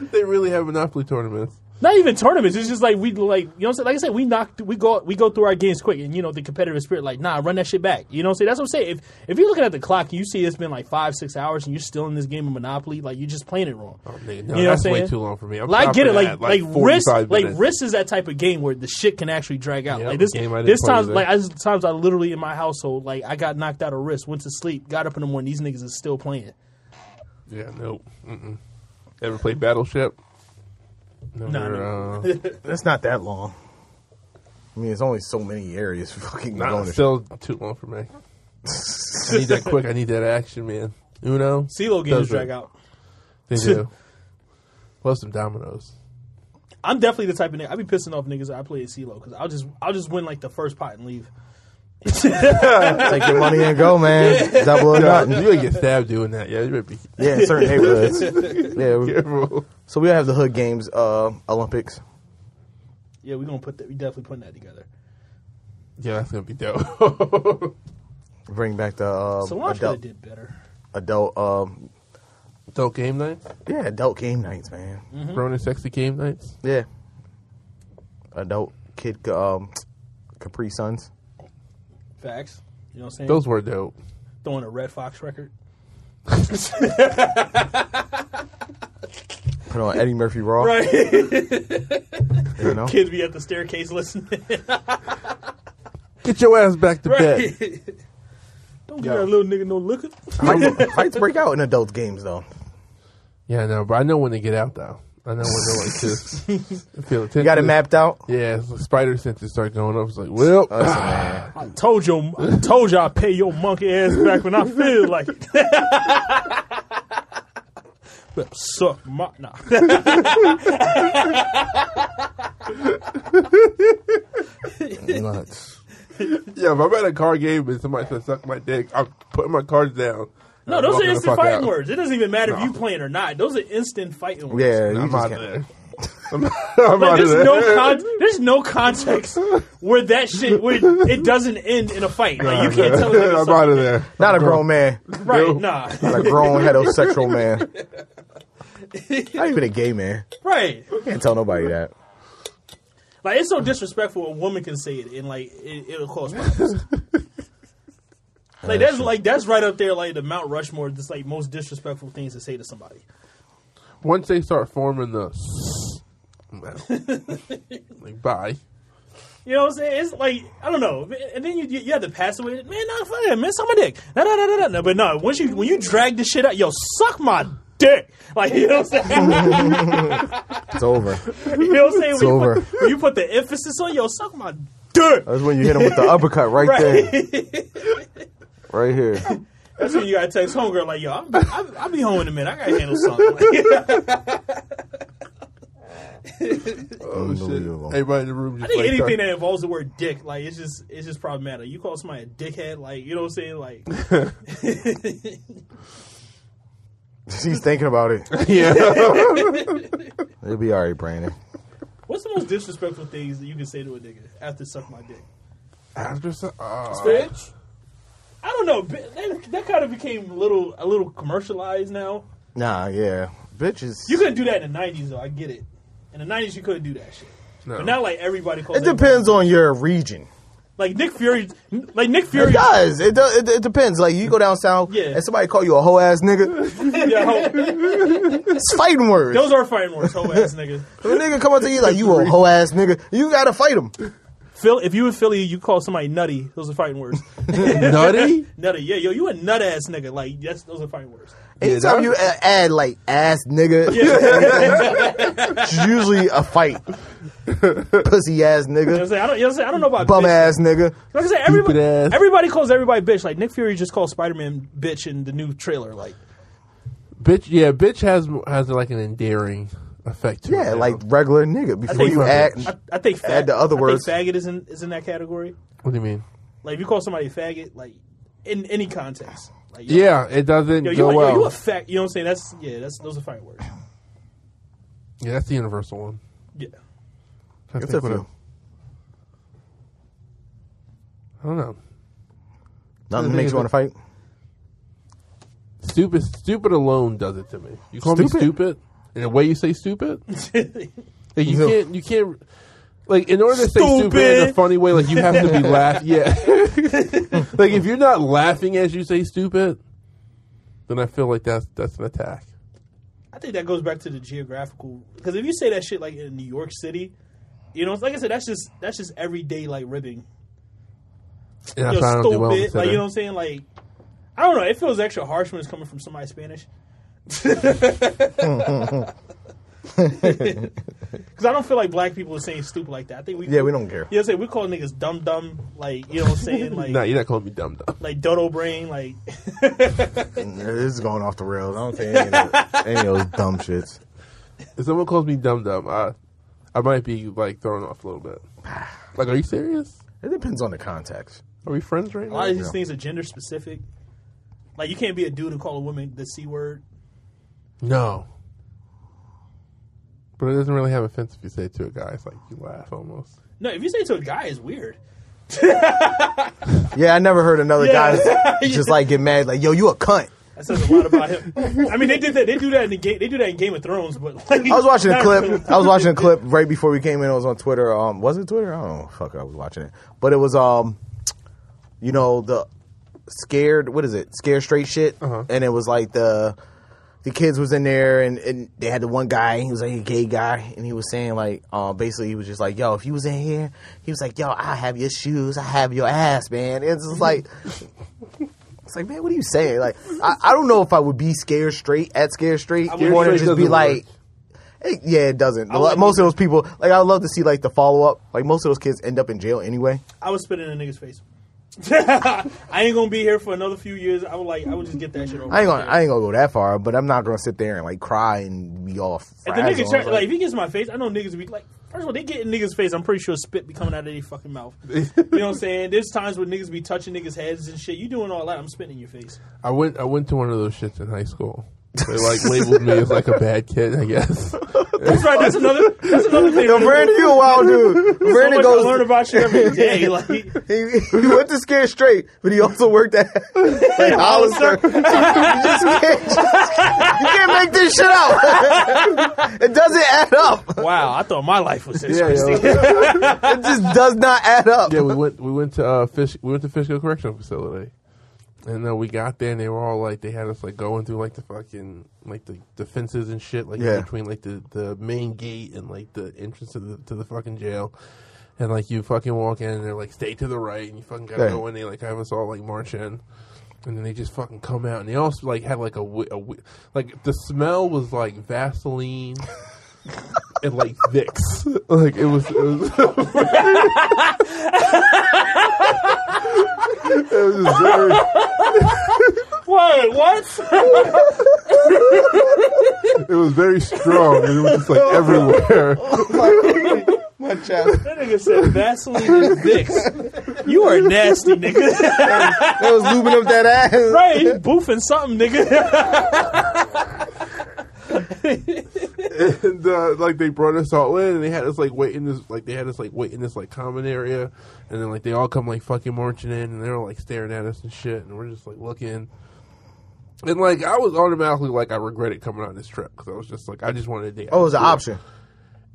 Speaker 3: they really have Monopoly tournaments.
Speaker 1: Not even tournaments. It's just like we like you know what I'm saying. Like I said, we knock we go we go through our games quick, and you know the competitive spirit. Like nah, run that shit back. You know what I'm saying? That's what I'm saying. If if you're looking at the clock, and you see it's been like five six hours, and you're still in this game of Monopoly. Like you're just playing it wrong.
Speaker 3: Nigga, no,
Speaker 1: You know what I'm
Speaker 3: that's way
Speaker 1: saying?
Speaker 3: too long for me. I'm
Speaker 1: Like, I
Speaker 3: top
Speaker 1: get
Speaker 3: for
Speaker 1: it. Like,
Speaker 3: that,
Speaker 1: like, risk,
Speaker 3: 45
Speaker 1: like
Speaker 3: minutes.
Speaker 1: risk is that type of game where the shit can actually drag out.
Speaker 3: Yeah,
Speaker 1: like this,
Speaker 3: game I didn't
Speaker 1: this
Speaker 3: play
Speaker 1: times,
Speaker 3: either.
Speaker 1: like I, times I literally in my household, like I got knocked out of risk, went to sleep, got up in the morning, these niggas is still playing.
Speaker 3: Yeah, nope. Mm-mm. Ever played Battleship? Never,
Speaker 1: no.
Speaker 3: uh,
Speaker 4: That's not that long. I mean, it's only so many areas fucking
Speaker 3: Nah,
Speaker 4: going. to-
Speaker 3: still too long
Speaker 1: <laughs>
Speaker 3: for me. I need that quick. I need that action, man. Uno,
Speaker 1: CeeLo games
Speaker 3: Those are-
Speaker 1: drag out. <laughs>
Speaker 3: They do. Love some dominoes.
Speaker 1: I'm definitely the type of nigga. I be pissing off niggas that I play at CeeLo because I'll just I'll just win like the first pot and
Speaker 3: <laughs>
Speaker 1: leave.
Speaker 4: Take your money and go,
Speaker 1: <laughs>
Speaker 4: man. Double or
Speaker 3: You're
Speaker 4: nothing.
Speaker 3: gonna get stabbed doing that. Yeah, you better be
Speaker 4: Yeah, in certain neighborhoods.
Speaker 3: <laughs>
Speaker 4: Yeah. we-
Speaker 3: careful. <laughs>
Speaker 4: So we have the hood games, uh, Olympics.
Speaker 1: Yeah, we're gonna put that. We definitely putting that together.
Speaker 3: Yeah, that's gonna be dope. <laughs>
Speaker 4: Bring back the
Speaker 3: Um,
Speaker 4: uh,
Speaker 1: Solange could
Speaker 4: adult,
Speaker 1: have did better.
Speaker 4: adult, um,
Speaker 3: Dope game nights,
Speaker 4: yeah, adult game nights, man.
Speaker 1: Mm-hmm.
Speaker 3: grown and sexy game nights.
Speaker 4: Yeah. Adult kid, um, Capri Suns.
Speaker 1: Facts. You know what I'm saying?
Speaker 3: Those were dope.
Speaker 1: throwing a Red Fox
Speaker 3: <laughs>
Speaker 1: record.
Speaker 4: Put on Eddie Murphy Raw.
Speaker 1: Right. <laughs>
Speaker 4: You know?
Speaker 1: Kids be at the staircase listening.
Speaker 3: Get your ass back to bed.
Speaker 1: right. Don't give
Speaker 4: Yo.
Speaker 1: that little nigga no liquor.
Speaker 4: Fights fights break out in adult games though.
Speaker 3: Yeah, I know, but I know when they get out though. I know when they're
Speaker 1: <laughs>
Speaker 3: like this. feel
Speaker 4: You got it mapped out.
Speaker 3: Yeah, it's like spider senses start going up. It's like, well,
Speaker 1: Uh,
Speaker 4: Listen, man.
Speaker 1: I told you, I told you, I pay your monkey ass back when I feel like it. <laughs> Well, Suck my nah. <laughs>
Speaker 4: Nuts.
Speaker 3: <laughs> yeah. If I'm at a card game and somebody says suck my dick, I'm putting my cards down.
Speaker 1: No,
Speaker 3: I'm
Speaker 1: those
Speaker 3: walking
Speaker 1: are
Speaker 3: the
Speaker 1: instant
Speaker 3: fuck
Speaker 1: fighting
Speaker 3: out.
Speaker 1: words. It doesn't even matter if you playing or not. Those are instant fighting words.
Speaker 4: Yeah, you
Speaker 3: I'm
Speaker 4: just
Speaker 3: out
Speaker 4: can't-
Speaker 3: of
Speaker 4: <laughs>
Speaker 3: there. I'm, I'm
Speaker 1: Like,
Speaker 3: out
Speaker 1: there's
Speaker 3: of there.
Speaker 1: no con- there's no
Speaker 3: <laughs>
Speaker 1: context where that shit where it doesn't end in a fight. Like you can't tell. a nigga
Speaker 3: I'm out
Speaker 1: something.
Speaker 3: of there.
Speaker 4: Not a grown man.
Speaker 1: Right? Nah.
Speaker 4: Not
Speaker 3: <laughs>
Speaker 4: a grown heterosexual man. Not even a gay man.
Speaker 1: Right.
Speaker 4: Can't tell nobody that.
Speaker 1: Like it's so disrespectful. A woman can say it, and like it, it'll cause problems. like that's like that's right up there, like the Mount Rushmore. Just like most disrespectful things to say to somebody.
Speaker 3: Once they start forming the, I'm out.
Speaker 1: <laughs>
Speaker 3: like bye.
Speaker 1: You know what I'm saying? It's like I don't know. And then you you, you have to pass away. Man, nah, fuck that. Man, suck my dick. No, no, no, no, no, no. But no, once you when you drag this shit out, yo, suck my dick. Like you know what I'm saying?
Speaker 4: It's over.
Speaker 1: you know what I'm saying? When you,
Speaker 4: over.
Speaker 1: Put, when you put the emphasis on yo, suck my dick.
Speaker 4: That's when you hit him with the uppercut right, there,
Speaker 1: Right. <laughs>
Speaker 4: right here.
Speaker 1: That's when you gotta text homegirl like, yo, I'll be, I'll, I'll be home in a minute. I gotta handle something. <laughs> Like,
Speaker 3: Oh shit!
Speaker 4: Unbelievable.
Speaker 3: Everybody in the room just
Speaker 1: I think
Speaker 3: like
Speaker 1: anything
Speaker 3: start-
Speaker 1: that involves the word dick, like it's just it's just problematic. You call somebody a dickhead, like you know what I'm saying?
Speaker 4: <laughs>
Speaker 1: Like
Speaker 4: <laughs> She's thinking about it.
Speaker 3: yeah.
Speaker 4: <laughs> It'll be all right, Brandon.
Speaker 1: what's the most disrespectful things that you can say to a nigga after suck my dick?
Speaker 3: After so, uh,
Speaker 1: Bitch? I don't know. bi- That, that kind of became a little a little commercialized now.
Speaker 4: Nah, yeah. Bitches.
Speaker 1: You couldn't do that in the nineties though, I get it. In the nineties you couldn't do that shit.
Speaker 3: No.
Speaker 1: But now like everybody calls
Speaker 4: it depends on your region.
Speaker 1: Like Nick Fury like Nick
Speaker 4: It
Speaker 1: Fury <laughs>
Speaker 4: does. It does. It, it depends. Like you go down south,
Speaker 1: Yeah.
Speaker 4: and somebody call you a hoe ass nigga.
Speaker 1: <laughs>
Speaker 4: <laughs>
Speaker 1: Yo,
Speaker 4: It's fighting words.
Speaker 1: those are fighting words, whole ass nigga.
Speaker 4: If a nigga come up to you like you a hoe ass nigga, you gotta fight him.
Speaker 1: Phil if you in Philly you call somebody nutty, those are fighting words. <laughs>
Speaker 3: nutty.
Speaker 1: Nutty, yeah, yo, you a nut ass nigga. Like, that's those are fighting words.
Speaker 3: that-
Speaker 4: Anytime you a- add like ass nigga, <laughs> it's usually a fight. Pussy ass
Speaker 1: You know what I'm
Speaker 4: nigga,
Speaker 1: saying? I don't, you know what I'm saying? I don't know about
Speaker 4: bum
Speaker 1: bitch.
Speaker 4: ass nigga.
Speaker 1: Like I said, everybody,
Speaker 3: Stupid ass.
Speaker 1: everybody calls everybody bitch. Like Nick Fury just called Spider Man bitch in the new trailer. Like,
Speaker 3: Bitch, yeah, bitch has has like an endearing effect to it.
Speaker 4: Yeah,
Speaker 3: now.
Speaker 4: like regular nigga. Before you act,
Speaker 1: I, I think fag,
Speaker 4: Add the other
Speaker 1: I
Speaker 4: words.
Speaker 1: Think faggot is in is in that category.
Speaker 3: what do you mean?
Speaker 1: Like, if you call somebody a faggot, like in any context, like yo,
Speaker 3: Yeah, it doesn't
Speaker 1: yo, you,
Speaker 3: go
Speaker 1: a,
Speaker 3: well.
Speaker 1: yo, you a fag. You know what I'm saying? That's yeah, that's those are fighting words.
Speaker 3: yeah, that's the universal one.
Speaker 1: Yeah, <laughs>
Speaker 3: I,
Speaker 4: it's a
Speaker 3: think what
Speaker 4: few.
Speaker 3: I don't know.
Speaker 4: Nothing makes you want to fight.
Speaker 3: Stupid, stupid alone does it to me. You call me
Speaker 4: Stupid?
Speaker 3: stupid, and the way you say <laughs> stupid, like you can't, you can't. Like in order to say stupid in a
Speaker 1: Stupid.
Speaker 3: funny way, like you have to <laughs> be laugh. Yeah, like if you're not laughing as you say stupid, then I feel like that's that's an attack.
Speaker 1: I think that goes back to the geographical. Because if you say that shit like in New York City, you know, like I said, that's just that's just everyday like ribbing.
Speaker 3: And that's
Speaker 1: You're
Speaker 3: why I don't do well in
Speaker 1: stupid. Like you
Speaker 3: Twitter.
Speaker 1: know what I'm saying? Like I don't know. It feels extra harsh when it's coming from somebody
Speaker 4: <laughs>
Speaker 1: Spanish. Because I don't feel like black people are saying stupid like that. I think we
Speaker 4: Yeah, we don't care.
Speaker 1: You know what I'm saying? We call niggas dumb dumb. Like you know what I'm
Speaker 4: <laughs>
Speaker 1: saying? Like
Speaker 3: Nah, you're not calling me dumb dumb.
Speaker 1: like dodo brain. Like <laughs>
Speaker 4: uh, This is going off the rails. I don't say any of, those, any of those dumb shits.
Speaker 3: If someone calls me dumb dumb, I I might be like thrown off a little <sighs> bit. Like, are you serious?
Speaker 4: It depends on the context.
Speaker 3: Are we friends right
Speaker 1: a lot of
Speaker 3: now?
Speaker 1: these
Speaker 4: Yeah.
Speaker 1: things are gender specific. Like you can't be a dude and call a woman the c word.
Speaker 3: No. But it doesn't really have offense if you say it to a guy. It's like you laugh almost.
Speaker 1: No, if you say it to a guy, it's weird.
Speaker 4: Yeah, I never heard another
Speaker 1: Yeah.
Speaker 4: guy just like get mad like, "Yo, you a cunt."
Speaker 1: That says a lot about
Speaker 4: <laughs>
Speaker 1: him. I mean, they did that. They do that in the game. They do that in Game of Thrones. But like,
Speaker 4: I was watching a
Speaker 1: not
Speaker 4: clip.
Speaker 1: really.
Speaker 4: I was watching a clip right before we came in. I was on Twitter. Um, was it Twitter? I don't know. Fuck, I was watching it, but it was um, you know the scared. What is it? Scared straight shit. And it was like the the kids was in there, and, and they had the one guy. He was like a gay guy, and he was saying like, uh, basically, he was just like, "Yo, if you was in here, he was like, yo, I have your shoes, I have your ass, man." And it's just like. It's like, man, what are you saying? Like, I, I don't know if I would be scared straight at scared straight.
Speaker 3: I
Speaker 4: You
Speaker 3: wouldn't
Speaker 4: want to
Speaker 3: say it
Speaker 4: just be
Speaker 3: doesn't
Speaker 4: like,
Speaker 3: work.
Speaker 4: it- yeah, it doesn't. A lot-
Speaker 1: wouldn't
Speaker 4: most of those people, like, I would love to see like the follow up. Like, most of those kids end up in jail anyway.
Speaker 1: I would spit in a nigga's face. <laughs> I ain't gonna be here for another few years. I would like, I would just get that shit over.
Speaker 4: I ain't gonna,
Speaker 1: with.
Speaker 4: I ain't gonna go that far, but I'm not gonna sit there and like cry and be all.
Speaker 1: If the nigga
Speaker 4: frazzled.
Speaker 1: try, like, if he gets in my face, I know niggas be like, first of all, they get in niggas' face. I'm pretty sure spit be coming out of their fucking
Speaker 4: <laughs>
Speaker 1: mouth. you know what I'm saying? There's times when niggas be touching niggas' heads and shit. You doing all that? I'm spitting in your face.
Speaker 3: I went I went to one of those shits in high school. They like labeled me as like a bad kid, I guess.
Speaker 1: That's right. That's another. That's another thing.
Speaker 4: Yo, Brandon, you a wild
Speaker 1: <laughs>
Speaker 4: dude.
Speaker 1: so much
Speaker 4: Brandon
Speaker 1: I learn
Speaker 4: goes.
Speaker 1: about shit every
Speaker 4: <laughs>
Speaker 1: day. Like, like
Speaker 4: He, he went to scared straight, but he also worked
Speaker 1: <laughs>
Speaker 4: at <laughs> like, Hollister. you, just can't, just- <laughs> you can't make this shit out. <laughs> it doesn't add up.
Speaker 1: wow, I thought my life was this.
Speaker 3: Yeah, yo.
Speaker 1: Christy.
Speaker 4: <laughs> It just does not add up.
Speaker 3: yeah, we went we went to uh, fish we went to Fishkill Correctional Facility, and then we got there and they were all like they had us like going through like the fucking like the, the fences and shit like
Speaker 4: Yeah.
Speaker 3: between like the, the main gate and like the entrance to the to the fucking jail. And like you fucking walk in and they're like stay to the right and you fucking gotta
Speaker 4: Right.
Speaker 3: go in. They like have us all like march in, and then they just fucking come out and they also like had like a, wi- a wi- like the smell was like <laughs> Vaseline and like Vicks. Like it was, it was, it was just very
Speaker 1: Wait, what?
Speaker 3: it was very strong and it was
Speaker 1: <laughs>
Speaker 3: just like everywhere.
Speaker 4: My chest.
Speaker 1: That nigga said Vaseline and Vicks. You are nasty, nigga. <laughs>
Speaker 4: That was lubing up that ass.
Speaker 1: right? You boofing something, nigga.
Speaker 3: and uh, like they brought us all in and they had us like wait in this like they had us like wait in this like common area and then like they all come like fucking marching in and they're like staring at us and shit and we're just like looking and like I was automatically like I regretted coming on this trip because I was just like I just wanted to date.
Speaker 4: Oh, it was an option.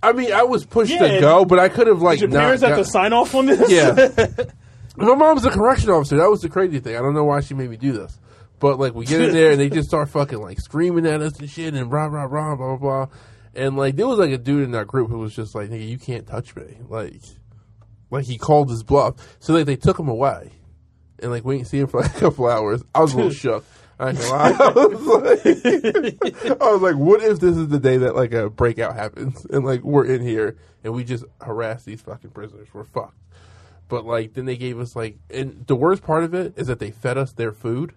Speaker 3: I mean I was pushed
Speaker 1: Yeah.
Speaker 3: to go, but I could have like
Speaker 1: Your
Speaker 3: not
Speaker 1: parents
Speaker 3: got-
Speaker 1: have to sign off on <laughs> this.
Speaker 3: Yeah. <laughs> My mom's a correction officer. That was the crazy thing. I don't know why she made me do this. But like we get in there and they just start fucking like screaming at us and shit and rah rah rah blah blah blah. And like there was like a dude in that group who was just like, nigga, you can't touch me. Like like he called his bluff. So like they took him away. And like we didn't see him for <laughs> like a couple hours. I was
Speaker 1: <laughs>
Speaker 3: a little shook. I, ain't gonna lie. <laughs> I was like, <laughs> I was like, what if this is the day that like a breakout happens and like we're in here and we just harass these fucking prisoners? We're fucked but like then they gave us like and the worst part of it is that they fed us their food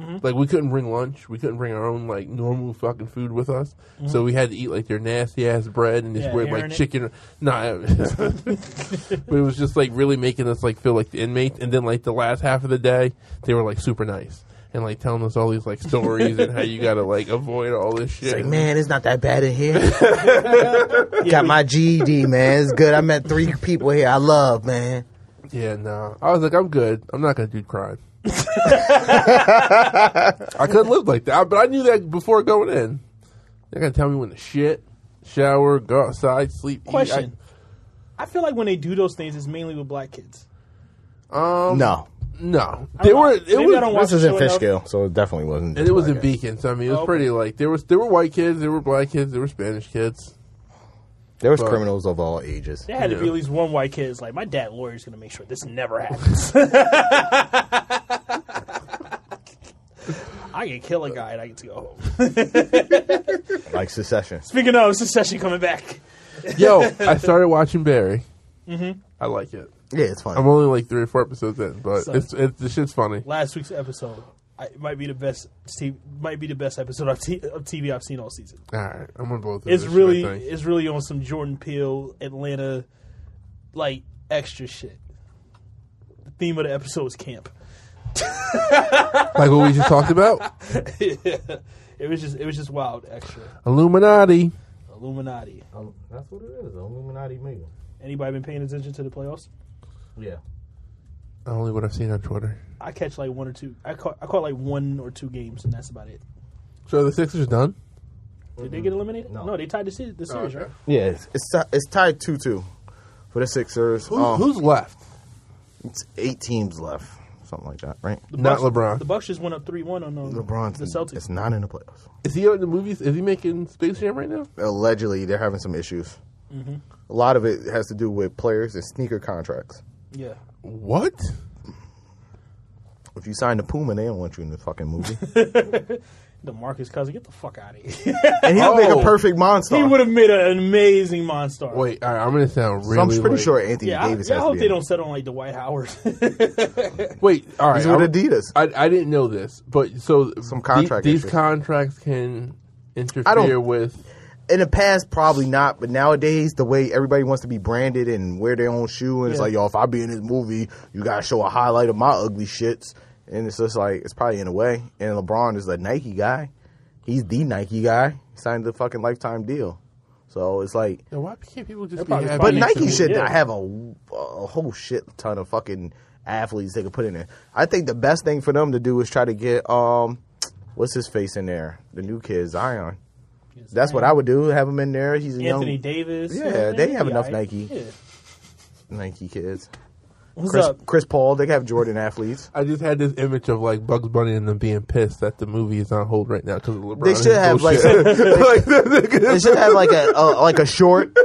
Speaker 1: Mm-hmm.
Speaker 3: like we couldn't bring lunch we couldn't bring our own like normal fucking food with us so we had to eat like their nasty ass bread and this
Speaker 1: Mm-hmm. Yeah,
Speaker 3: weird
Speaker 1: Aaron
Speaker 3: like
Speaker 1: it.
Speaker 3: chicken nah
Speaker 1: <laughs>
Speaker 3: <laughs> but it was just like really making us like feel like the inmates and then like the last half of the day they were like super nice and like telling us all these like stories and how you gotta like avoid all this shit
Speaker 4: It's like, man, it's not that bad in <laughs> here. Got my GED, man. It's good. I met three people here I love, man.
Speaker 3: Yeah, no. I was like, I'm good. I'm not gonna do
Speaker 1: <laughs>
Speaker 3: crime. I couldn't live like that, but I knew that before going in. They're gonna tell me when to shit, shower, go outside, sleep. eat.
Speaker 1: Question. I feel like when they do those things, it's mainly with black kids.
Speaker 3: I- um,
Speaker 4: No.
Speaker 3: no, they were. It
Speaker 1: Maybe I don't watch
Speaker 3: was,
Speaker 4: This is
Speaker 1: the
Speaker 4: in
Speaker 1: show enough.
Speaker 4: Fishkill, so it definitely wasn't.
Speaker 3: and it was in
Speaker 4: beat.
Speaker 3: Beacon. So I mean, it was
Speaker 1: Oh, Okay.
Speaker 3: pretty like there was there were white kids, there were black kids, there were Spanish kids.
Speaker 4: There was
Speaker 3: But-
Speaker 4: criminals of all ages.
Speaker 1: There had to be
Speaker 3: Yeah.
Speaker 1: at least one white kid. It's like my dad lawyer's gonna make sure this never happens. <laughs> I can kill a guy and I get to go home.
Speaker 4: Like secession.
Speaker 1: Speaking of secession coming back,
Speaker 3: Yo,
Speaker 1: <laughs>
Speaker 3: I started watching Barry. Mm-hmm. I like it.
Speaker 4: Yeah, it's
Speaker 3: I'm
Speaker 4: fun.
Speaker 3: only like three or four episodes in, but
Speaker 1: So-
Speaker 3: it's it's the shit's funny.
Speaker 1: last week's episode I, it might be the best. T- might be the best episode of, t- of TV I've seen all season.
Speaker 3: All right, I'm on both. of
Speaker 1: It's
Speaker 3: this shit, I
Speaker 1: really,
Speaker 3: think.
Speaker 1: it's really on some Jordan Peele Atlanta, like extra shit. The theme of the episode is camp. <laughs>
Speaker 3: like what we just talked about.
Speaker 1: It was just, it was just wild extra.
Speaker 3: Illuminati.
Speaker 1: Illuminati.
Speaker 4: Um, That's what it is. Illuminati movie.
Speaker 1: Anybody been paying attention to the playoffs?
Speaker 4: Yeah.
Speaker 3: Only what I've seen on Twitter.
Speaker 1: I catch like one or two. I caught I caught like one or two games, and that's about it.
Speaker 3: So are the Sixers done?
Speaker 1: Did they get eliminated? No,
Speaker 4: No.
Speaker 1: they tied the series. The series, right?
Speaker 4: Yeah, it's it's, ti- it's tied two two for the Sixers.
Speaker 3: Who's,
Speaker 4: um,
Speaker 3: who's left?
Speaker 4: it's eight teams left. something like that, right?
Speaker 3: Not
Speaker 1: Bucks-
Speaker 3: LeBron.
Speaker 1: The Bucks just went up three one on um,
Speaker 4: LeBron's
Speaker 1: the Celtics.
Speaker 4: It's not in the playoffs.
Speaker 3: Is he out in the movies? Is he making Space Jam right now?
Speaker 4: Allegedly, they're having some issues.
Speaker 1: Mm-hmm.
Speaker 4: A lot of it has to do with players and sneaker contracts.
Speaker 1: yeah,
Speaker 3: What?
Speaker 4: If you sign to Puma, they don't want you in the
Speaker 1: <laughs>
Speaker 4: fucking movie.
Speaker 1: the Marcus Cousins, get the fuck out of here. <laughs>
Speaker 4: and he'll make
Speaker 3: Oh.
Speaker 4: a perfect monster.
Speaker 1: he would have made an amazing monster.
Speaker 3: Wait, I, I'm gonna sound really.
Speaker 4: I'm pretty
Speaker 3: like-
Speaker 4: sure Anthony
Speaker 1: yeah, I,
Speaker 4: Davis
Speaker 1: yeah, I
Speaker 4: has
Speaker 1: hope
Speaker 4: to be
Speaker 1: they
Speaker 4: in it.
Speaker 1: don't settle on like Dwight Howard. <laughs>
Speaker 3: Wait, all right.
Speaker 4: He's with
Speaker 3: I'm-
Speaker 4: Adidas.
Speaker 3: I, I didn't know this, but so
Speaker 4: Some contract
Speaker 3: these
Speaker 4: issues.
Speaker 3: contracts can interfere
Speaker 4: don't-
Speaker 3: with.
Speaker 4: in the past, probably not, but nowadays, the way everybody wants to be branded and wear their own shoe, and it's
Speaker 1: Yeah.
Speaker 4: like, yo, if I be in this movie, you gotta show a highlight of my ugly shits, and it's just like it's probably in a way. And LeBron is a Nike guy; he's the Nike guy. He signed the fucking lifetime deal, so it's like.
Speaker 3: Now, why can't people just be
Speaker 1: probably
Speaker 3: happy?
Speaker 4: But
Speaker 1: Nike
Speaker 4: Nike
Speaker 1: should-
Speaker 4: should
Speaker 1: yeah.
Speaker 4: not have a, a whole shit ton of fucking athletes they could put in there. I think the best thing for them to do is try to get um, what's his face in there, the new kid Zion. That's what I would do. Have him in there. He's a
Speaker 1: Anthony
Speaker 4: young
Speaker 1: Davis.
Speaker 4: Yeah,
Speaker 1: man,
Speaker 4: they
Speaker 1: he'd
Speaker 4: have
Speaker 1: be
Speaker 4: enough
Speaker 1: all
Speaker 4: Nike.
Speaker 1: Yeah.
Speaker 4: Nike kids.
Speaker 1: What's
Speaker 4: Chris,
Speaker 1: up? <laughs>
Speaker 4: Chris Paul. They can have Jordan athletes.
Speaker 3: I just had this image of like Bugs Bunny and them being pissed that the movie is on hold right now because LeBron.
Speaker 4: They
Speaker 3: and
Speaker 4: should
Speaker 3: his
Speaker 4: have like, <laughs>
Speaker 3: bullshit.
Speaker 4: they should have like a, a like a short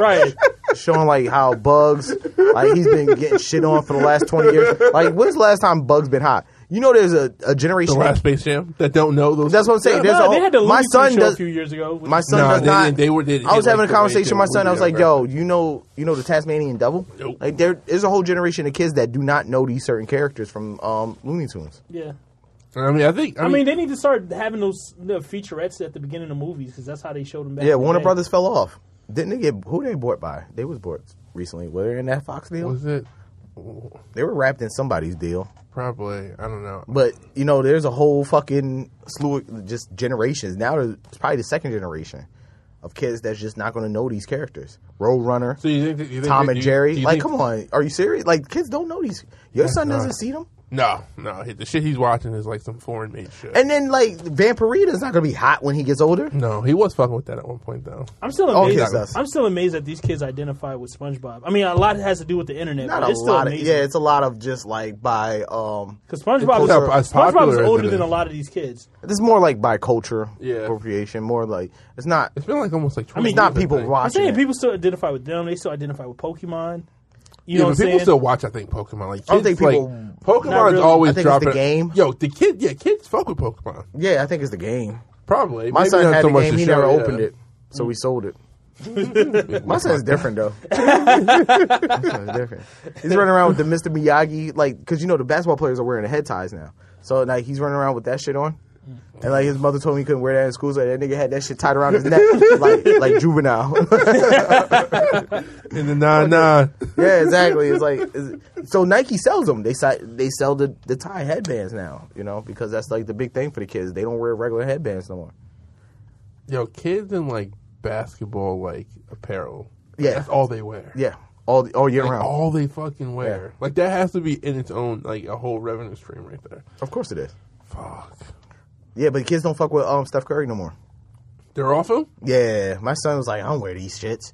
Speaker 1: Right.
Speaker 4: showing like how Bugs like he's been getting shit on for the last twenty years. Like when's the last time Bugs been hot? You know, there's a,
Speaker 3: <laughs>
Speaker 4: a
Speaker 3: the
Speaker 4: generation.
Speaker 3: last Space Jam that don't know those.
Speaker 4: that's what I'm saying. There's
Speaker 1: Nah,
Speaker 4: a,
Speaker 1: they had the
Speaker 4: my
Speaker 1: Looney Tunes
Speaker 4: son
Speaker 1: show
Speaker 4: does.
Speaker 1: a few years ago.
Speaker 4: my son
Speaker 3: Nah,
Speaker 4: does
Speaker 3: they
Speaker 4: not.
Speaker 3: didn't- they were- they didn't
Speaker 4: I was
Speaker 3: get,
Speaker 4: having
Speaker 3: like,
Speaker 4: a
Speaker 3: the
Speaker 4: conversation with my
Speaker 3: rating
Speaker 4: son. I was
Speaker 3: movie
Speaker 4: like,
Speaker 3: ever.
Speaker 4: "Yo, you know, you know the Tasmanian Devil.
Speaker 3: Nope.
Speaker 4: Like there is a whole generation of kids that do not know these certain characters from um, Looney Tunes.
Speaker 1: yeah.
Speaker 3: I mean, I think.
Speaker 1: I
Speaker 3: I, mean,
Speaker 1: mean, they need to start having those the featurettes at the beginning of movies because that's how they showed them back.
Speaker 4: Yeah,
Speaker 1: in the
Speaker 4: Warner
Speaker 1: day.
Speaker 4: Brothers fell off. Didn't they get who they bought by? They was bought recently. Were they in that Fox deal?
Speaker 3: was it
Speaker 4: they were wrapped in somebody's deal.
Speaker 3: probably? I don't know.
Speaker 4: But you know, there's a whole fucking slew of just generations. Now there's it's probably the second generation of kids that's just not going to know these characters. Roadrunner,
Speaker 3: So you think? That, you think
Speaker 4: Tom
Speaker 3: that-
Speaker 4: and
Speaker 3: do you-
Speaker 4: Jerry.
Speaker 3: do you think-
Speaker 4: like, come on, are you serious? Like, kids don't know these. Your son doesn't
Speaker 3: not-
Speaker 4: see them.
Speaker 3: No, no. he- The shit he's watching is like some foreign made shit.
Speaker 4: And then like Vampirita's not going to be hot when he gets older.
Speaker 3: no, he was fucking with that at one point though.
Speaker 1: I'm still
Speaker 4: All
Speaker 1: amazed.
Speaker 4: kids does.
Speaker 1: I'm still amazed that these kids identify with SpongeBob. I mean, a lot has to do with the internet.
Speaker 4: Not
Speaker 1: but
Speaker 4: a
Speaker 1: it's still
Speaker 4: lot of
Speaker 1: amazing.
Speaker 4: yeah, it's a lot of just like by um
Speaker 1: Because SpongeBob, is,
Speaker 4: It's not
Speaker 3: as
Speaker 1: SpongeBob is
Speaker 3: popular as
Speaker 1: older
Speaker 3: it
Speaker 1: than a
Speaker 3: is.
Speaker 1: lot of these kids.
Speaker 4: This is more like by culture
Speaker 3: Yeah.
Speaker 4: appropriation. More like it's not.
Speaker 3: It's been like almost like. 20
Speaker 1: mean,
Speaker 4: It's not
Speaker 3: years, I
Speaker 4: people
Speaker 3: think.
Speaker 1: I'm
Speaker 4: watching.
Speaker 1: saying
Speaker 4: it.
Speaker 1: people still identify with them. They still identify with Pokemon. You
Speaker 3: yeah,
Speaker 1: know what
Speaker 3: but
Speaker 1: I'm
Speaker 3: people
Speaker 1: saying?
Speaker 3: still watch. I think Pokemon. Like, kids,
Speaker 4: I don't think people-
Speaker 3: Like,
Speaker 1: Not
Speaker 3: Pokemon's
Speaker 1: really.
Speaker 3: always
Speaker 4: I think it's the
Speaker 3: dropping.
Speaker 4: game.
Speaker 3: Yo, the kid. Yeah, kids fuck with Pokemon.
Speaker 4: yeah, I think it's the game.
Speaker 3: Probably.
Speaker 4: My
Speaker 3: Maybe
Speaker 4: son
Speaker 3: not
Speaker 4: had
Speaker 3: so
Speaker 4: the
Speaker 3: much
Speaker 4: game.
Speaker 3: to
Speaker 4: He
Speaker 3: show,
Speaker 4: never
Speaker 3: yeah.
Speaker 4: opened it, so we sold it.
Speaker 3: <laughs>
Speaker 4: My son's different though. My son's different. He's running around with the Mr. Miyagi, like, because you know the basketball players are wearing the head ties now. So like he's running around with that shit on, and like his mother told me he couldn't wear that in school, so that nigga had that shit tied around
Speaker 3: <laughs>
Speaker 4: his neck, like like juvenile. <laughs>
Speaker 3: In the nine nine.
Speaker 4: yeah, exactly. It's like it's, so Nike sells them. They si- they sell the the tie headbands now, you know, because that's like the big thing for the kids. They don't wear regular headbands no more.
Speaker 3: Yo, kids in like basketball like apparel.
Speaker 4: Yeah.
Speaker 3: that's all they wear.
Speaker 4: Yeah, all all year
Speaker 3: Like,
Speaker 4: round.
Speaker 3: all they fucking wear. Like that has to be in its own like a whole revenue stream right there.
Speaker 4: Of course it is.
Speaker 3: Fuck.
Speaker 4: Yeah, but kids don't fuck with um Steph Curry no more.
Speaker 3: They're off
Speaker 4: <laughs>
Speaker 3: him.
Speaker 4: Yeah, my son was like, I don't wear these shits.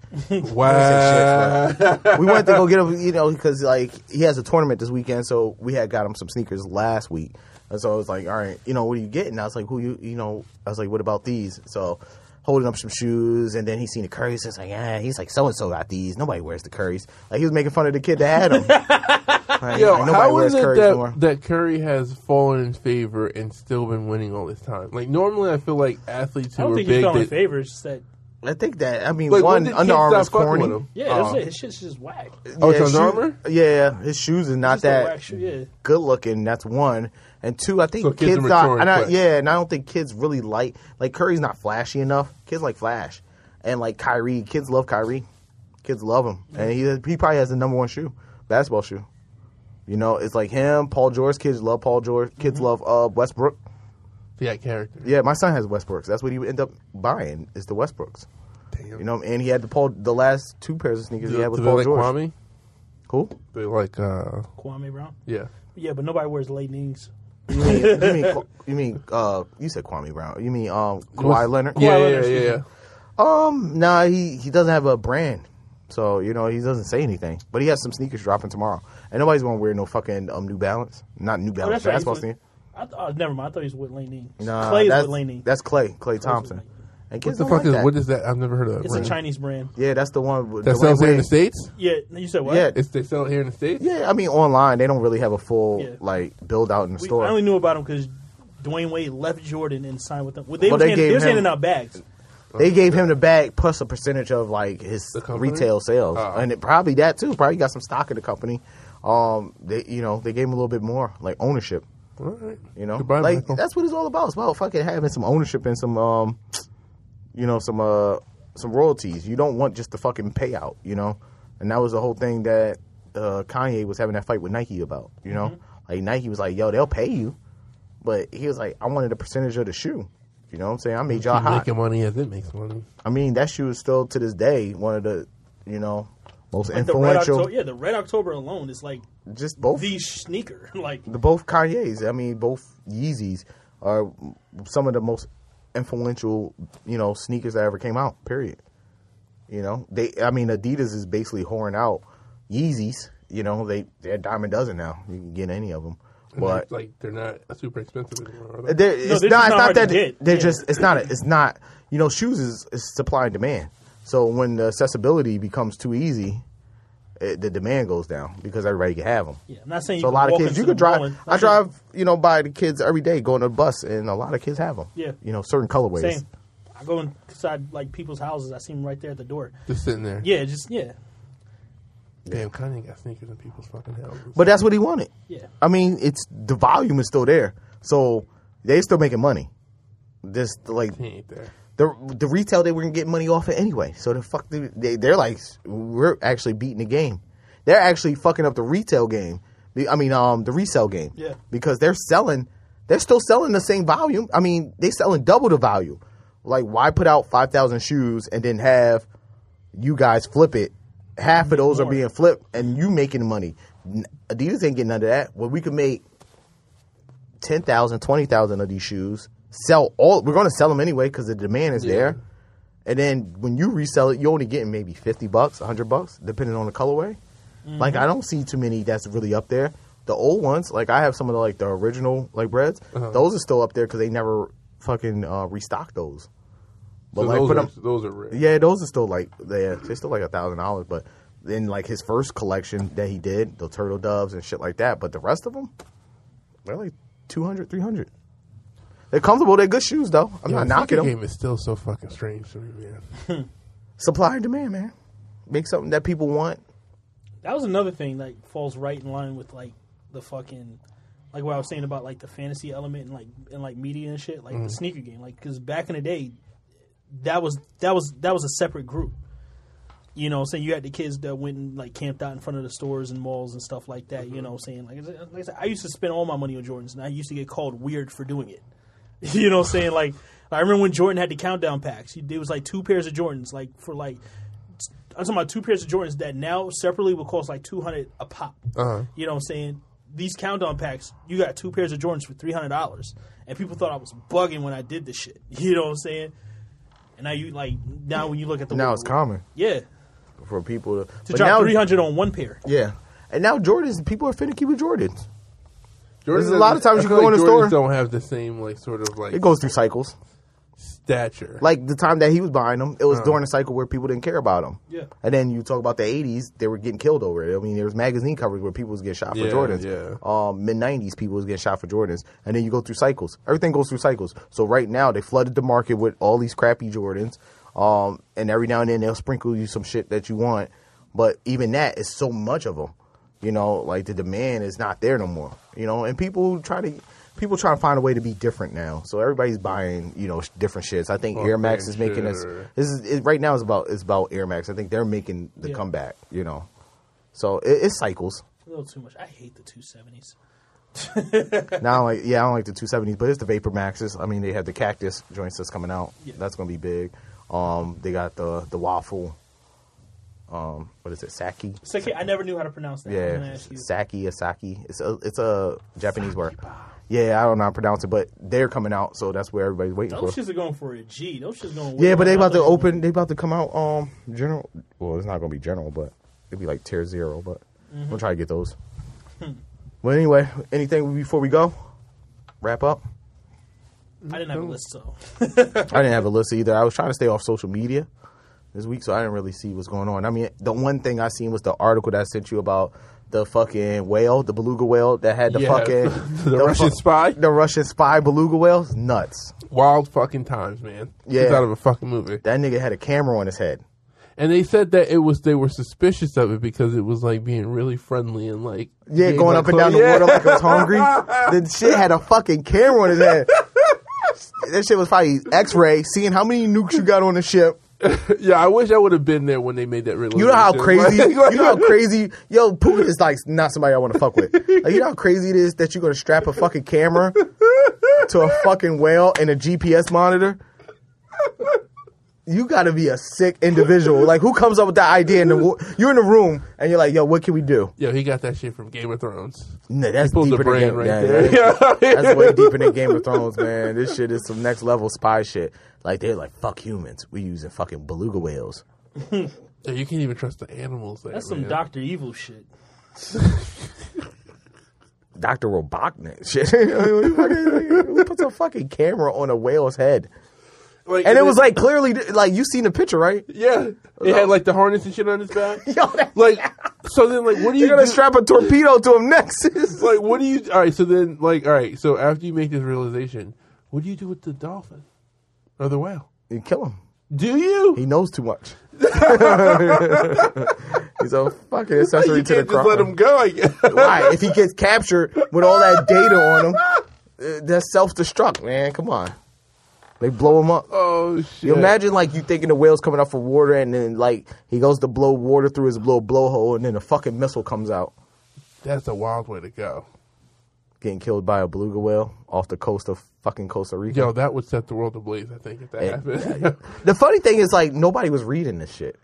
Speaker 3: Wow.
Speaker 4: <laughs> we went to go get him, you know, because like he has a tournament this weekend, so we had got him some sneakers last week, and so I was like, all right, you know, what are you getting? I was like, who you, you know, I was like, what about these? So holding up some shoes, and then he seen the Currys, it's like, yeah, he's like, so and so got these. Nobody wears the Currys. Like he was making fun of the kid that had them. Like,
Speaker 3: Yo,
Speaker 4: like, nobody
Speaker 3: how
Speaker 4: wears
Speaker 3: is it
Speaker 4: Currys
Speaker 3: that,
Speaker 4: no more.
Speaker 3: that Curry has fallen in favor and still been winning all this time? Like normally, I feel like athletes
Speaker 1: I
Speaker 3: who
Speaker 1: don't
Speaker 3: are
Speaker 1: think he's
Speaker 3: big,
Speaker 1: calling
Speaker 3: they,
Speaker 1: favors. It's That
Speaker 4: I think that I mean
Speaker 3: Like, when
Speaker 4: one
Speaker 3: did
Speaker 4: Under
Speaker 3: kids
Speaker 4: Armour's
Speaker 3: stop fucking
Speaker 4: corny.
Speaker 3: with 'em?
Speaker 1: yeah,
Speaker 3: Oh.
Speaker 4: Um,
Speaker 1: that's it. His shit's just whack.
Speaker 3: Oh, it's
Speaker 4: Yeah,
Speaker 3: Under
Speaker 4: shoe-
Speaker 3: Armor?
Speaker 4: Yeah, his shoes is not
Speaker 1: Just a
Speaker 4: that
Speaker 1: whack shoe, yeah.
Speaker 4: good looking. That's one. And two, I think
Speaker 3: So kids
Speaker 4: kids,
Speaker 3: are
Speaker 4: not,
Speaker 3: maturing
Speaker 4: and I,
Speaker 3: quick.
Speaker 4: yeah, and I don't think kids really like like Curry's not flashy enough. Kids like Flash, and like Kyrie, kids love Kyrie, kids love him, and he he probably has the number one shoe, basketball shoe. You know, it's like him, Paul George. Kids love Paul George. Kids
Speaker 3: Mm-hmm.
Speaker 4: love uh, Westbrook.
Speaker 3: they got character.
Speaker 4: Yeah, my son has Westbrooks. That's what he would end up buying is the Westbrooks.
Speaker 3: Damn.
Speaker 4: You know, and he had the Paul the last two pairs of sneakers
Speaker 3: Do-
Speaker 4: he had
Speaker 3: do
Speaker 4: with
Speaker 3: they
Speaker 4: Paul
Speaker 3: like
Speaker 4: George.
Speaker 3: Kwame?
Speaker 4: Cool.
Speaker 3: They like uh,
Speaker 1: Kwame Brown.
Speaker 3: yeah.
Speaker 1: Yeah, but nobody wears leggings. <laughs>
Speaker 4: You mean, you mean, Ka- you mean, uh, you said Kwame Brown. You mean, um, Kawhi Leonard?
Speaker 3: Yeah,
Speaker 1: Kawhi
Speaker 3: yeah,
Speaker 1: Leonard,
Speaker 3: yeah,
Speaker 1: excuse
Speaker 3: yeah.
Speaker 1: me.
Speaker 4: Um, nah, he, he doesn't have a brand. So you know he doesn't say anything, but he has some sneakers dropping tomorrow, and nobody's gonna wear no fucking um, New Balance, not New
Speaker 1: Oh,
Speaker 4: Balance
Speaker 1: right,
Speaker 4: basketball
Speaker 1: he's with-
Speaker 4: sneakers.
Speaker 1: I th- oh, never mind. I thought he was with Laney.
Speaker 4: Nah,
Speaker 1: Clay's
Speaker 4: that's,
Speaker 1: with Laney.
Speaker 4: That's Clay, Clay Thompson.
Speaker 1: Laney.
Speaker 4: And kids
Speaker 3: What the
Speaker 4: don't
Speaker 3: fuck
Speaker 4: like
Speaker 3: is
Speaker 4: that.
Speaker 3: what is that? I've never heard of that.
Speaker 1: It's a
Speaker 3: brand.
Speaker 1: Chinese brand.
Speaker 4: Yeah, that's the one. With
Speaker 3: That
Speaker 4: Dwayne
Speaker 3: sells here in
Speaker 4: Wade.
Speaker 3: the states.
Speaker 1: Yeah. You said what?
Speaker 4: Yeah,
Speaker 3: It's they sell it here in the states.
Speaker 4: yeah. I mean, online they don't really have a full
Speaker 1: Yeah.
Speaker 4: like build out in the
Speaker 1: We,
Speaker 4: store.
Speaker 1: I only knew about him because Dwayne Wade left Jordan and signed with them. Well, they,
Speaker 4: Well,
Speaker 1: was
Speaker 4: they
Speaker 1: handing,
Speaker 4: gave
Speaker 1: they was
Speaker 4: him-
Speaker 1: handing out bags.
Speaker 4: They gave him the bag plus a percentage of like his
Speaker 3: Oh, The company?
Speaker 4: retail sales,
Speaker 3: Oh.
Speaker 4: and it probably that too. Probably got some stock in the company. Um, they you know they gave him a little bit more like ownership.
Speaker 3: All right.
Speaker 4: You know,
Speaker 3: Goodbye,
Speaker 4: like
Speaker 3: Michael.
Speaker 4: that's what it's all about. It's about fucking having some ownership and some um, you know, some uh, some royalties. You don't want just the fucking payout. You know, and that was the whole thing that uh, Kanye was having that fight with Nike about. You know,
Speaker 3: Mm-hmm.
Speaker 4: like Nike was like, "Yo, they'll pay you," but he was like, "I wanted a percentage of the shoe." You know what I'm saying? I made y'all
Speaker 3: Keep
Speaker 4: hot.
Speaker 3: making money as it makes money.
Speaker 4: I mean, that shoe is still to this day one of the, you know, most
Speaker 1: Like the Red
Speaker 4: influential.
Speaker 1: October, yeah, the Red October alone is like
Speaker 4: Just both
Speaker 1: the sneaker. <laughs> like
Speaker 4: the both Kanye's. I mean, both Yeezys are some of the most influential, you know, sneakers that ever came out. Period. You know, they. I mean, Adidas is basically whoring out Yeezys. You know, they they're a dime a dozen now. You can get any of them, but
Speaker 3: Like they're not super expensive anymore. are they?
Speaker 4: they're,
Speaker 1: they're
Speaker 4: it's not,
Speaker 1: just
Speaker 4: it's
Speaker 1: not
Speaker 4: not
Speaker 1: hard to
Speaker 4: that
Speaker 1: get.
Speaker 4: they're
Speaker 1: Yeah.
Speaker 4: just it's not it's not you know shoes is, is supply and demand so when the accessibility becomes too easy it, the demand goes down because everybody can have them
Speaker 1: Yeah, I'm not saying
Speaker 4: so
Speaker 1: you
Speaker 4: a lot
Speaker 1: can
Speaker 4: of
Speaker 1: walk
Speaker 4: kids
Speaker 1: into
Speaker 4: you could
Speaker 1: the
Speaker 4: drive
Speaker 1: mall and-
Speaker 4: i drive you know by the kids every day going to the bus and a lot of kids have them
Speaker 1: Yeah.
Speaker 4: you know certain colorways
Speaker 1: same. I go inside like people's houses. I see them right there at the door.
Speaker 3: Just sitting there.
Speaker 1: Yeah, just yeah,
Speaker 3: Damn, Kanye got sneakers in people's fucking houses.
Speaker 4: but that's what he wanted
Speaker 1: yeah.
Speaker 4: I mean, it's the volume is still there, so they still making money. This like
Speaker 3: he ain't there.
Speaker 4: the the retail they were gonna get money off it anyway. So the fuck they, they they're like we're actually beating the game. They're actually fucking up the retail game. The- I mean, um, the resale game.
Speaker 1: Yeah.
Speaker 4: Because they're selling, they're still selling the same volume. I mean, they selling double the value. Like, why put out five thousand shoes and then have you guys flip it? Half of those are
Speaker 1: More.
Speaker 4: being flipped, and you making money. N- Adidas ain't getting none of that. Well, we could make 10,000, 20,000 of these shoes, sell all, we're going to sell them anyway because the demand is there. And then when you resell it, you're only getting maybe 50 bucks, 100 bucks, depending on the colorway.
Speaker 3: Mm-hmm.
Speaker 4: Like, I don't see too many that's really up there. The old ones, like, I have some of the, like, the original, like, breads.
Speaker 3: Uh-huh.
Speaker 4: Those are still up there because they never fucking uh, restocked those. But,
Speaker 3: So
Speaker 4: like,
Speaker 3: those,
Speaker 4: put
Speaker 3: are,
Speaker 4: them,
Speaker 3: those are rare.
Speaker 4: yeah, those are still like they're, they're still like a thousand dollars. But then like his first collection that he did, the turtle doves and shit like that. But the rest of them, they're like 200, 300. They're comfortable. They're good shoes though. I'm
Speaker 3: Yo,
Speaker 4: not
Speaker 3: the
Speaker 4: knocking
Speaker 3: sneaker
Speaker 4: them.
Speaker 3: game is still so fucking strange to me,
Speaker 4: <laughs>
Speaker 3: man.
Speaker 4: Supply and demand, man. Make something that people want.
Speaker 1: That was another thing like falls right in line with like the fucking like what I was saying about like the fantasy element and like and like media and shit like the sneaker game like because back in the day that was that was that was a separate group. You know, what I'm saying you had the kids that went and like camped out in front of the stores and malls and stuff like that.
Speaker 4: Mm-hmm.
Speaker 1: You know, what I'm saying like, like I, said, I used to spend all my money on Jordans, and I used to get called weird for doing it. <laughs> You know what I'm saying? Like I remember when Jordan had the countdown packs. It was like two pairs of Jordans, like for like I'm talking about two pairs of Jordans that now separately will cost like two hundred a pop.
Speaker 3: Uh-huh.
Speaker 1: You know what I'm saying? These countdown packs, you got two pairs of Jordans for three hundred dollars, and people thought I was bugging when I did this shit. <laughs> You know what I'm saying? And now you like now when you look at the
Speaker 4: Now it's common
Speaker 1: yeah
Speaker 4: for people to,
Speaker 1: to
Speaker 4: but
Speaker 1: drop
Speaker 4: now-
Speaker 1: three hundred on one pair.
Speaker 4: Yeah, and now Jordans. People are finicky with Jordans.
Speaker 3: Jordan
Speaker 4: a lot of times
Speaker 3: doesn't-
Speaker 4: you
Speaker 3: I feel
Speaker 4: go
Speaker 3: like
Speaker 4: in the
Speaker 3: Jordans
Speaker 4: store-
Speaker 3: Don't have the same like sort of like
Speaker 4: It goes through cycles.
Speaker 3: stature.
Speaker 4: Like the time that he was buying them, it was
Speaker 3: Uh.
Speaker 4: during a cycle where people didn't care about them.
Speaker 1: Yeah.
Speaker 4: And then you talk about the '80s; they were getting killed over it. I mean, there was magazine covers where people was getting shot for
Speaker 3: Yeah,
Speaker 4: Jordans.
Speaker 3: yeah.
Speaker 4: Um, Mid '90s, people was getting shot for Jordans, and then you go through cycles. Everything goes through cycles. So right now, they flooded the market with all these crappy Jordans, um, and every now and then they'll sprinkle you some shit that you want. But even that is so much of them. You know, like the demand is not there no more. You know, and people try to people try to find a way to be different now. So everybody's buying, you know, sh- different shits. I think Air Max is making us.
Speaker 3: sure.
Speaker 4: This is it, right now. It's about it's about Air Max. I think they're making the
Speaker 1: Yeah.
Speaker 4: comeback. You know, so it, it's cycles.
Speaker 1: A little too much. I hate the two seventies.
Speaker 4: now, like yeah, I don't like the two seventies, but it's the Vapor Maxes. I mean, they have the Cactus joints that's coming out.
Speaker 1: Yeah.
Speaker 4: That's gonna be big. Um, they got the the waffle. Um, what is it, Saki?
Speaker 1: It's okay. I never knew how to pronounce that. I'm
Speaker 4: Yeah,
Speaker 1: gonna ask you.
Speaker 4: Saki Asaki. It's a it's a Japanese word. Yeah, I don't know how to pronounce it, but they're coming out, so that's where everybody's waiting
Speaker 1: Those
Speaker 4: for.
Speaker 1: shits are going for a G. Those shits going. way
Speaker 4: Yeah, but they
Speaker 1: more
Speaker 4: about to
Speaker 1: than-
Speaker 4: open. They about to come out. Um, general. Well, it's not gonna be general, but it'll be like tier zero. But
Speaker 3: Mm-hmm.
Speaker 4: we'll try to get those.
Speaker 3: Hmm.
Speaker 4: But anyway, anything before we go, wrap up.
Speaker 1: I didn't have a list, so
Speaker 4: I didn't have a list either. I was trying to stay off social media this week, so I didn't really see what's going on. I mean, the one thing I seen was the article that I sent you about the fucking whale, the beluga whale that had the
Speaker 3: Yeah, <laughs>
Speaker 4: fucking
Speaker 3: the Russian spy?
Speaker 4: the Russian spy beluga whales. Nuts!
Speaker 3: Wild fucking times, man.
Speaker 4: Yeah.
Speaker 3: It's out of a fucking movie.
Speaker 4: That nigga had a camera on his head.
Speaker 3: And they said that it was they were suspicious of it because it was like being really friendly and like
Speaker 4: Yeah,
Speaker 3: being,
Speaker 4: going
Speaker 3: like,
Speaker 4: up and
Speaker 3: close-
Speaker 4: down the
Speaker 3: Yeah.
Speaker 4: water like it was hungry. the shit had a fucking camera on his head. that shit was probably X-ray, seeing how many nukes you got on the ship.
Speaker 3: Yeah, I wish I would have been there when they made that realization.
Speaker 4: You
Speaker 3: <laughs>
Speaker 4: know how crazy,
Speaker 3: Like-
Speaker 4: you know how crazy, yo, Putin is like not somebody I want to fuck with. Like, you know how crazy it is that you're gonna strap a fucking camera to a fucking whale and a GPS monitor. You gotta be a sick individual. Like, who comes up with that idea? In the wo- you're in the room and you're like, yo, what can we do?
Speaker 3: Yo, he got that shit from Game of Thrones.
Speaker 4: No, that's
Speaker 3: Pulled
Speaker 4: deeper
Speaker 3: the brand
Speaker 4: than Game-
Speaker 3: right
Speaker 4: yeah,
Speaker 3: there.
Speaker 4: yeah.
Speaker 3: <laughs>
Speaker 4: That's way deeper than Game of Thrones, man. This shit is some next level spy shit. Like they're like, fuck humans. We using fucking beluga whales.
Speaker 3: Yo, you can't even trust the animals. There,
Speaker 1: that's some
Speaker 3: man.
Speaker 1: Doctor Evil shit.
Speaker 4: Doctor Robotnik <laughs> shit. Who puts a fucking camera on a whale's head?
Speaker 3: Like,
Speaker 4: And it was like clearly, like you seen the picture, right?
Speaker 3: yeah, he had like the harness and shit on his back.
Speaker 4: <laughs> Yo, that-
Speaker 3: Like, so then like, what do you
Speaker 4: You're gonna
Speaker 3: do-
Speaker 4: strap a torpedo to him next.
Speaker 3: <laughs>
Speaker 4: <laughs>
Speaker 3: Like, what do you? All right, so then like, all right, so after you make this realization, what do you do with the dolphin or the whale?
Speaker 4: you kill him.
Speaker 3: Do you?
Speaker 4: He knows too much. <laughs> He's a fucking
Speaker 3: <laughs>
Speaker 4: accessory
Speaker 3: you
Speaker 4: to the
Speaker 3: can't
Speaker 4: crime.
Speaker 3: just let him go. I guess. <laughs>
Speaker 4: Why? If he gets captured with all that data on him, uh, that's self destruct, man. Come on. They blow him up.
Speaker 3: Oh shit!
Speaker 4: You imagine like you thinking the whale's coming up for water, and then like he goes to blow water through his little blowhole, and then a fucking missile comes out,
Speaker 3: that's a wild way to go.
Speaker 4: getting killed by a beluga whale off the coast of fucking Costa Rica.
Speaker 3: Yo, that would set the world ablaze. I think if that
Speaker 4: Yeah.
Speaker 3: <laughs> happened.
Speaker 4: The funny thing is like nobody was reading this shit.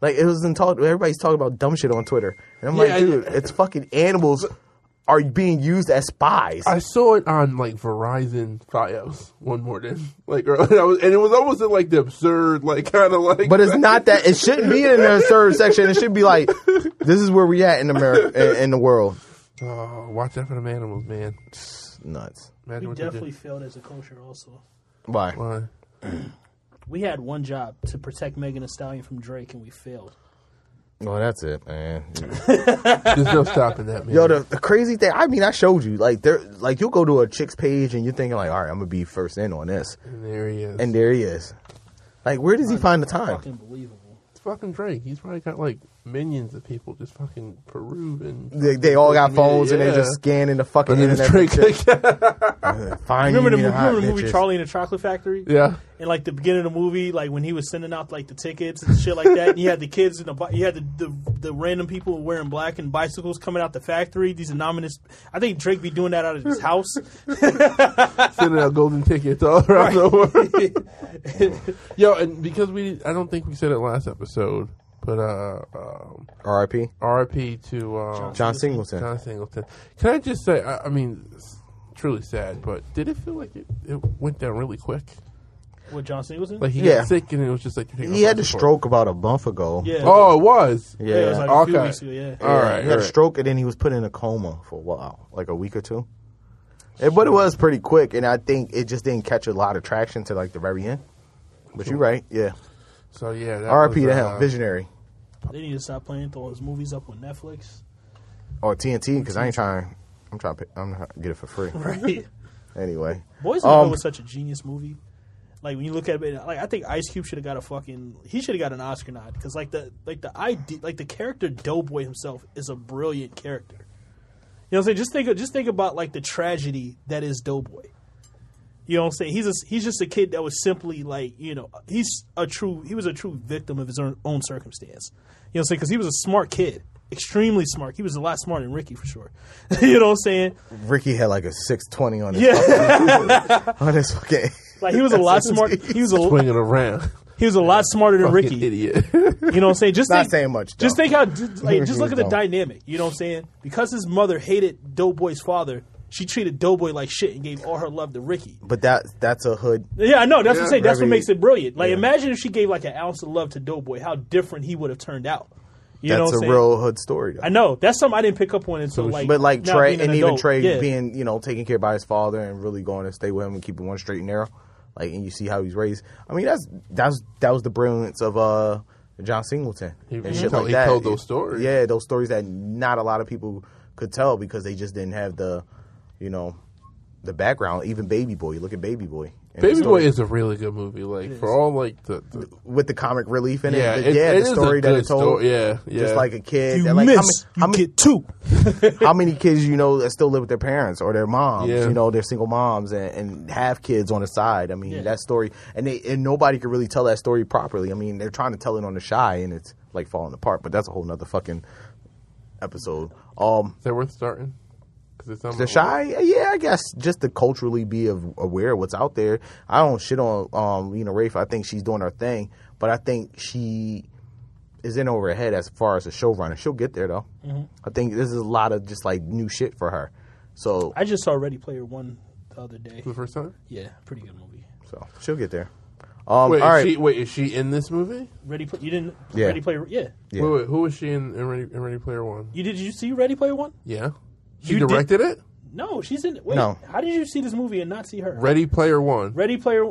Speaker 4: Like it was in talk. Everybody's talking about dumb shit on Twitter, and I'm
Speaker 3: Yeah,
Speaker 4: like,
Speaker 3: I-
Speaker 4: dude, it's fucking animals are being used as spies.
Speaker 3: I saw it on like Verizon Fios one morning, like, <laughs> or, I was, and it was almost in, like the absurd, like kind of like.
Speaker 4: But it's not that it shouldn't be in the third section. It should be like, this is where we at in America, in, in the world.
Speaker 3: Oh, watch out for them animals, man.
Speaker 4: Nuts.
Speaker 3: Imagine
Speaker 1: We
Speaker 3: what they
Speaker 1: definitely
Speaker 3: did.
Speaker 1: failed as a culture. Also,
Speaker 4: Why?
Speaker 3: Why?
Speaker 1: we had one job to protect Megan Thee Stallion from Drake, and we failed.
Speaker 4: Well, that's it, man.
Speaker 3: There's no stopping that, man.
Speaker 4: <laughs> Yo, the, the crazy thing. I mean, I showed you. Like, there, like you'll go to a chick's page and you're thinking, like, all right, I'm gonna be first in on this,
Speaker 3: and there he is.
Speaker 4: and there he is. Like, where does he find the time?
Speaker 1: Fucking believable.
Speaker 3: it's fucking Drake. He's probably got like minions of people just fucking perusing.
Speaker 4: They, they all got phones and
Speaker 3: Yeah.
Speaker 4: they're just scanning the
Speaker 3: And
Speaker 4: fucking
Speaker 3: then
Speaker 4: internet.
Speaker 3: Drake,
Speaker 4: for chicks.
Speaker 3: like,
Speaker 4: Find
Speaker 1: Remember the,
Speaker 4: you
Speaker 1: mo-
Speaker 4: in hot
Speaker 1: remember the movie
Speaker 4: bitches.
Speaker 1: Charlie and the Chocolate Factory?
Speaker 3: <laughs> yeah.
Speaker 1: And like the beginning of the movie, like when he was sending out like the tickets and shit like that, and you had the kids in the bi- you had the, the the random people wearing black and bicycles coming out the factory. These anonymous, I think Drake be doing that out of his house.
Speaker 3: sending out golden tickets all around the world.
Speaker 1: <laughs>
Speaker 3: <laughs> Yo, and because we, I don't think we said it last episode, but uh, um,
Speaker 4: R.I.P.
Speaker 3: RP to um,
Speaker 4: John Singleton.
Speaker 3: John Singleton. Can I just say, I, I mean, it's truly sad, but did it feel like it, it went down really quick?
Speaker 1: With John Singleton,
Speaker 3: Like he
Speaker 4: Yeah.
Speaker 3: got sick and it was just like you're taking
Speaker 4: He had a
Speaker 3: life support.
Speaker 4: stroke about a month ago.
Speaker 1: yeah,
Speaker 3: Oh, it was.
Speaker 4: Yeah.
Speaker 1: yeah, it was like a few
Speaker 3: okay.
Speaker 1: weeks ago, yeah.
Speaker 3: All
Speaker 4: Yeah,
Speaker 3: right.
Speaker 4: He had a
Speaker 3: all right.
Speaker 4: stroke and then he was put in a coma for a while, like a week or two. And, but it was pretty quick, and I think it just didn't catch a lot of traction to like the very end. But you're right, yeah.
Speaker 3: So yeah, that
Speaker 4: R.I.P.
Speaker 3: was,
Speaker 4: to
Speaker 3: uh,
Speaker 4: him, visionary
Speaker 1: They need to stop playing all those movies up on Netflix.
Speaker 4: or TNT because I ain't trying. I'm trying. To, I'm not get it for free
Speaker 1: Right.
Speaker 4: anyway.
Speaker 1: Boys in the Hood
Speaker 4: Um,
Speaker 1: was such a genius movie. Like when you look at it, like I think Ice Cube should have got a fucking he should have got an Oscar nod because like the like the idea like the character Doughboy himself is a brilliant character. You know what I'm saying? Just think just think about like the tragedy that is Doughboy. You know what I'm saying? He's a, he's just a kid that was simply like you know he's a true he was a true victim of his own, own circumstance. You know what I'm saying? Because he was a smart kid, extremely smart. He was a lot smarter than Ricky for sure. <laughs> you know what I'm saying?
Speaker 4: Ricky had like a 620 on his
Speaker 1: Yeah,
Speaker 4: fucking, <laughs> on his fucking.
Speaker 1: like he was a
Speaker 4: <laughs>
Speaker 1: lot smart. He was a
Speaker 3: swinging around. <laughs>
Speaker 1: He was a lot smarter than
Speaker 3: Fucking
Speaker 1: Ricky.
Speaker 4: <laughs>
Speaker 3: idiot.
Speaker 1: You know what I'm saying? Just
Speaker 4: Not
Speaker 1: think,
Speaker 4: saying much,
Speaker 1: Just
Speaker 4: though. <laughs>
Speaker 1: think how. Just, like, just look at the
Speaker 4: Don't.
Speaker 1: dynamic. You know what I'm saying? Because his mother hated Doughboy's father, She treated Doughboy like shit and gave all her love to Ricky.
Speaker 4: But that that's a hood.
Speaker 1: Yeah, I know. That's what I'm saying. That's what
Speaker 4: Very-
Speaker 1: makes it brilliant. Like, imagine if she gave like an ounce of love to Doughboy, how different he would have turned out. You know
Speaker 4: That's
Speaker 1: what
Speaker 4: a
Speaker 1: I'm saying?
Speaker 4: real hood story. Though.
Speaker 1: I know. That's something I didn't pick up on until like.
Speaker 4: But like
Speaker 1: now
Speaker 4: Trey
Speaker 1: being
Speaker 4: and
Speaker 1: an
Speaker 4: even
Speaker 1: adult.
Speaker 4: Trey
Speaker 1: Yeah.
Speaker 4: being, you know, taken care by his father and really going to stay with him and keeping one straight and narrow. Like and you see how he's raised. I mean that's that's that was the brilliance of uh John Singleton.
Speaker 3: He-
Speaker 4: and
Speaker 3: he
Speaker 4: shit
Speaker 3: told-
Speaker 4: like
Speaker 3: he
Speaker 4: that.
Speaker 3: told those stories.
Speaker 4: Yeah, those stories that not a lot of people could tell because they just didn't have the you know the background. Even Baby Boy. Look at Baby Boy. And the
Speaker 3: Baby Boy
Speaker 4: story-
Speaker 3: is a really good movie. Like for all like the, the
Speaker 4: with the comic relief in
Speaker 3: yeah,
Speaker 4: it.
Speaker 3: it,
Speaker 4: But yeah,
Speaker 3: it
Speaker 4: the
Speaker 3: is a
Speaker 4: story that
Speaker 3: good
Speaker 4: it told.
Speaker 3: story. Yeah, yeah.
Speaker 4: Just like a kid.
Speaker 1: you
Speaker 4: that, like, how
Speaker 1: miss,
Speaker 4: many- how many-
Speaker 1: you get two.
Speaker 4: <laughs> how many kids you know that still live with their parents or their moms?
Speaker 3: Yeah.
Speaker 4: You know, they're single moms and, and have kids on the side. I mean, that story, and they and nobody could really tell that story properly. I mean, they're trying to tell it on the shy, and it's like falling apart. But that's a whole nother fucking episode. Um,
Speaker 3: Is that worth starting? Because it's on
Speaker 4: the
Speaker 3: my-
Speaker 4: shy, yeah, I guess just to culturally be of, aware of what's out there. I don't shit on um, you know, Rafe. I think she's doing her thing, but I think she is in over her head as far as a showrunner. She'll get there though.
Speaker 1: Mm-hmm.
Speaker 4: I think this is a lot of just like new shit for her. So,
Speaker 1: I just saw Ready Player One the other day.
Speaker 3: For
Speaker 4: Hmm.
Speaker 3: the first time.
Speaker 1: Yeah, pretty good movie.
Speaker 4: so she'll get there. Um,
Speaker 3: Wait,
Speaker 4: all
Speaker 3: is
Speaker 4: right,
Speaker 3: she, wait, is she in this movie?
Speaker 1: Ready Play. You didn't.
Speaker 4: Yeah.
Speaker 1: Ready Player. Yeah.
Speaker 4: Yeah.
Speaker 3: Wait, wait, who was she in, in, Ready, in Ready Player One?
Speaker 1: You did. You see Ready Player One?
Speaker 3: Yeah, she
Speaker 1: You did-
Speaker 3: directed it.
Speaker 1: No, she's in. Wait,
Speaker 4: No.
Speaker 1: How did you see this movie and not see her?
Speaker 3: Ready Player One.
Speaker 1: Ready Player.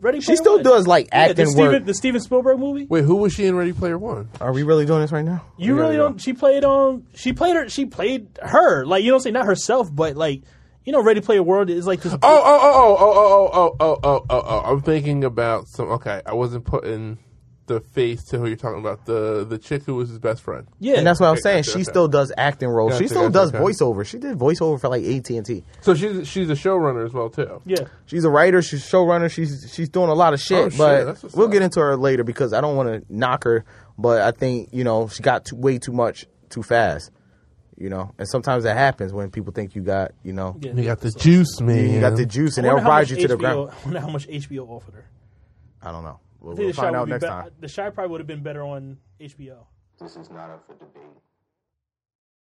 Speaker 1: Ready.
Speaker 4: she still does like
Speaker 1: the
Speaker 4: acting
Speaker 1: Steven,
Speaker 4: work.
Speaker 1: The Steven Spielberg movie.
Speaker 3: Wait, who was she in Ready Player One?
Speaker 4: Are we really doing this right now?
Speaker 1: You really don't. She played um. She played her. She played her. Like you don't say not herself, but like you know, Ready Player World is like this.
Speaker 3: Oh, oh, oh, oh, oh, oh, oh, oh, oh, oh, oh! I'm thinking about some. Okay, I wasn't putting the face to who you're talking about. The the chick who was his best friend.
Speaker 1: yeah,
Speaker 4: And that's what I'm
Speaker 3: Okay,
Speaker 4: saying.
Speaker 3: gotcha,
Speaker 4: she
Speaker 3: okay.
Speaker 4: still does acting roles.
Speaker 3: Gotcha,
Speaker 4: she still
Speaker 3: gotcha,
Speaker 4: does
Speaker 3: okay.
Speaker 4: voiceover. She did voiceover for like AT and T.
Speaker 3: So she's she's a showrunner as well too.
Speaker 1: yeah.
Speaker 4: She's a writer. She's a showrunner. She's she's doing a lot
Speaker 3: Oh,
Speaker 4: of shit.
Speaker 3: shit,
Speaker 4: but
Speaker 3: that's what's
Speaker 4: we'll
Speaker 3: up.
Speaker 4: get into her later because I don't want to knock her. But I think you know she got too, way too much too fast. You know, and sometimes that happens when people think you got you know
Speaker 1: yeah.
Speaker 3: You got the juice, man.
Speaker 4: you got the juice and
Speaker 1: I
Speaker 4: they'll
Speaker 1: wonder how
Speaker 4: ride
Speaker 1: much
Speaker 4: you to the
Speaker 1: HBO <laughs>
Speaker 4: ground.
Speaker 1: I wonder how much HBO offered her.
Speaker 4: I don't know. We'll,
Speaker 1: I think
Speaker 4: we'll
Speaker 1: the Shy
Speaker 4: find
Speaker 1: would
Speaker 4: out
Speaker 1: be
Speaker 4: next
Speaker 1: bet-
Speaker 4: time.
Speaker 1: The Shy probably would have been better on HBO.
Speaker 2: This is not up for debate.